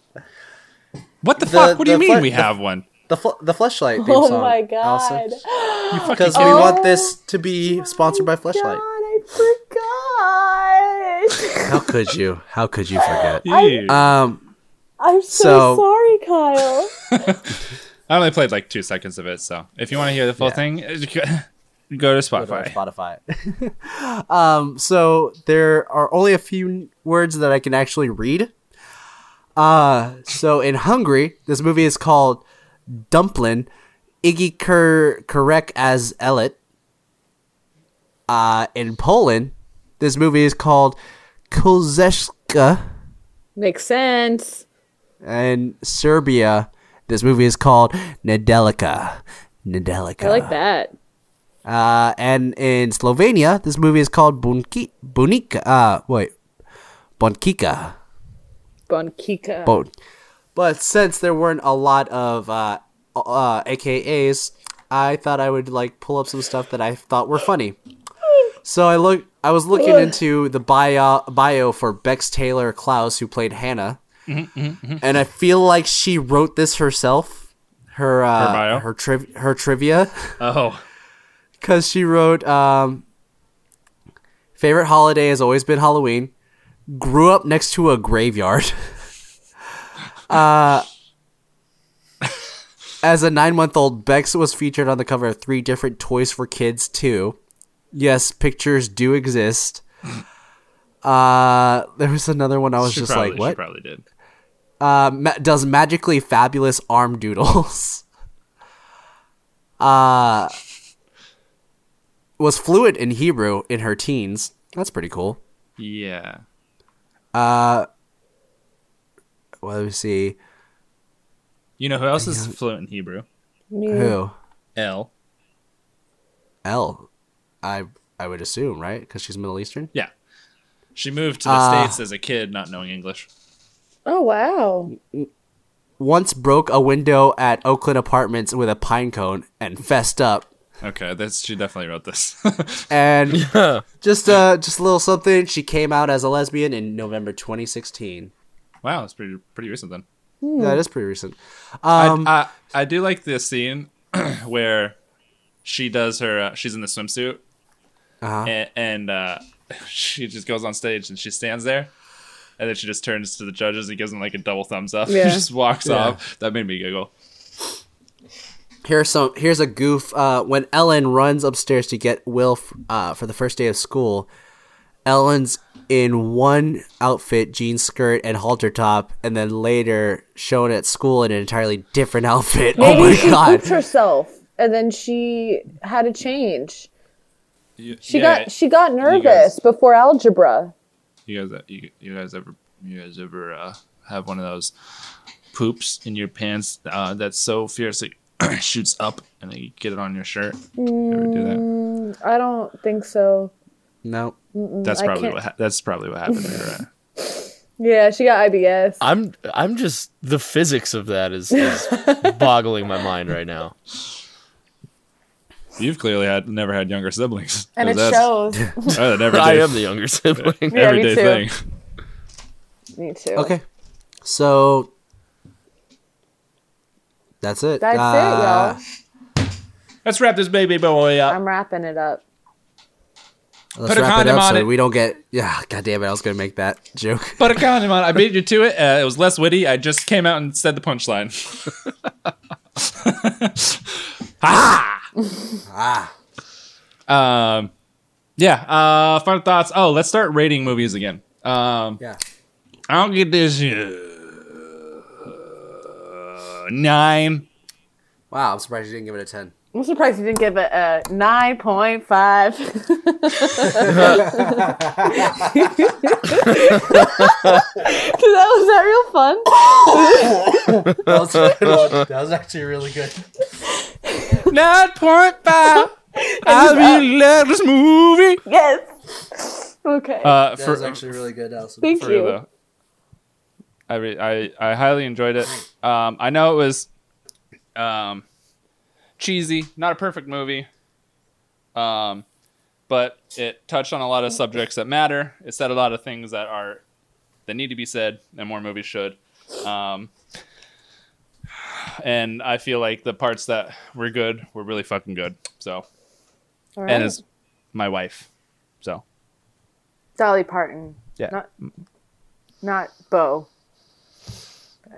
Speaker 3: What the,
Speaker 4: The-
Speaker 3: fuck? What do you
Speaker 4: the
Speaker 3: mean
Speaker 4: fun-
Speaker 3: we
Speaker 4: the-
Speaker 3: have one?
Speaker 4: the fl- the fleshlight theme
Speaker 2: Oh
Speaker 4: song,
Speaker 2: my god.
Speaker 4: Allison.
Speaker 3: Fucking
Speaker 4: because we
Speaker 2: Oh
Speaker 4: want this to be sponsored by fleshlight
Speaker 2: God, I forgot.
Speaker 4: how could you how could you forget
Speaker 3: Ew.
Speaker 4: um
Speaker 2: I'm so,
Speaker 4: So-
Speaker 2: sorry, Kyle.
Speaker 3: I only played like two seconds of it, so if you want to hear the full thing, go to Spotify.
Speaker 4: spotify um so there are only a few words that i can actually read uh so in hungary this movie is called dumplin iggy Ker- Kerek as Ellet. Uh, in Poland, this movie is called Kulzeszka.
Speaker 2: Makes sense.
Speaker 4: And Serbia, this movie is called Nedelika. Nedelika.
Speaker 2: I like that.
Speaker 4: Uh, and in Slovenia, this movie is called Bunki Bunika. Uh, wait, Bonkika.
Speaker 2: Bonkika.
Speaker 4: Bon. But since there weren't a lot of uh, uh, AKAs, I thought I would like pull up some stuff that I thought were funny. So I look, I was looking into the bio bio for Bex Taylor Klaus, who played Hannah, and I feel like she wrote this herself. Her uh, her
Speaker 3: bio?
Speaker 4: her, triv- her trivia.
Speaker 3: Oh,
Speaker 4: because she wrote um, favorite holiday has always been Halloween. Grew up next to a graveyard. uh, as a nine-month-old, Bex was featured on the cover of three different Toys for Kids too. Yes, pictures do exist. Uh, there was another one I was
Speaker 3: she
Speaker 4: just
Speaker 3: probably,
Speaker 4: like, what?
Speaker 3: She probably did.
Speaker 4: uh, ma- does magically fabulous arm doodles. uh, was fluent in Hebrew in her teens. That's pretty cool.
Speaker 9: Yeah.
Speaker 4: Uh, well, let me see.
Speaker 3: You know who else is fluent in Hebrew?
Speaker 4: Who?
Speaker 3: L.
Speaker 4: L. I I would assume, right? Because she's Middle Eastern.
Speaker 3: Yeah. She moved to the
Speaker 4: Uh,
Speaker 3: States as a kid, not knowing English.
Speaker 2: Oh wow.
Speaker 4: Once broke a window at Oakland Apartments with a pine cone and fessed up.
Speaker 3: Okay, that's she definitely wrote this.
Speaker 4: And just uh, just a little something. She came out as a lesbian in November 2016.
Speaker 3: wow, it's pretty pretty recent then.
Speaker 4: That is pretty recent. Um,
Speaker 3: I, I I do like this scene where she does her uh, she's in the swimsuit
Speaker 4: uh-huh.
Speaker 3: and, and uh, she just goes on stage and she stands there and then she just turns to the judges and gives them like a double thumbs up
Speaker 2: Yeah.
Speaker 3: and just walks
Speaker 4: Yeah.
Speaker 3: off. That made me giggle.
Speaker 4: Here's some. Here's a goof. Uh, when Ellen runs upstairs to get Will f- uh, for the first day of school, Ellen's in one outfit, jean skirt and halter top, and then later shown at school in an entirely different outfit.
Speaker 2: Maybe
Speaker 4: oh my
Speaker 2: she
Speaker 4: god!
Speaker 2: pooped herself and then she had a change.
Speaker 9: You,
Speaker 2: She
Speaker 3: Yeah,
Speaker 2: got she got nervous before algebra.
Speaker 9: you guys uh, you, you guys ever you guys ever uh, have one of those poops in your pants uh, that so fiercely shoots up and then you get it on your shirt? You ever do that?
Speaker 2: Mm, I don't think so.
Speaker 4: No,
Speaker 3: Mm,
Speaker 9: That's
Speaker 2: I
Speaker 9: probably
Speaker 2: can't-
Speaker 9: what ha- that's probably what happened to her. uh,
Speaker 2: Yeah, she got IBS.
Speaker 8: I'm I'm just the physics of that is, is boggling my mind right now.
Speaker 3: You've clearly had never had younger siblings.
Speaker 2: and it
Speaker 3: 'cause that's-
Speaker 2: shows.
Speaker 3: Oh, an everyday,
Speaker 8: I am the younger sibling.
Speaker 2: Yeah, me
Speaker 3: everyday
Speaker 2: too.
Speaker 3: thing.
Speaker 2: Me too.
Speaker 4: Okay, so that's it. Uh,
Speaker 2: That's it, y'all.
Speaker 3: Let's wrap this baby boy up.
Speaker 2: I'm wrapping it up.
Speaker 4: Let's
Speaker 3: Put a
Speaker 4: wrap it
Speaker 3: condom
Speaker 4: up
Speaker 3: on
Speaker 4: so
Speaker 3: it.
Speaker 4: we don't get. Yeah, god damn it! I was gonna make that joke.
Speaker 3: Put a condom on. I beat you to it. Uh, it was less witty. I just came out and said the punchline.
Speaker 4: ah,
Speaker 3: Um, yeah. Uh, final thoughts. Oh, let's start rating movies again. Um,
Speaker 4: yeah.
Speaker 3: I'll get this uh, nine.
Speaker 4: Wow, I'm surprised you didn't give it a ten.
Speaker 2: I'm surprised you didn't give it a 9.5. that was that real fun?
Speaker 4: That was, that was actually really good.
Speaker 3: Nine point five. I really love this movie.
Speaker 2: Yes. Okay.
Speaker 3: Uh,
Speaker 4: That
Speaker 3: for,
Speaker 4: was actually really good, Allison.
Speaker 2: Thank
Speaker 3: for real
Speaker 2: you.
Speaker 3: though. I, re- I I highly enjoyed it. Um, I know it was um, cheesy, not a perfect movie, um, but it touched on a lot of subjects that matter. It said a lot of things that are that need to be said, and more movies should. Um, and I feel like the parts that were good were really fucking good. So,
Speaker 2: All
Speaker 3: and
Speaker 2: right.
Speaker 3: it's my wife. So
Speaker 2: Dolly Parton.
Speaker 3: Yeah.
Speaker 2: Not, not Bo.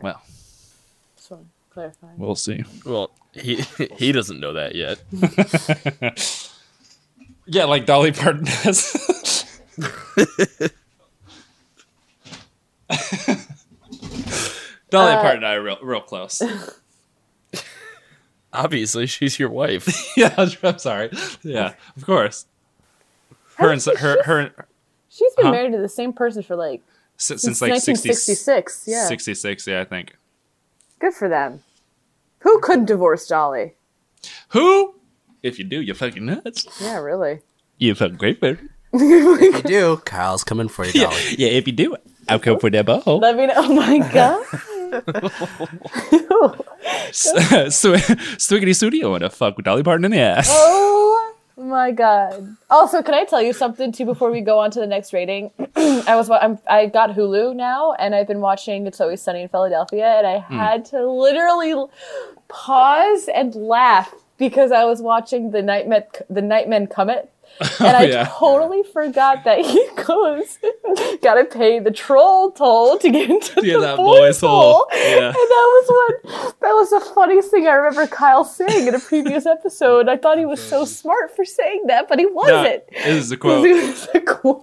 Speaker 3: Well.
Speaker 2: Just want to clarify.
Speaker 3: we'll see.
Speaker 8: Well, he he doesn't know that yet.
Speaker 3: Yeah, like Dolly Parton has. Dolly Parton and I are real, real close.
Speaker 8: Obviously, she's your wife.
Speaker 3: yeah, I'm sorry. Yeah, of course. Her and s- her her
Speaker 2: She's been
Speaker 3: Huh?
Speaker 2: married to the same person for like
Speaker 3: since,
Speaker 2: since
Speaker 3: Uh-huh. since like 60,
Speaker 2: 1966. Yeah.
Speaker 3: 66, yeah, I think.
Speaker 2: Good for them. Who could divorce Dolly?
Speaker 3: Who If you do, you're fucking nuts.
Speaker 2: Yeah, really.
Speaker 3: You fucking great bird.
Speaker 4: if you do, Kyle's coming for you,
Speaker 3: Yeah,
Speaker 4: Dolly.
Speaker 3: yeah, if you do, I'll come for that butthole.
Speaker 2: Let me know. Oh my god.
Speaker 3: Swiggity Studio want to fuck with Dolly Parton in the ass.
Speaker 2: Oh my god. Also, can I tell you something too before we go on to the next rating? I was wa- I'm, I got Hulu now, and I've been watching It's Always Sunny in Philadelphia, and I
Speaker 11: Hmm.
Speaker 2: had to literally l- pause and laugh because I was watching the Nightman the Nightman Comet. And I
Speaker 11: Oh, yeah.
Speaker 2: totally forgot that he goes, gotta pay the troll toll to get into
Speaker 11: Yeah,
Speaker 2: the
Speaker 11: that
Speaker 2: boy's
Speaker 11: boy's hole.
Speaker 2: hole.
Speaker 11: Yeah.
Speaker 2: And that was what that was the funniest thing I remember Kyle saying in a previous episode. I thought he was so smart for saying that, but he wasn't.
Speaker 3: This is the quote.
Speaker 2: It's a quote.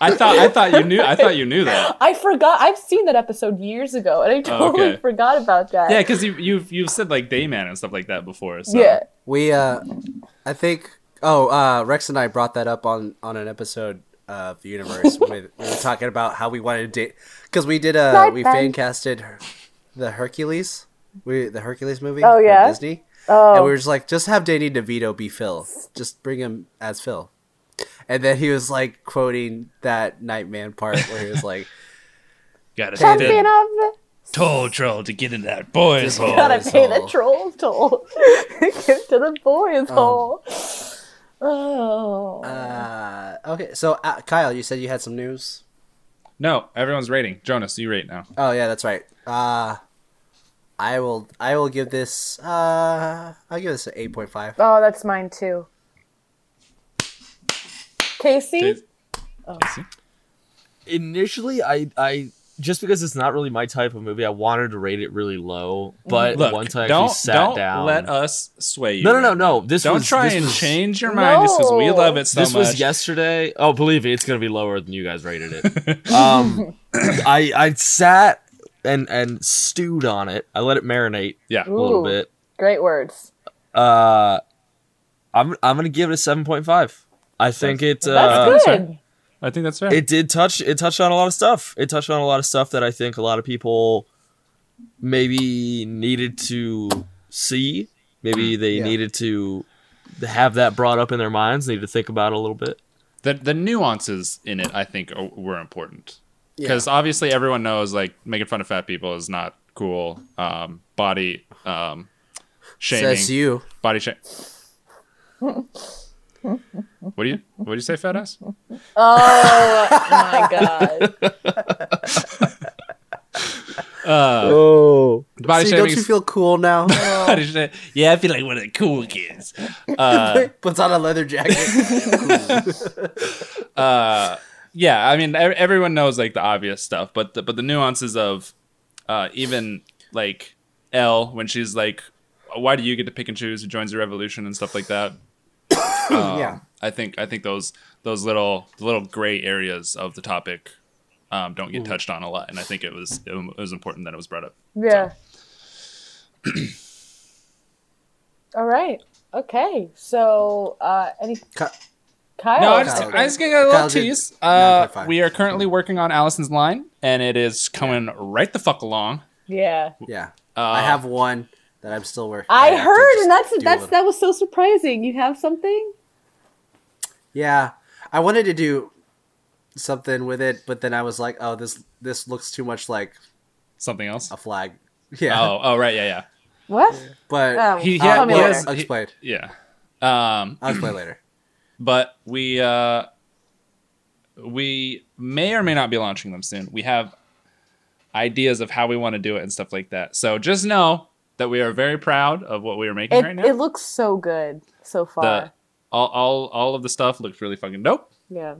Speaker 3: I thought I thought you knew I thought you knew that.
Speaker 2: I forgot. I've seen that episode years ago, and I
Speaker 3: Oh,
Speaker 2: totally
Speaker 3: okay.
Speaker 2: forgot about that.
Speaker 3: Yeah, because you you've you've said like Dayman and stuff like that before. So.
Speaker 2: Yeah.
Speaker 4: We uh I think oh uh Rex and I brought that up on on an episode of the universe with we were talking about how we wanted to date because we did uh
Speaker 2: Right
Speaker 4: we
Speaker 2: then.
Speaker 4: fan casted Her- the Hercules we the Hercules movie
Speaker 2: Oh,
Speaker 4: from
Speaker 2: yeah?
Speaker 4: Disney
Speaker 2: Oh.
Speaker 4: and we were just like just have Danny DeVito be Phil just bring him as Phil and then he was like quoting that Nightman part where he was like
Speaker 3: gotta
Speaker 2: Champion of
Speaker 3: toll troll to get in that boy's hole.
Speaker 2: gotta pay the troll toll. Give to the boys'
Speaker 4: Um,
Speaker 2: hole. Oh.
Speaker 4: uh okay so uh, Kyle you said you had some news
Speaker 3: No, everyone's rating. Jonas, you rate now.
Speaker 4: Oh yeah, that's right. Uh I will I will give this uh I'll give this an eight point five.
Speaker 2: oh, that's mine too. Casey? Oh.
Speaker 8: Initially, I I just because it's not really my type of movie, I wanted to rate it really low. But
Speaker 3: Look,
Speaker 8: once I actually
Speaker 3: don't
Speaker 8: sat
Speaker 3: don't
Speaker 8: down,
Speaker 3: let us sway you.
Speaker 8: no, no, no, no. This
Speaker 3: don't
Speaker 8: was-
Speaker 3: try
Speaker 8: this
Speaker 3: and
Speaker 8: was-
Speaker 3: change your mind just because we love it so
Speaker 8: this
Speaker 3: much.
Speaker 8: was yesterday. Oh, believe me, it's gonna be lower than you guys rated it. um, I I sat and and stewed on it. I let it marinate. Yeah, a little
Speaker 2: Ooh,
Speaker 8: bit.
Speaker 2: Great words.
Speaker 8: Uh, I'm I'm gonna give it a seven point five. I think it. Uh,
Speaker 2: That's good.
Speaker 3: I think that's fair.
Speaker 8: It did touch. It touched on a lot of stuff. It touched on a lot of stuff that I think a lot of people maybe needed to see. Maybe they needed to have that brought up in their minds. Need to think about it a little bit.
Speaker 3: the the nuances in it, I think, are, were important because obviously everyone knows like making fun of fat people is not cool. Um, body um, shaming
Speaker 4: Says you.
Speaker 3: body shame. What do you what do you say, fat ass?
Speaker 2: Oh my god.
Speaker 3: Uh,
Speaker 8: oh,
Speaker 3: body
Speaker 4: See,
Speaker 3: shaming.
Speaker 4: don't you
Speaker 3: is-
Speaker 4: feel cool now?
Speaker 3: body sha- yeah, I feel like one of the cool kids. Uh,
Speaker 4: Puts on a leather jacket.
Speaker 3: uh, yeah, I mean, ev- everyone knows like the obvious stuff, but the, but the nuances of uh, even like Elle when she's like, "Why do you get to pick and choose who joins the revolution?" and stuff like that. Um,
Speaker 4: Yeah.
Speaker 3: I think I think those those little little gray areas of the topic um, don't get touched on a lot, and I think it was it was important that it was brought up.
Speaker 2: yeah. All right. Okay. So, uh, any. Kyle?
Speaker 4: Oh,
Speaker 3: No, I just, I just gonna get a little
Speaker 4: did
Speaker 3: tease. Uh, we are currently working on Allison's line, and it is coming right the fuck along.
Speaker 2: Yeah.
Speaker 4: yeah.
Speaker 3: Uh,
Speaker 4: I have one that I'm still working.
Speaker 2: I,
Speaker 4: have to
Speaker 2: heard,
Speaker 4: just
Speaker 2: and that's
Speaker 4: do a
Speaker 2: that's
Speaker 4: little-
Speaker 2: that was so surprising. You have something?
Speaker 4: Yeah. I wanted to do something with it, but then I was like, oh this this looks too much like
Speaker 3: something else.
Speaker 4: A flag. Yeah.
Speaker 3: Oh, oh, right, yeah, yeah.
Speaker 2: What?
Speaker 4: But uh,
Speaker 2: Oh,
Speaker 3: He, he,
Speaker 2: I'll tell
Speaker 3: had,
Speaker 2: me
Speaker 3: he
Speaker 2: later.
Speaker 3: has-
Speaker 4: I'll
Speaker 3: he-
Speaker 4: explain.
Speaker 3: yeah. Um,
Speaker 4: I'll explain later.
Speaker 3: But we uh, we may or may not be launching them soon. We have ideas of how we want to do it and stuff like that. So just know that we are very proud of what we are making
Speaker 2: It,
Speaker 3: right
Speaker 2: it
Speaker 3: now.
Speaker 2: looks so good so
Speaker 3: The,
Speaker 2: far.
Speaker 3: all, all all of the stuff looks really fucking dope.
Speaker 2: yeah.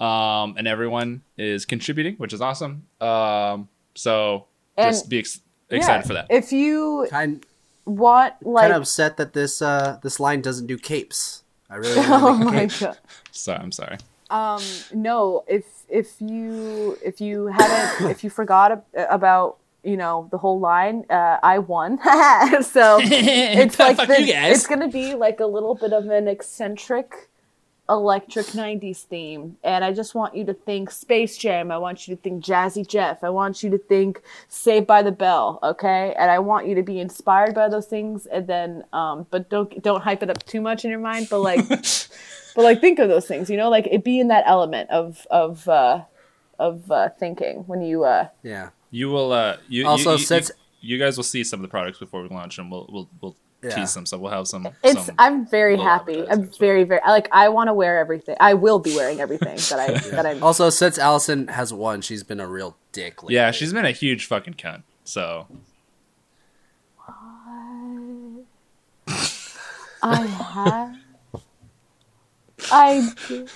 Speaker 3: Um, and everyone is contributing, which is awesome. Um, so
Speaker 2: And-
Speaker 3: just be ex- excited
Speaker 2: Yeah.
Speaker 3: for that.
Speaker 2: If you
Speaker 4: Kind
Speaker 2: want, like,
Speaker 4: kind of upset that this uh this line doesn't do capes. I really want
Speaker 2: oh
Speaker 4: to make a
Speaker 2: my
Speaker 4: cape.
Speaker 2: god.
Speaker 3: So I'm sorry.
Speaker 2: Um, no, if if you if you haven't if you forgot ab- about you know the whole line, uh, I won. so it's like
Speaker 11: Fuck
Speaker 2: the,
Speaker 11: you guys.
Speaker 2: it's gonna be like a little bit of an eccentric electric 90s theme. And I just want you to think Space Jam. I want you to think Jazzy Jeff. I want you to think Saved by the Bell, okay? And I want you to be inspired by those things and then um but don't don't hype it up too much in your mind, but like but like think of those things, you know? Like it be in that element of of uh of uh thinking when you uh
Speaker 4: Yeah.
Speaker 3: You will. Uh, you
Speaker 4: Also,
Speaker 3: you, you,
Speaker 4: since-
Speaker 3: you, you guys will see some of the products before we launch them. We'll we'll, we'll
Speaker 4: Yeah.
Speaker 3: tease them. So we'll have some.
Speaker 2: It's.
Speaker 3: some
Speaker 2: I'm very
Speaker 3: little
Speaker 2: happy. I'm very, very. I Like, I want to wear everything. I will be wearing everything that I that I.
Speaker 4: Also, since Allison has won, she's been a real dick. Lately.
Speaker 3: yeah, she's been a huge fucking cunt. So
Speaker 2: I have. I. Do.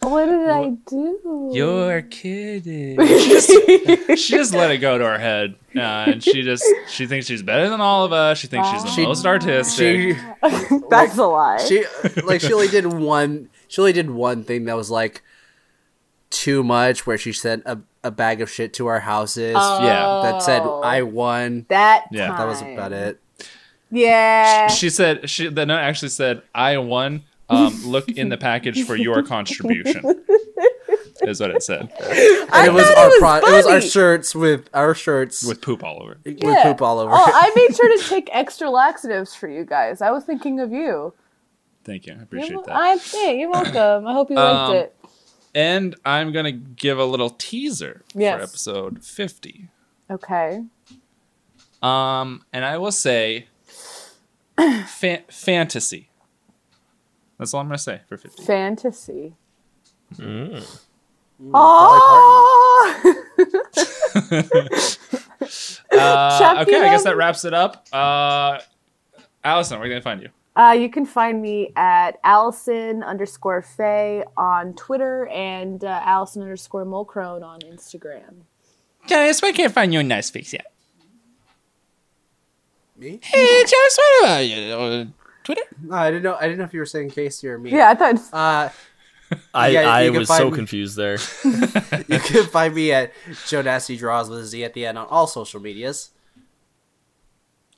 Speaker 2: What did I do?
Speaker 3: You're kidding. she, just, she just let it go to her head, uh, and she just she thinks she's better than all of us. She thinks she's the
Speaker 4: She-
Speaker 3: most artistic.
Speaker 4: She
Speaker 2: That's a lie.
Speaker 4: she like she only did one. She only did one thing that was like too much, where she sent a, a bag of shit to our houses.
Speaker 3: Yeah.
Speaker 4: that said
Speaker 2: Oh.
Speaker 4: I won.
Speaker 2: that.
Speaker 3: Yeah.
Speaker 4: That was about it.
Speaker 2: Yeah.
Speaker 3: She said she the note actually said, "I won. Um, look in the package for your contribution." Is what it said
Speaker 4: And it was
Speaker 2: thought it
Speaker 4: our
Speaker 2: was
Speaker 4: it was our
Speaker 2: funny.
Speaker 4: shirts with our shirts with,
Speaker 3: with poop all over. it.
Speaker 2: Yeah.
Speaker 4: poop all over.
Speaker 2: Oh,
Speaker 4: it.
Speaker 2: I made sure to take extra laxatives for you guys. I was thinking of you.
Speaker 3: Thank you, I appreciate
Speaker 2: You're,
Speaker 3: that.
Speaker 2: I'm, yeah, you're welcome. I hope you
Speaker 3: Um,
Speaker 2: liked it.
Speaker 3: And I'm gonna give a little teaser
Speaker 2: Yes.
Speaker 3: for episode 50.
Speaker 2: Okay.
Speaker 3: Um, and I will say, fa- fantasy. That's all I'm gonna say for 50.
Speaker 2: Fantasy.
Speaker 3: Mm.
Speaker 2: Mm.
Speaker 4: Dolly Parton.
Speaker 2: Oh.
Speaker 3: Uh, okay, I
Speaker 2: Champion.
Speaker 3: guess that wraps it up. Uh, Allison, where are they gonna find you?
Speaker 2: Uh, you can find me at Allison underscore Faye on Twitter and uh, Allison underscore Mulcrone on Instagram.
Speaker 3: Dennis, why can't find you in Nice Face yet?
Speaker 4: Me?
Speaker 3: Hey, Jonas, what about you on Twitter?
Speaker 4: No, I didn't know. I didn't know if you were saying Casey or me.
Speaker 2: Yeah, I thought
Speaker 4: Uh,
Speaker 10: I,
Speaker 4: Yeah, you
Speaker 10: I
Speaker 4: can
Speaker 10: was
Speaker 4: find
Speaker 10: so
Speaker 4: me.
Speaker 10: confused there.
Speaker 4: you can find me at Joe Nasty Draws with a Z at the end on all social medias.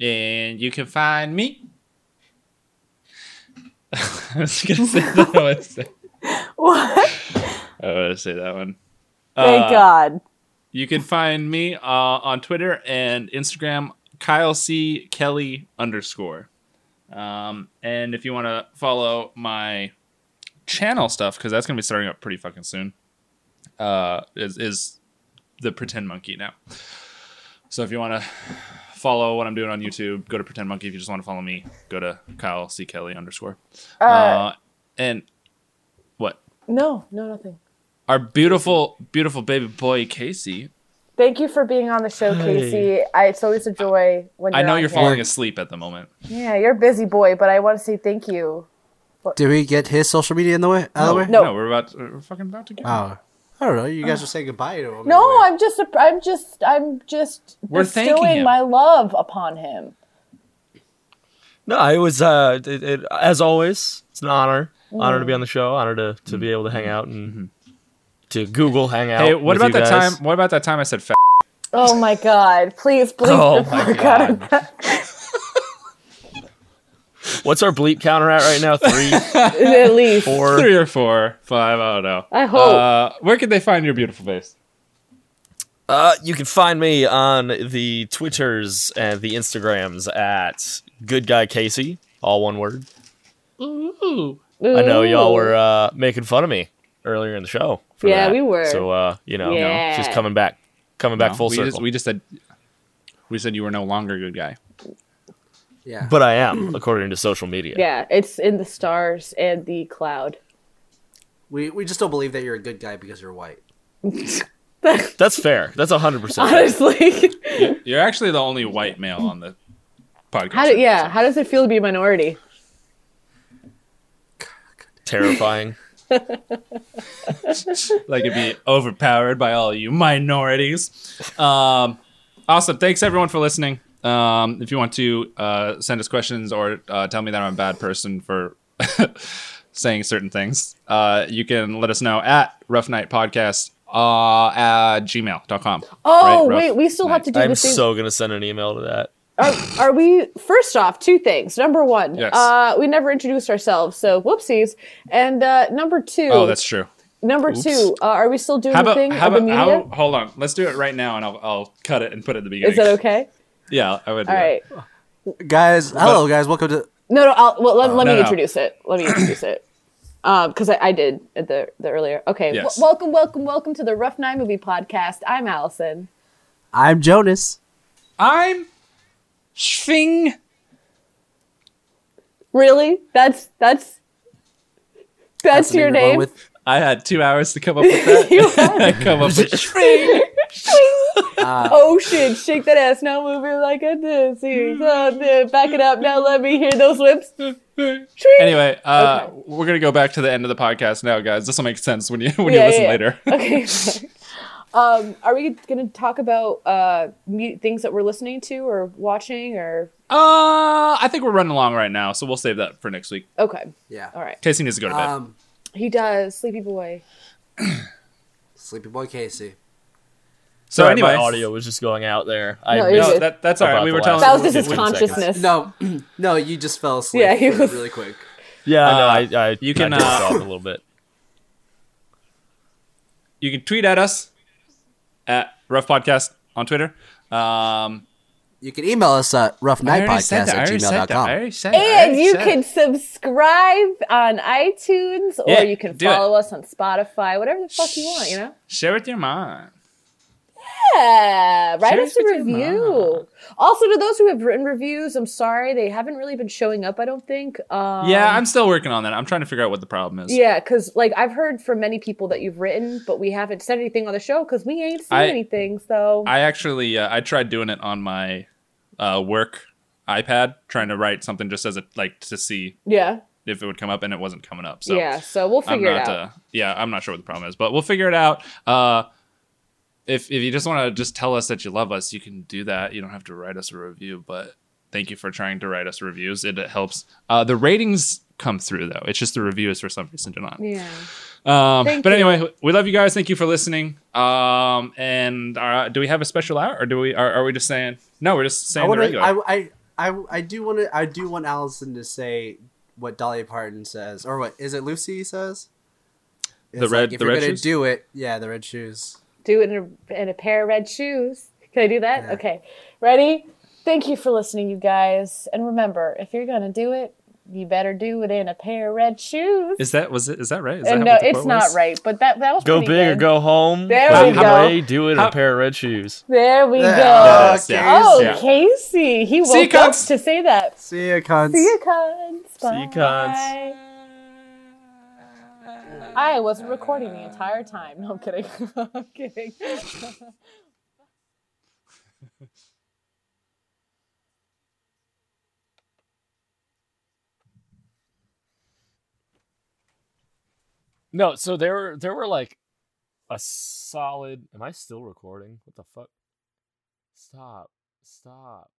Speaker 3: And you can find me. I was gonna say that. I was gonna say-
Speaker 2: what?
Speaker 3: I was gonna say that one.
Speaker 2: Thank
Speaker 3: Uh,
Speaker 2: God.
Speaker 3: You can find me uh, on Twitter and Instagram, Kyle C Kelly underscore. Um, and if you want to follow my channel stuff, because that's going to be starting up pretty fucking soon, uh, is, is the Pretend Monkey now. So if you want to follow what I'm doing on YouTube, go to Pretend Monkey. If you just want to follow me, go to Kyle C Kelly underscore. Uh, and what?
Speaker 2: No, no, nothing.
Speaker 3: Our beautiful, beautiful baby boy Casey
Speaker 2: Thank you for being on the show, Casey. I, it's always a joy when you're
Speaker 3: I know
Speaker 2: on
Speaker 3: you're
Speaker 2: here.
Speaker 3: falling asleep at the moment.
Speaker 2: Yeah, you're a busy boy, but I want to say thank you.
Speaker 4: Did we get his social media in the way? Out of the way?
Speaker 2: No.
Speaker 3: we're about to, we're fucking about to get.
Speaker 10: Uh,
Speaker 4: Oh, I don't know. You guys are saying goodbye to him.
Speaker 2: No, I'm just, surp- I'm just, I'm just
Speaker 3: We're thanking
Speaker 2: bestowing
Speaker 3: him.
Speaker 2: my love upon him.
Speaker 10: No, it was uh, it, it, as always. It's an honor, honor to be on the show, honor to, to be able to hang out and to Google Hangout.
Speaker 3: Mm-hmm. Hey, what
Speaker 10: with
Speaker 3: about
Speaker 10: you
Speaker 3: that
Speaker 10: guys.
Speaker 3: time? What about that time I said? F-
Speaker 2: Oh my God! Please bleep
Speaker 10: Oh
Speaker 2: the
Speaker 10: my
Speaker 2: fuck out of that.
Speaker 10: What's our bleep counter at right now? Three,
Speaker 2: At least.
Speaker 10: four.
Speaker 3: Three or four, five. I don't know.
Speaker 2: I hope.
Speaker 3: Uh, where can they find your beautiful face?
Speaker 10: Uh, you can find me on the Twitters and the Instagrams at Good Guy Casey, all one word. I know y'all were uh, making fun of me earlier in the show. for
Speaker 2: Yeah,
Speaker 10: that.
Speaker 2: we were.
Speaker 10: So uh, you know,
Speaker 2: Yeah.
Speaker 10: she's coming back, coming back
Speaker 3: No,
Speaker 10: full
Speaker 3: we
Speaker 10: circle.
Speaker 3: Just, we just said we said you were no longer a good guy.
Speaker 4: Yeah.
Speaker 10: But I am, according to social media.
Speaker 2: Yeah, it's in the stars and the cloud.
Speaker 4: we we just don't believe that you're a good guy because you're white.
Speaker 10: That's fair. That's hundred percent.
Speaker 2: Honestly,
Speaker 3: You're actually the only white male on the podcast.
Speaker 2: how do, yeah, how does it feel to be a minority?
Speaker 10: Terrifying.
Speaker 3: like it'd be overpowered by all you minorities. Um, awesome. Thanks everyone for listening. Um, if you want to uh, send us questions or uh, tell me that I'm a bad person for saying certain things, uh, you can let us know at Rough Night Podcast uh, at gmail.com.
Speaker 2: Oh
Speaker 3: Right, rough
Speaker 2: wait, we still have to do
Speaker 10: I'm
Speaker 2: the same.
Speaker 10: so gonna send an email to that.
Speaker 2: Are, are we first off two things? Number one,
Speaker 3: Yes.
Speaker 2: uh, we never introduced ourselves, so whoopsies. And uh, number two,
Speaker 3: Oh, that's true.
Speaker 2: Number
Speaker 3: Oops.
Speaker 2: two, uh, are we still doing
Speaker 3: How
Speaker 2: the
Speaker 3: about,
Speaker 2: thing
Speaker 3: how
Speaker 2: of
Speaker 3: about,
Speaker 2: the media?
Speaker 3: how, hold on. Let's do it right now and I'll, I'll cut it and put it at the beginning.
Speaker 2: Is that okay?
Speaker 3: Yeah, I would. do
Speaker 2: All
Speaker 3: that.
Speaker 2: right.
Speaker 4: Guys, hello, guys. Welcome to.
Speaker 2: No, no. I'll, well, let, let
Speaker 3: Oh. no,
Speaker 2: me
Speaker 3: no.
Speaker 2: introduce it. Let me introduce it. Because I, I did at the the earlier. Okay.
Speaker 4: Yes.
Speaker 2: W- welcome, welcome, welcome to the Rough Night Movie Podcast. I'm Allison.
Speaker 4: I'm Jonas.
Speaker 3: I'm. Schwing.
Speaker 2: Really? That's that's that's, your name.
Speaker 3: I had two hours to come up with that.
Speaker 2: You
Speaker 3: I come up with
Speaker 4: uh,
Speaker 3: Ah.
Speaker 2: oh shit! Shake that ass now, move it like I did. See, oh, yeah, back it up now. Let me hear those lips.
Speaker 3: Anyway, uh, we're gonna go back to the end of the podcast now, guys. This will make sense when you when
Speaker 2: Yeah,
Speaker 3: you listen
Speaker 2: yeah, yeah.
Speaker 3: later.
Speaker 2: Okay. sorry. um, are we going to talk about uh, mu- things that we're listening to or watching or?
Speaker 3: Uh, I think we're running along right now, so we'll save that for next week.
Speaker 2: Okay.
Speaker 4: Yeah.
Speaker 2: All right.
Speaker 3: Casey needs to go to bed.
Speaker 4: Um,
Speaker 2: He does. Sleepy boy.
Speaker 4: Sleepy boy Casey.
Speaker 10: So
Speaker 3: So
Speaker 10: Sorry, my
Speaker 3: anyways-
Speaker 10: audio was just going out there.
Speaker 2: No,
Speaker 10: I
Speaker 2: you're
Speaker 10: missed
Speaker 2: good.
Speaker 3: that- that's all right.
Speaker 10: about
Speaker 3: We
Speaker 10: the
Speaker 3: were
Speaker 10: last
Speaker 3: telling-
Speaker 2: That was just his
Speaker 10: 15 seconds.
Speaker 2: consciousness.
Speaker 4: No, no, you just fell asleep.
Speaker 2: Yeah, he
Speaker 4: for-
Speaker 2: was-
Speaker 4: really quick.
Speaker 10: Yeah, no, I, I
Speaker 3: you can,
Speaker 10: I dozed
Speaker 3: uh,
Speaker 10: off a little bit.
Speaker 3: You can tweet at us at Rough Podcast on Twitter. Um,
Speaker 4: You can email us at roughnightpodcast at gmail.com.
Speaker 2: And you can subscribe on iTunes or
Speaker 3: Yeah,
Speaker 2: you can
Speaker 3: do it.
Speaker 2: follow us on Spotify, whatever the fuck you want, you know?
Speaker 3: share with your mom.
Speaker 2: Yeah, write
Speaker 3: Share
Speaker 2: us
Speaker 3: with
Speaker 2: a
Speaker 3: your
Speaker 2: review. Also, to those who have written reviews, I'm sorry they haven't really been showing up. I don't think. Um,
Speaker 3: yeah, I'm still working on that. I'm trying to figure out what the problem is.
Speaker 2: Yeah, because like I've heard from many people that you've written, but we haven't said anything on the show because we ain't seen
Speaker 3: I-
Speaker 2: anything. So
Speaker 3: I actually uh, I tried doing it on my uh, work iPad, trying to write something just as a like to see
Speaker 2: yeah,
Speaker 3: if it would come up, and it wasn't coming up. So
Speaker 2: yeah. So we'll
Speaker 3: I'm
Speaker 2: figure it out.
Speaker 3: not, Uh, yeah, I'm not sure what the problem is, but we'll figure it out. Uh, if if you just want to just tell us that you love us, you can do that. You don't have to write us a review, but thank you for trying to write us reviews. It, it helps. Uh, the ratings come through though. It's just the reviews for some reason do not.
Speaker 2: yeah.
Speaker 3: Um,
Speaker 2: Thank
Speaker 3: but
Speaker 2: you.
Speaker 3: anyway, we love you guys. Thank you for listening. Um, and uh, do we have a special hour, or do we? Are, are we just saying? No, we're just
Speaker 4: I,
Speaker 3: saying the
Speaker 4: wanna,
Speaker 3: regular.
Speaker 4: I, I, I, I do want to. I do want Allison to say what Dolly Parton says, or what is it? Lucy says.
Speaker 3: The red-
Speaker 4: If
Speaker 3: the
Speaker 4: you're
Speaker 3: red
Speaker 4: gonna
Speaker 3: shoes?
Speaker 4: do it, yeah, the red shoes.
Speaker 2: Do it in a, in a pair of red shoes. Can I do that? Okay. Ready? Thank you for listening, you guys. And remember, if you're gonna do it, you better do it in a pair of red shoes.
Speaker 3: is that was it? Is that right? Is
Speaker 2: and
Speaker 3: that
Speaker 2: Uh, no,
Speaker 3: what the
Speaker 2: it's
Speaker 3: quote
Speaker 2: not
Speaker 3: was?
Speaker 2: right, but that that was
Speaker 10: Go
Speaker 2: pretty
Speaker 10: big or
Speaker 2: good.
Speaker 10: go home.
Speaker 2: There
Speaker 10: but
Speaker 2: we
Speaker 10: either
Speaker 2: go.
Speaker 10: way, do it in a pair of red shoes.
Speaker 2: There we
Speaker 10: Yeah,
Speaker 2: go.
Speaker 10: that's- yeah.
Speaker 2: Oh,
Speaker 10: Yeah.
Speaker 2: Casey, he
Speaker 10: See you,
Speaker 2: woke up
Speaker 10: cunts.
Speaker 2: to say that.
Speaker 4: See ya, cunts.
Speaker 2: See you, cunts. Bye.
Speaker 10: See you, cunts.
Speaker 2: I wasn't recording the entire time. No, I'm kidding. I'm kidding.
Speaker 8: No, so there were there were like a solid. Am I still recording? What the fuck? Stop! Stop!